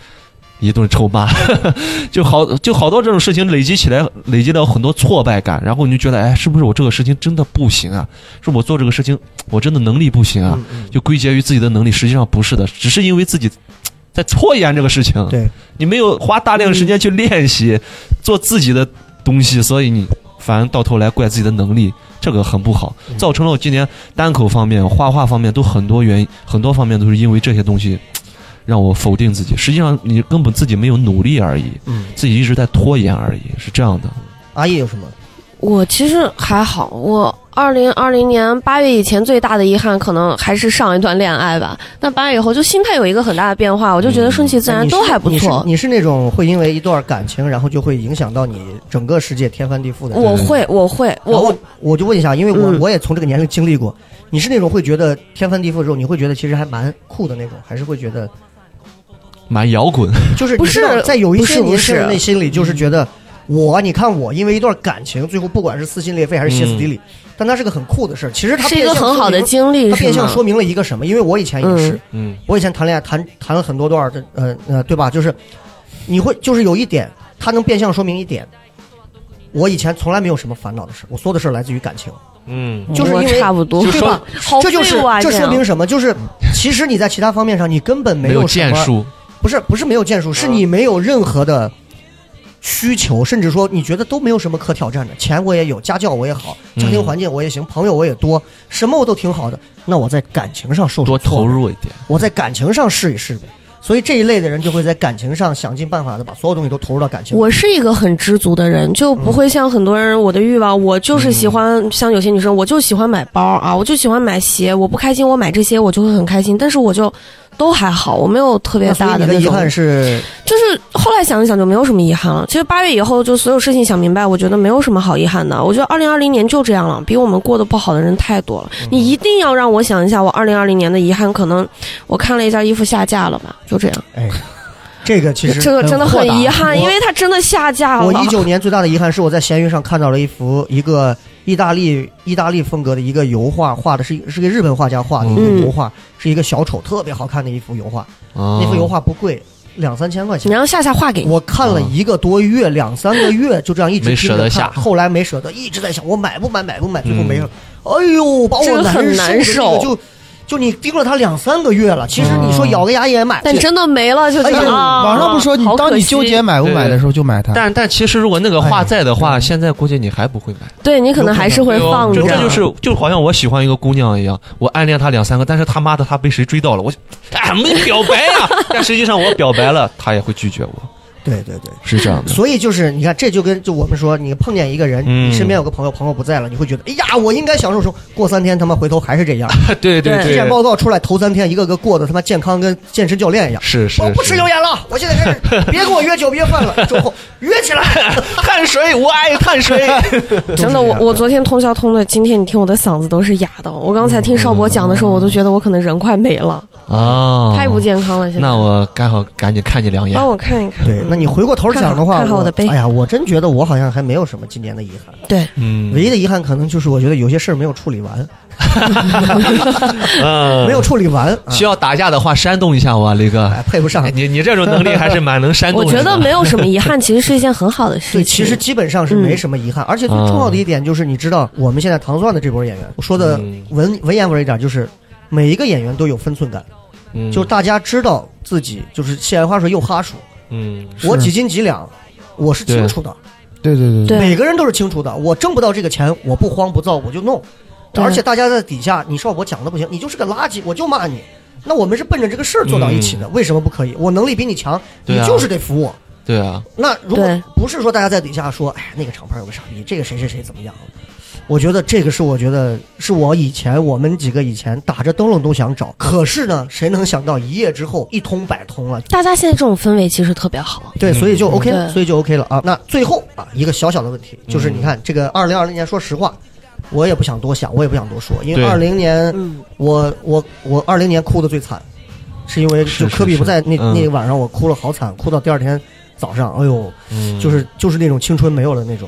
C: 一顿臭骂， [LAUGHS] 就好就好多这种事情累积起来，累积到很多挫败感，然后你就觉得，哎，是不是我这个事情真的不行啊？是我做这个事情，我真的能力不行啊？
B: 嗯嗯
C: 就归结于自己的能力，实际上不是的，只是因为自己在拖延这个事情。
B: 对，
C: 嗯你没有花大量时间去练习做自己的东西，所以你反而到头来怪自己的能力，这个很不好，造成了我今年单口方面、画画方面都很多原因，很多方面都是因为这些东西。让我否定自己，实际上你根本自己没有努力而已，
B: 嗯
C: 自己一直在拖延而已，是这样的。
B: 阿叶有什么？
F: 我其实还好，我二零二零年八月以前最大的遗憾，可能还是上一段恋爱吧。那八月以后，就心态有一个很大的变化，我就觉得顺其自
B: 哎
F: 然
B: 你是
F: 都还不
B: 你是
F: 错。
B: 你是那种会因为一段感情，然后就会影响到你整个世界天翻地覆的人。
F: 我会，我会，
B: 然
F: 我
B: 后我就问一下，因为我、
F: 嗯
B: 我也从这个年龄经历过，你是那种会觉得天翻地覆之后，你会觉得其实还蛮酷的那种，还是会觉得
C: 蛮摇滚，
B: 就是
F: 不
B: 你知道
F: 是
B: 在有一
F: 不
B: 些
F: 是不
B: 年轻人
F: 是
B: 内心里就是觉得我，你看我因为一段感情，最后不管是撕心裂肺还是歇斯底里，但它是个很酷的事儿。其实它
F: 嗯是一
B: 变
F: 个
B: 相
F: 很好的
B: 说明
F: 经历，
B: 它变
F: 是
B: 相
F: 吗？
B: 说明了一个什么？因为我以前也是，
F: 嗯
C: 嗯
B: 我以前谈恋爱谈谈了很多段儿的，呃呃，对吧？就是你会就是有一点，它能变相说明一点，我以前从来没有什么烦恼的事，我所有的事儿来自于感情，
C: 嗯
B: 就是因
F: 我
B: 为
F: 差不多，
B: 就对吧？
F: 好
B: 这就是
F: 废物啊
B: 这
F: 这
B: 说
F: 样
B: 明什么？就是其实你在其他方面上你根本
C: 没
B: 有什
C: 建
B: 么，
C: 树，
B: 不是不是没有建树，是你没有任何的需求，甚至说你觉得都没有什么可挑战的。钱我也有，家教我也好，家庭
C: 嗯
B: 环境我也行，朋友我也多，什么我都挺好的。那我在感情上受
C: 多
B: 什么挫败
C: 投入一点。
B: 我在感情上试一试呗。所以这一类的人就会在感情上想尽办法的把所有东西都投入到感情。
F: 我是一个很知足的人，就不会像很多人，我的欲望，
B: 嗯
F: 我就是喜欢、像有些女生，我就喜欢买包啊，我就喜欢买鞋，我不开心，我买这些我就会很开心，但是我就都还好，我没有特别
B: 那所以
F: 大
B: 你
F: 那
B: 的
F: 种。
B: 遗憾是，
F: 就是后来想一想就没有什么遗憾了。其实八月以后就所有事情想明白，我觉得没有什么好遗憾的。我觉得二零二零年就这样了，比我们过得不好的人太多了。
B: 嗯
F: 你一定要让我想一下我二零二零年的遗憾，可能我看了一下衣服下架了吧，就这样。
B: 哎，这个其实
F: 这个真的
B: 很
F: 很遗憾，因
B: 为。
F: 为它真的下架了。
B: 我一九年最大的遗憾是我在闲鱼上看到了一幅一个意大利意大利风格的一个油画，画的是是个日本画家画的一个
F: 嗯
B: 油画，是一个小丑，特别好看的一幅油画。
C: 那
B: 那幅油画不贵，两三千块
F: 你
B: 钱。
F: 让夏夏画给你，
B: 我看了一个多月，两三个月，就这样一直
C: 没
B: 盯
C: 舍
B: 着
C: 得
B: 看
C: 下
B: 后来没舍得，一直在想我买不买，买不买，最后
C: 嗯
B: 没了。哎呦，把
F: 这
B: 我
F: 个很
B: 难
F: 难
B: 受的那个
F: 受
B: 就就你盯了它两三个月了，其实
C: 嗯
B: 你说咬个牙也买不
F: 但
B: 起。
F: 真的没了，就
B: 哎
F: 觉
B: 呦
F: 得啊，
D: 网上不说你
F: 好，可
D: 当你
F: 惜
D: 纠结买不买的时候就买它。
C: 但但其实如果那个
B: 哎
C: 画在的话，现在估计你还不会买。
F: 对你可能还是会放着。
C: 这这哦就是就好像我喜欢一个姑娘一样，我暗恋她两三个，但是他妈的她被谁追到了，我就哎没表白呀、 [LAUGHS] 但实际上我表白了，她也会拒绝我，
B: 对对对。
C: 是这样
B: [LAUGHS]
C: 的。
B: 所以就是你看，这就跟就我们说，你碰见一个人，
C: 嗯
B: 你身边有个朋友，朋友不在了，你会觉得，哎呀，我应该享受生活。过三天他妈回头还是这样。
C: 对
F: 对
B: 体检报告出来头三天，一个个过得他妈健康跟健身教练一样。
C: 是是
B: 我不吃
C: 是
B: 油盐了，我现在开始别跟我约酒约饭了，周后约起来。
C: 碳水，我爱碳 [LAUGHS] 水。
F: [LAUGHS] 真的，我我昨天通宵通的，今天你听我的嗓子都是哑的。我刚才听邵博讲的时候，我都觉得我可能人快没了，
C: 哦，
F: [LAUGHS] 太不健康了。现在
C: 那我刚好赶紧看你两眼
F: 帮。我看一看，
B: 对，那你回过头讲的话，
F: 看好看好我的杯
B: 哎呀，我真觉得我好像还没有什么今年的遗憾，
F: 对，
C: 嗯
B: 唯一的遗憾可能就是我觉得有些事儿没有处理完，没有处理完，啊
C: 呃需要打架的话煽动一下我啊，雷哥。
B: 哎，配不上
C: 哎。你你这种能力还是蛮能煽动
F: [LAUGHS] 我
C: 人的。
F: 觉得没有什么遗憾，其实是一件很好的事情。
B: 对，其实基本上是没什么遗憾，而且最重要的一点就是，你知道我们现在糖蒜的这波演员，我说的
C: 嗯
B: 文文言文一点，就是每一个演员都有分寸感，
C: 嗯，
B: 就是大家知道自己就是现在话说又哈数，
C: 嗯，
D: 是
B: 我几斤几两，我是清楚的，
D: 对对对
F: 对
B: 每个人都是清楚的。我挣不到这个钱，我不慌不躁，我就弄。
F: 对
B: 而且大家在底下，你说我讲的不行，你就是个垃圾，我就骂你。那我们是奔着这个事儿做到一起的，为什么不可以？我能力比你强，你
C: 对啊
B: 就是得服我。
C: 对啊，
B: 那如果
F: 对
B: 不是说大家在底下说，哎，那个厂牌有个傻逼，这个谁谁谁怎么样了？我觉得这个是我觉得是我以前我们几个以前打着灯笼都想找，可是呢，谁能想到一夜之后一通百通
C: 嗯
B: 了？
F: 大家现在这种氛围其实特别好。
B: 对，所以就 OK 了，
F: 对
B: 所以就 OK 了啊。那最后啊，一个小小的问题，就是你看这
C: 嗯
B: 个二零二零年，说实话，我也不想多想，我也不想多说，因为
C: 对
B: 二零年
F: 嗯，
B: 我我我二零年哭的最惨，是因为就是科比
C: 是
B: 不在那
C: 嗯
B: 那晚上我哭了好惨，哭到第二天早上，哎呦，
C: 嗯，
B: 就是就是那种青春没有了那种。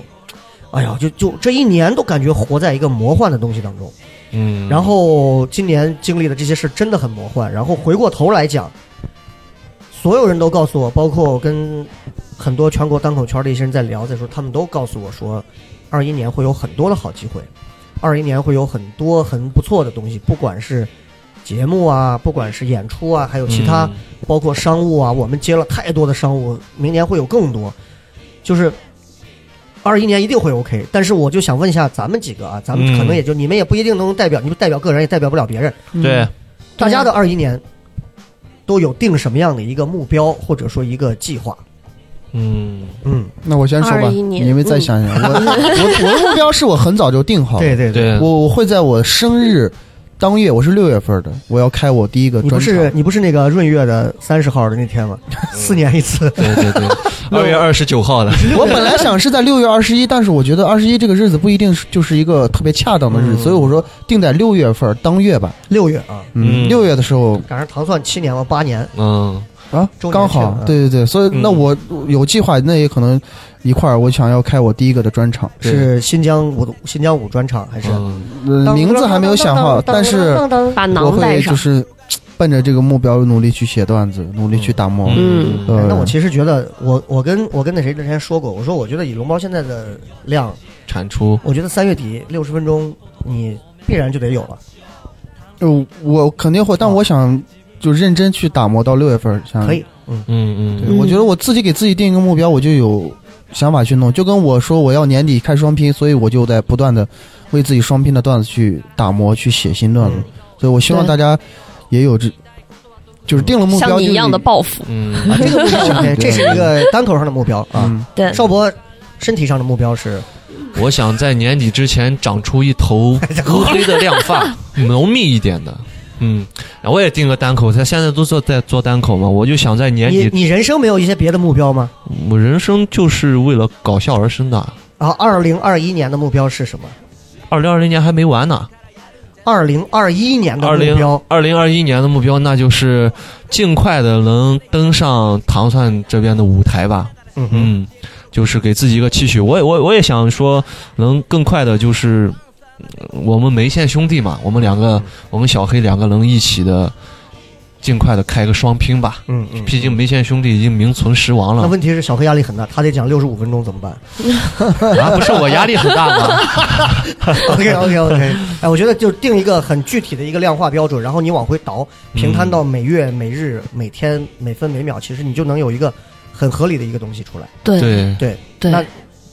B: 哎呀，就就这一年都感觉活在一个魔幻的东西当中。
C: 嗯，
B: 然后今年经历的这些事真的很魔幻。然后回过头来讲，所有人都告诉我，包括我跟很多全国单口圈的一些人在聊，在说他们都告诉我说，二一年会有很多的好机会，二一年会有很多很不错的东西，不管是节目啊，不管是演出啊，还有其
C: 嗯
B: 他、包括商务啊，我们接了太多的商务，明年会有更多。就是二一年一定会 OK。但是我就想问一下咱们几个啊，咱们可能也就、你们也不一定能代表，你们代表个人也代表不了别人。
C: 嗯对，
B: 大家的二一年都有定什么样的一个目标或者说一个计划？
C: 嗯，
B: 嗯，
D: 那我先说吧，
E: 21年
D: 你们再想想。我我我的目标是我很早就定好，
B: 对，对对，
C: 对，
D: 我我会在我生日当月，我是六月份的，我要开我第一个
B: 你
D: 专
B: 不
D: 场。
B: 是你不是那个闰月的三十号的那天吗？四年一次，
C: 对对对，二月二十九号的，
D: 我本来想是在六月二十一，但是我觉得二十一这个日子不一定是就是一个特别恰当的日子，
B: 嗯
D: 所以我说定在六月份儿当月吧。
B: 六月啊，
C: 嗯
D: 六月的时候
B: 赶上糖蒜七年了，八年，
C: 嗯
D: 啊
B: 周，年
D: 刚
B: 庆
D: 好
B: 啊，
D: 对对对，所以
C: 嗯
D: 那我有计划，那也可能一块儿，我想要开我第一个的专场，
C: 对
B: 是新疆舞新疆舞专场还是？
C: 嗯，
D: 呃名字还没有想好，但是我
F: 把囊带
D: 会
F: 上
D: 就。是奔着这个目标努力去写段子，努力去打磨。
F: 嗯
C: 哎
D: 呃
B: 哎那我其实觉得，我我跟我跟那谁之前说过，我说我觉得以龙猫现在的量，
C: 产出，
B: 我觉得三月底六十分钟你必然就得有了，
D: 呃我肯定会，
F: 哦
D: 但我想就认真去打磨到六月份儿，想
B: 可以，嗯，
C: 嗯
D: 对，
C: 嗯
D: 我觉得我自己给自己定一个目标，我就有想法去弄。就跟我说我要年底开双拼，所以我就在不断的为自己双拼的段子去打磨，去写新段
F: 嗯
D: 子。所以我希望
E: 对
D: 大家也有这，就是定了目标
F: 像
D: 就
F: 你一样的报复，
C: 嗯，
B: 啊，这个目标 OK，这是一个单口上的目标啊。
D: 啊，
F: 对，
B: 邵博身体上的目标是，
C: 我想在年底之前长出一头乌黑的亮发，浓密一点的。嗯，我也定个单口，他现在都做在做单口嘛，我就想在年
B: 你
C: 底，
B: 你人生没有一些别的目标吗？
C: 我人生就是为了搞笑而生的。
B: 然后啊二零二一年的目标是什么？
C: 二零二零年还没完呢，
B: 二零二一年的
C: 二
B: 目
C: 零
B: 标，
C: 二零二一年的目标那就是尽快的能登上糖蒜这边的舞台吧。
B: 嗯哼，
C: 嗯，就是给自己一个期许。我也我也我也想说，能更快的就是嗯我们梅县兄弟嘛，我们两个，我们小黑两个能一起的，尽快的开个双拼吧。
B: 嗯嗯。
C: 毕竟梅县兄弟已经名存实亡
B: 那
C: 了，
B: 问题是小黑压力很大，他得讲六十五分钟怎么办 [LAUGHS]
C: 啊，不是我压力很大吗？
B: ？OK OK OK，哎，我觉得就定一个很具体的一个量化标准，然后你往回倒，平摊到每月、每日、每天、每分每秒，其实你就能有一个很合理的一个东西出来，
F: 对
C: 对
B: [LAUGHS] 对
F: 对
B: 那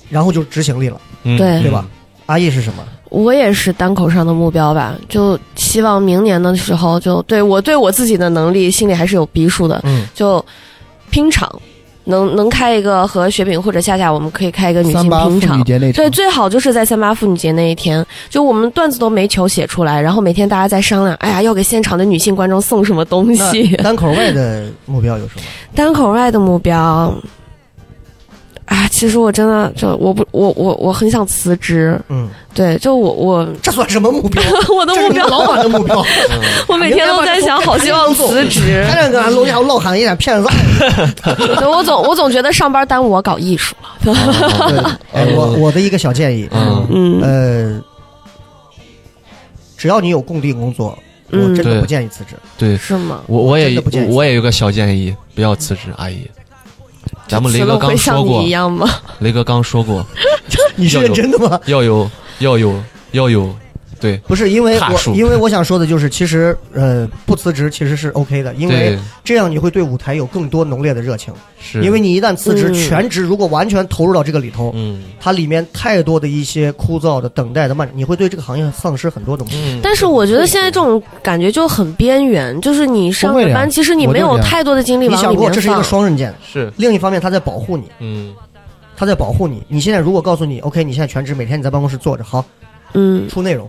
B: 然后就执行力了，
C: 嗯
F: 对
B: 对吧？？阿义是什么？
F: 我也是单口上的目标吧，就希望明年的时候就，对我对我自己的能力心里还是有逼数的，
B: 嗯，
F: 就拼场，能能开一个和雪饼或者夏夏，我们可以开一个女性
D: 三八
F: 拼
D: 妇女
F: 场。
D: 节那场
F: 对，，最好就是在三八妇女节那一天，就我们段子都没求写出来，然后每天大家在商量，哎呀，要给现场的女性观众送什么东西
B: 那。
F: [LAUGHS]
B: 单口外的目标有什么？
F: 单口外的目标，啊，其实我真的就我不我我我很想辞职，
B: 嗯，
F: 对，就
D: [LAUGHS]
F: 我我
B: 这算什么目
F: [LAUGHS]
B: 标？
F: 我的
B: 这是
F: 目
B: 你
F: 标，
B: 老板的目标。
F: 我每天都在想，好希望辞职。
B: 他这个楼下老喊一点骗子。
F: [LAUGHS] 对我总我总觉得上班耽误我搞艺术了。
D: 对
B: 哎，我我的一个小建议，
C: 嗯
F: 嗯，
B: 呃，只要你有固定工作，我
F: 嗯
B: 真的
C: 对
B: 不建议辞职。 [LAUGHS]
C: 对，
F: 是吗？
C: 我我
B: 真
C: 也
B: 的不建议
C: 我也有个小建议，不要辞职，阿姨。咱们雷
F: 辞
C: 哥
F: 了会
C: 刚说
F: 像
C: 过
F: 你一，样吗？
C: 雷哥刚说过，
B: 你是认真的吗？
C: 要有要有要有，对
B: 不是，因为
C: 踏
B: 我
C: 数
B: 因为我想说的就是，其实呃，不辞职其实是 OK 的，因为
C: 对
B: 这样你会对舞台有更多浓烈的热情。
C: 是，
B: 因为你一旦辞职，
F: 嗯
B: 全职如果完全投入到这个里头，
C: 嗯
B: 它里面太多的一些枯燥的、等待的慢，你会对这个行业丧失很多东西。
C: 嗯，
F: 但是我觉得现在这种感觉就很边缘，就是你上
D: 不会
F: 个
D: 的呀
F: 班，其实你
D: 我就
F: 没
D: 这
F: 有
D: 样
F: 太多的精力
B: 你
F: 往
B: 想
F: 里
B: 过，
F: 面
B: 这是一个
F: 放。
B: 双刃剑。
C: 是
B: 另一方面，它在保护你，
C: 嗯
B: 它在保护你。你现在如果告诉你，OK，你现在全职，每天你在办公室坐着，好
F: 嗯，
B: 出内容，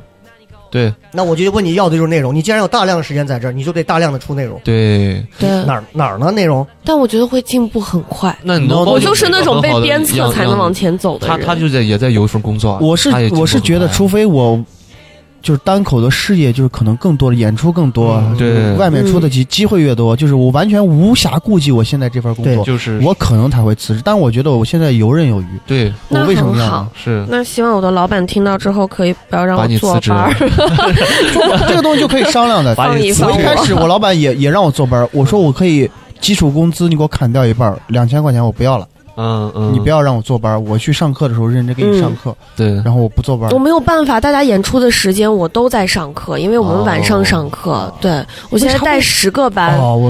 C: 对
B: 那我就问你要的就是内容。你既然有大量的时间在这儿，你就得大量的出内容。
C: 对，
F: 对
B: 哪。儿哪儿呢？内容
F: 但我觉得会进步很快。
C: 那你能
D: 我
C: 包
F: 我
C: 进
F: 就是
C: 一个
F: 那种
C: 很
F: 被
C: 好的
F: 鞭
C: 样
F: 策才能
C: 样
F: 往
C: 子
F: 前走的
C: 他
F: 人。
C: 他就在也在有一份工作啊，
D: 我是
C: 他也进
D: 我
C: 步
D: 是
C: 很
D: 觉得，
C: 快啊
D: 除非我就是单口的事业，就是可能更多的演出更多，
B: 嗯
C: 对
D: 外面出的机机会越多，就是我完全无暇顾及我现在这份工
B: 对
D: 作，
C: 就是
D: 我可能才会辞职，但我觉得我现在游刃有余。
C: 对
D: 我
F: 那
D: 为什么
F: 很
D: 要
F: 好
D: 呢？
C: 是
F: 那希望我的老板听到之后，可以不要让
C: 把
F: 我
C: 你
F: 坐
C: 辞职
F: 班儿，
D: [LAUGHS] 这个东西就可以商量的。
C: 把
F: 放
C: 你
F: 一
C: 辞
F: 放
D: 我一
C: 职
D: 开始我老板也也让我坐班儿，我说我可以基础工资你给我砍掉一半儿，两千块钱我不要了，
C: 嗯嗯，
D: [LAUGHS] 你不要让我坐班儿，我去上课的时候认真给你上
F: 嗯
D: 课，
C: 对，
D: 然后我不坐班儿
E: 我。没有办法，大家演出的时间我都在上课，因为我们晚上上课。对我现在带十个班，
D: 哦，我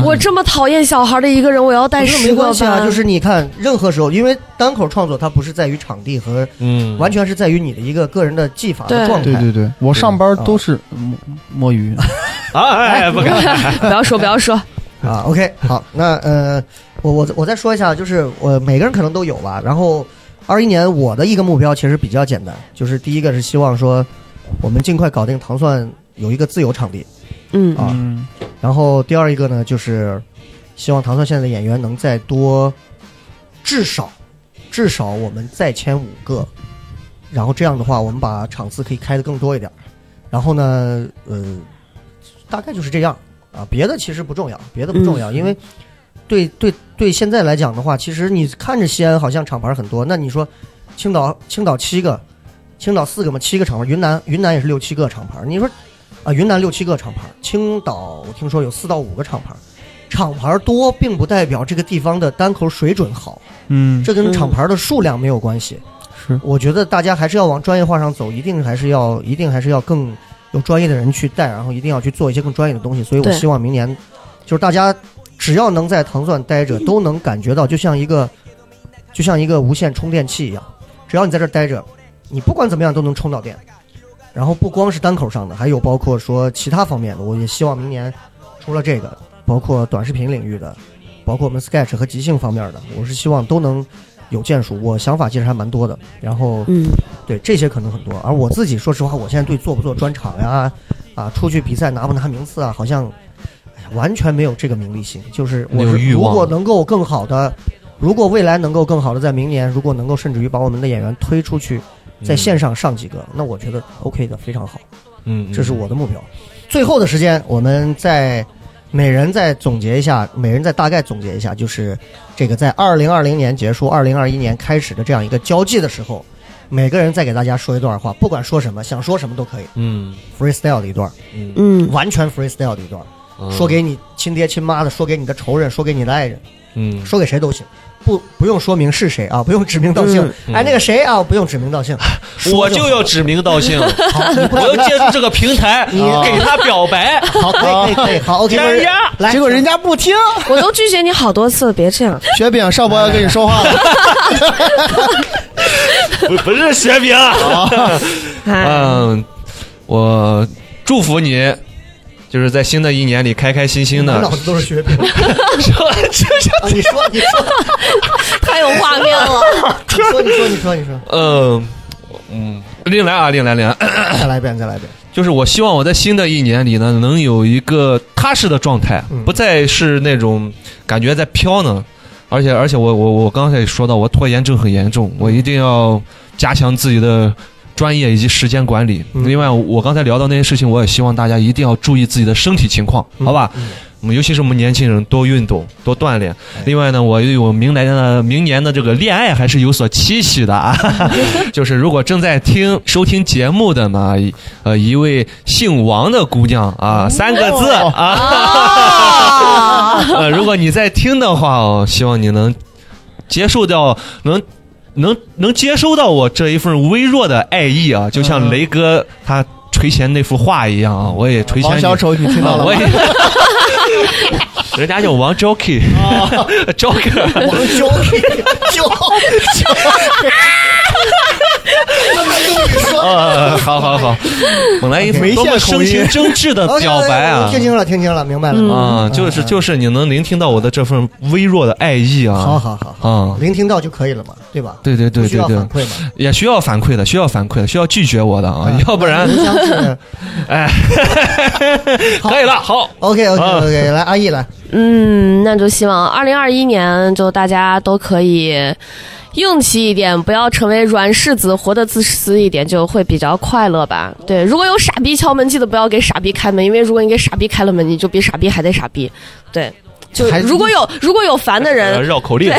D: 我
E: 我这么讨厌小孩的一个人，我要带
B: 不是
E: 十
B: 没
E: 个
B: 关系
E: 班，[LAUGHS]
B: 啊，就是你看，任何时候，因为单口创作它不是在于场地和，
C: 嗯，
B: 完全是在于你的一个个人的技法的
E: 对
B: 状态。
D: 对对对，我上班都是摸摸鱼。
C: 啊，哎，哎不敢，
E: 不要说不要说，
B: 啊，OK，好，那呃，我我我再说一下，就是我每个人可能都有吧。然后二一年我的一个目标其实比较简单，就是第一个是希望说我们尽快搞定糖蒜有一个自由场地，
E: 嗯
B: 啊
D: 嗯，
B: 然后第二一个呢就是希望糖蒜现在的演员能再多，至少至少我们再签五个，然后这样的话我们把场次可以开得更多一点。然后呢，呃，大概就是这样啊，别的其实不重要，别的不重要，因为对对对，现在来讲的话，其实你看着西安好像厂牌很多，那你说青岛青岛七个，青岛四个嘛，七个厂牌，云南云南也是六七个厂牌，你说啊，云南六七个厂牌，青岛我听说有四到五个厂牌。厂牌多并不代表这个地方的单口水准好，
D: 嗯，
B: 这跟厂牌的数量没有关系。
D: 是
B: 我觉得大家还是要往专业化上走，一定还是要，一定还是要更有专业的人去带，然后一定要去做一些更专业的东西。所以我
E: 对
B: 希望明年，就是大家只要能在糖蒜待着，都能感觉到，就像一个，就像一个无线充电器一样，只要你在这儿待着，你不管怎么样都能充到电。然后不光是单口上的，还有包括说其他方面的，我也希望明年除了这个，包括短视频领域的，包括我们 Sketch 和即兴方面的，我是希望都能有建树。我想法其实还蛮多的，然后
E: 嗯，
B: 对这些可能很多。而我自己，说实话，我现在对做不做专场呀，啊，出去比赛拿不拿名次啊，好像哎呀完全没有这个名利心。就是我
C: 没有
B: 是
C: 欲
B: 如
C: 望
B: 果能够更好的，如果未来能够更好的，在明年如果能够甚至于把我们的演员推出去，在
C: 嗯
B: 线上上几个，那我觉得 OK 的，非常好。
C: 嗯，嗯，
B: 这是我的目标。最后的时间，我们再每人再总结一下，每人再大概总结一下，就是这个在二零二零年结束、二零二一年开始的这样一个交际的时候，每个人再给大家说一段话，不管说什么，想说什么都可以
C: 嗯
B: ，freestyle 的一段，
C: 嗯
E: 嗯，
B: 完全 freestyle 的一段，
C: 嗯，
B: 说给你亲爹亲妈的，说给你的仇人，说给你的爱人，
C: 嗯
B: 说给谁都行。不，不用说明是谁啊，不用指名道姓。
C: 嗯
B: 哎，那个谁啊，不用指名道姓。
C: [LAUGHS] 我就要指名道
D: [LAUGHS]
C: 姓，我要借助这个平台给他表白。
B: 好，可以，可以，可 [LAUGHS] 以，好，OK，
C: 哎呀
B: 来，
D: 结果人家不听。
E: 我都拒绝你好多次了，别这样。
D: 雪饼少啊博要跟你说话
C: 哎
D: 了，
C: 不不是雪饼，
D: 啊
E: 哎，
C: 嗯，我祝福你，就是在新的一年里开开心心
B: 满
C: 的 [LAUGHS]
B: 脑。子都是雪饼。啊， [LAUGHS] 你说，你说，
E: 太有画面了。
B: 你说，你说，你说，你 [LAUGHS] 说，
C: 嗯嗯，另来啊，另来另来， [COUGHS]
B: 再来一遍，再来一遍。
C: 就是我希望我在新的一年里呢，能有一个踏实的状态，不再是那种感觉在飘呢。而且而且我我我刚才也说到，我拖延症很严重，我一定要加强自己的专业以及时间管理。
B: 嗯
C: 另外，我刚才聊到那些事情，我也希望大家一定要注意自己的身体情况，好吧？我们尤其是我们年轻人，多运动，多锻炼。
D: 哎
C: 另外呢，我对我明年的明年的这个恋爱还是有所期许的
D: [LAUGHS]
C: 啊。就是如果正在听收听节目的呢，呃，一位姓王的姑娘
D: 哦
C: 啊，三个字啊。 [LAUGHS] 呃，如果你在听的话，哦，希望你能接受掉，能能能接收到我这一份微弱的爱意啊，就
D: 嗯
C: 像雷哥他垂涎那幅画一样啊，我也垂涎
D: 王
C: 你。
D: 小丑，你听到
C: 啊，
D: 了
C: 我
D: 吗？
C: 也。 [LAUGHS] 人家叫王哦 [LAUGHS] Joker，Joker，
B: 王 [LAUGHS] 九九九，跟你说，
C: 呃，好好好，本来一副
D: 没
C: 多么
D: 线
C: 声
D: 口
C: 情
D: 音
C: 真挚的
B: 哦
C: 表白啊，
B: 听清了，听清了，明白了。
C: 啊，就是就是你能聆听到我的这份微弱的爱意啊，
B: 好好好，
C: 啊，
B: 聆听到就可以了嘛，对吧？
C: 对对对
B: 不需
C: 对
B: 要
C: 对
B: 反，馈嘛，
C: 也需要反馈的，需要反馈的，需要拒绝我的啊，
B: 哎
C: 要不然
B: 邮箱
C: [LAUGHS]
B: 是 [LAUGHS]
C: 哎，可以了，好，
B: OK OK
C: 哦
B: OK，来阿姨来，
F: 嗯，那就希望二零二一年就大家都可以硬气一点，不要成为软柿子，活得自私一点，就会比较快乐吧。对，如果有傻逼敲门，记得不要给傻逼开门，因为如果你给傻逼开了门，你就比傻逼还得傻逼。对，就
B: 还
F: 如果有如果有烦的人，
C: 呃绕口令，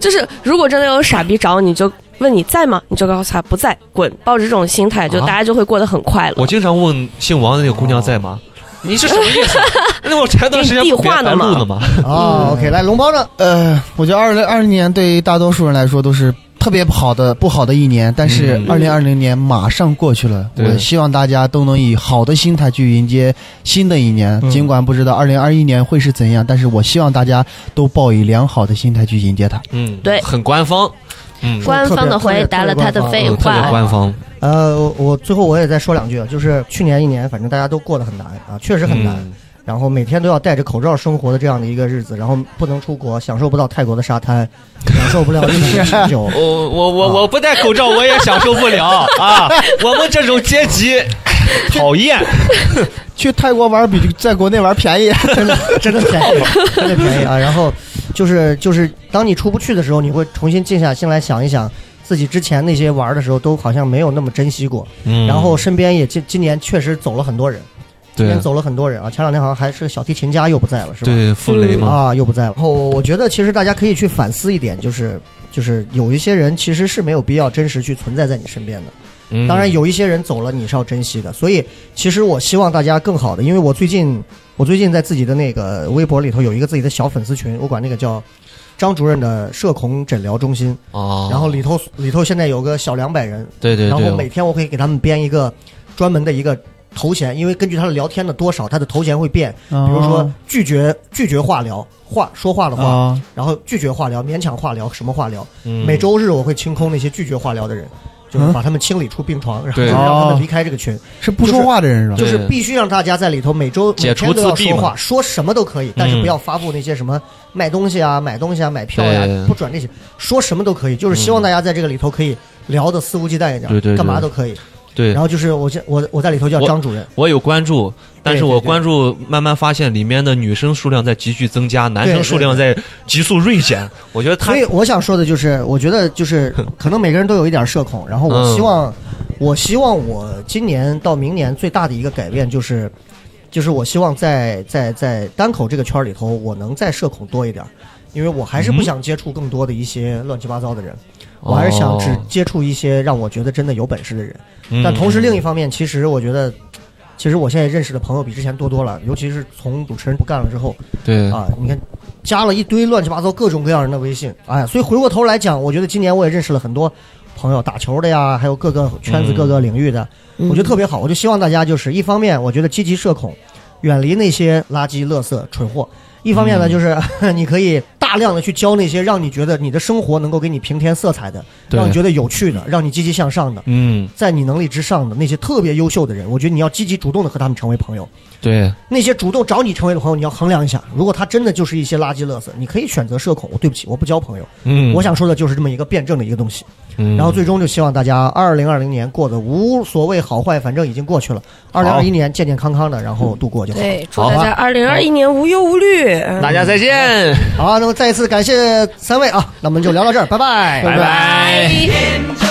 F: 就是如果真的有傻逼找你，就问你在吗？你就告诉他不在，滚！抱着这种心态，就
C: 啊
F: 大家就会过得很快乐。
C: 我经常问姓王的那个姑娘在吗？你是什么意
B: [LAUGHS]
C: 思？那我前段时间
E: 给你
C: 不
E: 递话呢
C: 白录
E: 嘛
C: 了吗？
B: 啊，OK，来龙包呢？
D: 呃，我觉得二零二零年对大多数人来说都是特别不好的不好的一年，但是
C: 嗯
D: 二零二零年马上过去了，
C: 对
D: 我希望大家都能以好的心态去迎接新的一年。
B: 嗯
D: 尽管不知道二零二一年会是怎样，但是我希望大家都抱以良好的心态去迎接它。
C: 嗯，
F: 对
C: 很官方，嗯，
F: 官方的回答了他的废
C: 嗯特别
F: 话。
C: 官方，
B: 呃，我我最后我也再说两句，啊就是去年一年，反正大家都过得很难啊，确 [LAUGHS] 实很难。
C: 嗯。
B: 然后每天都要戴着口罩生活的这样的一个日子，然后不能出国，享受不到泰国的沙滩，享受不了日本的啤酒
C: [LAUGHS] 我我我我不戴口罩我也享受不了
B: [LAUGHS]
C: 啊！我们这种阶级讨厌，
D: 去泰国玩比在国内玩便宜，
B: 真的真的
C: [LAUGHS]
B: 便宜，真的便宜啊！然后就是就是，当你出不去的时候，你会重新静下心来想一想，自己之前那些玩的时候都好像没有那么珍惜过。
C: 嗯
B: 然后身边也今今年确实走了很多人，今
C: 对
B: 年走了很多人啊。前两天好像还是个小提琴家又不在了，是吧？
C: 对傅雷嘛，
B: 啊，又不在了。然后我觉得其实大家可以去反思一点，就是就是有一些人其实是没有必要真实去存在在你身边的。
C: 嗯
B: 当然，有一些人走了，你是要珍惜的。所以，其实我希望大家更好的，因为我最近，我最近在自己的那个微博里头有一个自己的小粉丝群，我管那个叫张主任的社恐诊疗中心。
C: 哦，
B: 然后里头里头现在有个小两百人，
C: 对对
B: 然后每
C: 对，
B: 天我会给他们编一个专门的一个头衔，因为根据他的聊天的多少，他的头衔会变。
D: 比
B: 比如
C: 哦
B: 说拒绝拒绝化疗，话说话的话，
D: 啊，
B: 然后拒绝化疗、勉强化疗、什么化疗。
C: 嗯
B: 每周日我会清空那些拒绝化疗的人，就是
D: 嗯
B: 把他们清理出病床，然后
C: 对
B: 让他
D: 哦
B: 们离开这个群，
D: 是不说话的人是吧？
B: 就是
C: 对
B: 必须让大家在里头每周每
C: 解除
B: 天都要
C: 自闭
B: 说
C: 嘛
B: 话，说什么都可以，但是
C: 嗯
B: 不要发布那些什么卖东西啊、买东西啊、买票呀、
C: 对
B: 不转这些，说什么都可以，就是希望大家在这个里头可以聊的肆无忌惮一点，
C: 对对对
B: 干嘛都可以。
C: 对
B: 然，后就是我现我我在里头叫
C: 我
B: 张主任，
C: 我有关注，但是
B: 对对
C: 我
B: 对
C: 关注慢慢发现里面的女生数量在急剧增加，男
B: 对
C: 生数量在急速锐减。我觉得他
B: 所以我想说的就是，我觉得就是可能每个人都有一点社恐，然后我
C: 嗯
B: 希望，我希望我今年到明年最大的一个改变就是，就是我希望在在在单口这个圈儿里头，我能再社恐多一点儿，因为我还是不
C: 嗯
B: 想接触更多的一些乱七八糟的人，我还是想只
C: 哦
B: 接触一些让我觉得真的有本事的人。
C: 嗯
B: 但同时另一方面，其实我觉得。其实我现在认识的朋友比之前多多了，尤其是从主持人不干了之后，
C: 对
B: 啊，你看，加了一堆乱七八糟各种各样人的微信，哎，所以回过头来讲，我觉得今年我也认识了很多朋友，打球的呀，还有各个圈子、
C: 嗯
B: 各个领域的，我觉得特别好。我就希望大家就是一方面，我觉得积极社恐，远离那些垃圾、垃圾、蠢货；一方面呢，
C: 嗯
B: 就是 [LAUGHS] 你可以大量的去交那些让你觉得你的生活能够给你平添色彩的，
C: 对
B: 让你觉得有趣的，让你积极向上的。
C: 嗯
B: 在你能力之上的那些特别优秀的人，我觉得你要积极主动的和他们成为朋友。
C: 对
B: 那些主动找你成为的朋友，你要衡量一下，如果他真的就是一些垃圾垃圾，你可以选择社恐。我对不起，我不交朋友。
C: 嗯，
B: 我想说的就是这么一个辩证的一个东西。
C: 嗯，
B: 然后最终就希望大家二零二零年过得无所谓好坏，反正已经过去了。二零二一年健健康康的，然后度过就好。
E: 对，祝
C: 好
E: 大
C: 吧
E: 家二零二一年无忧无虑。
C: 大家再见，
B: 好，那么再一次感谢三位啊，那我们就聊到这儿，拜拜，
C: 拜拜。
G: Into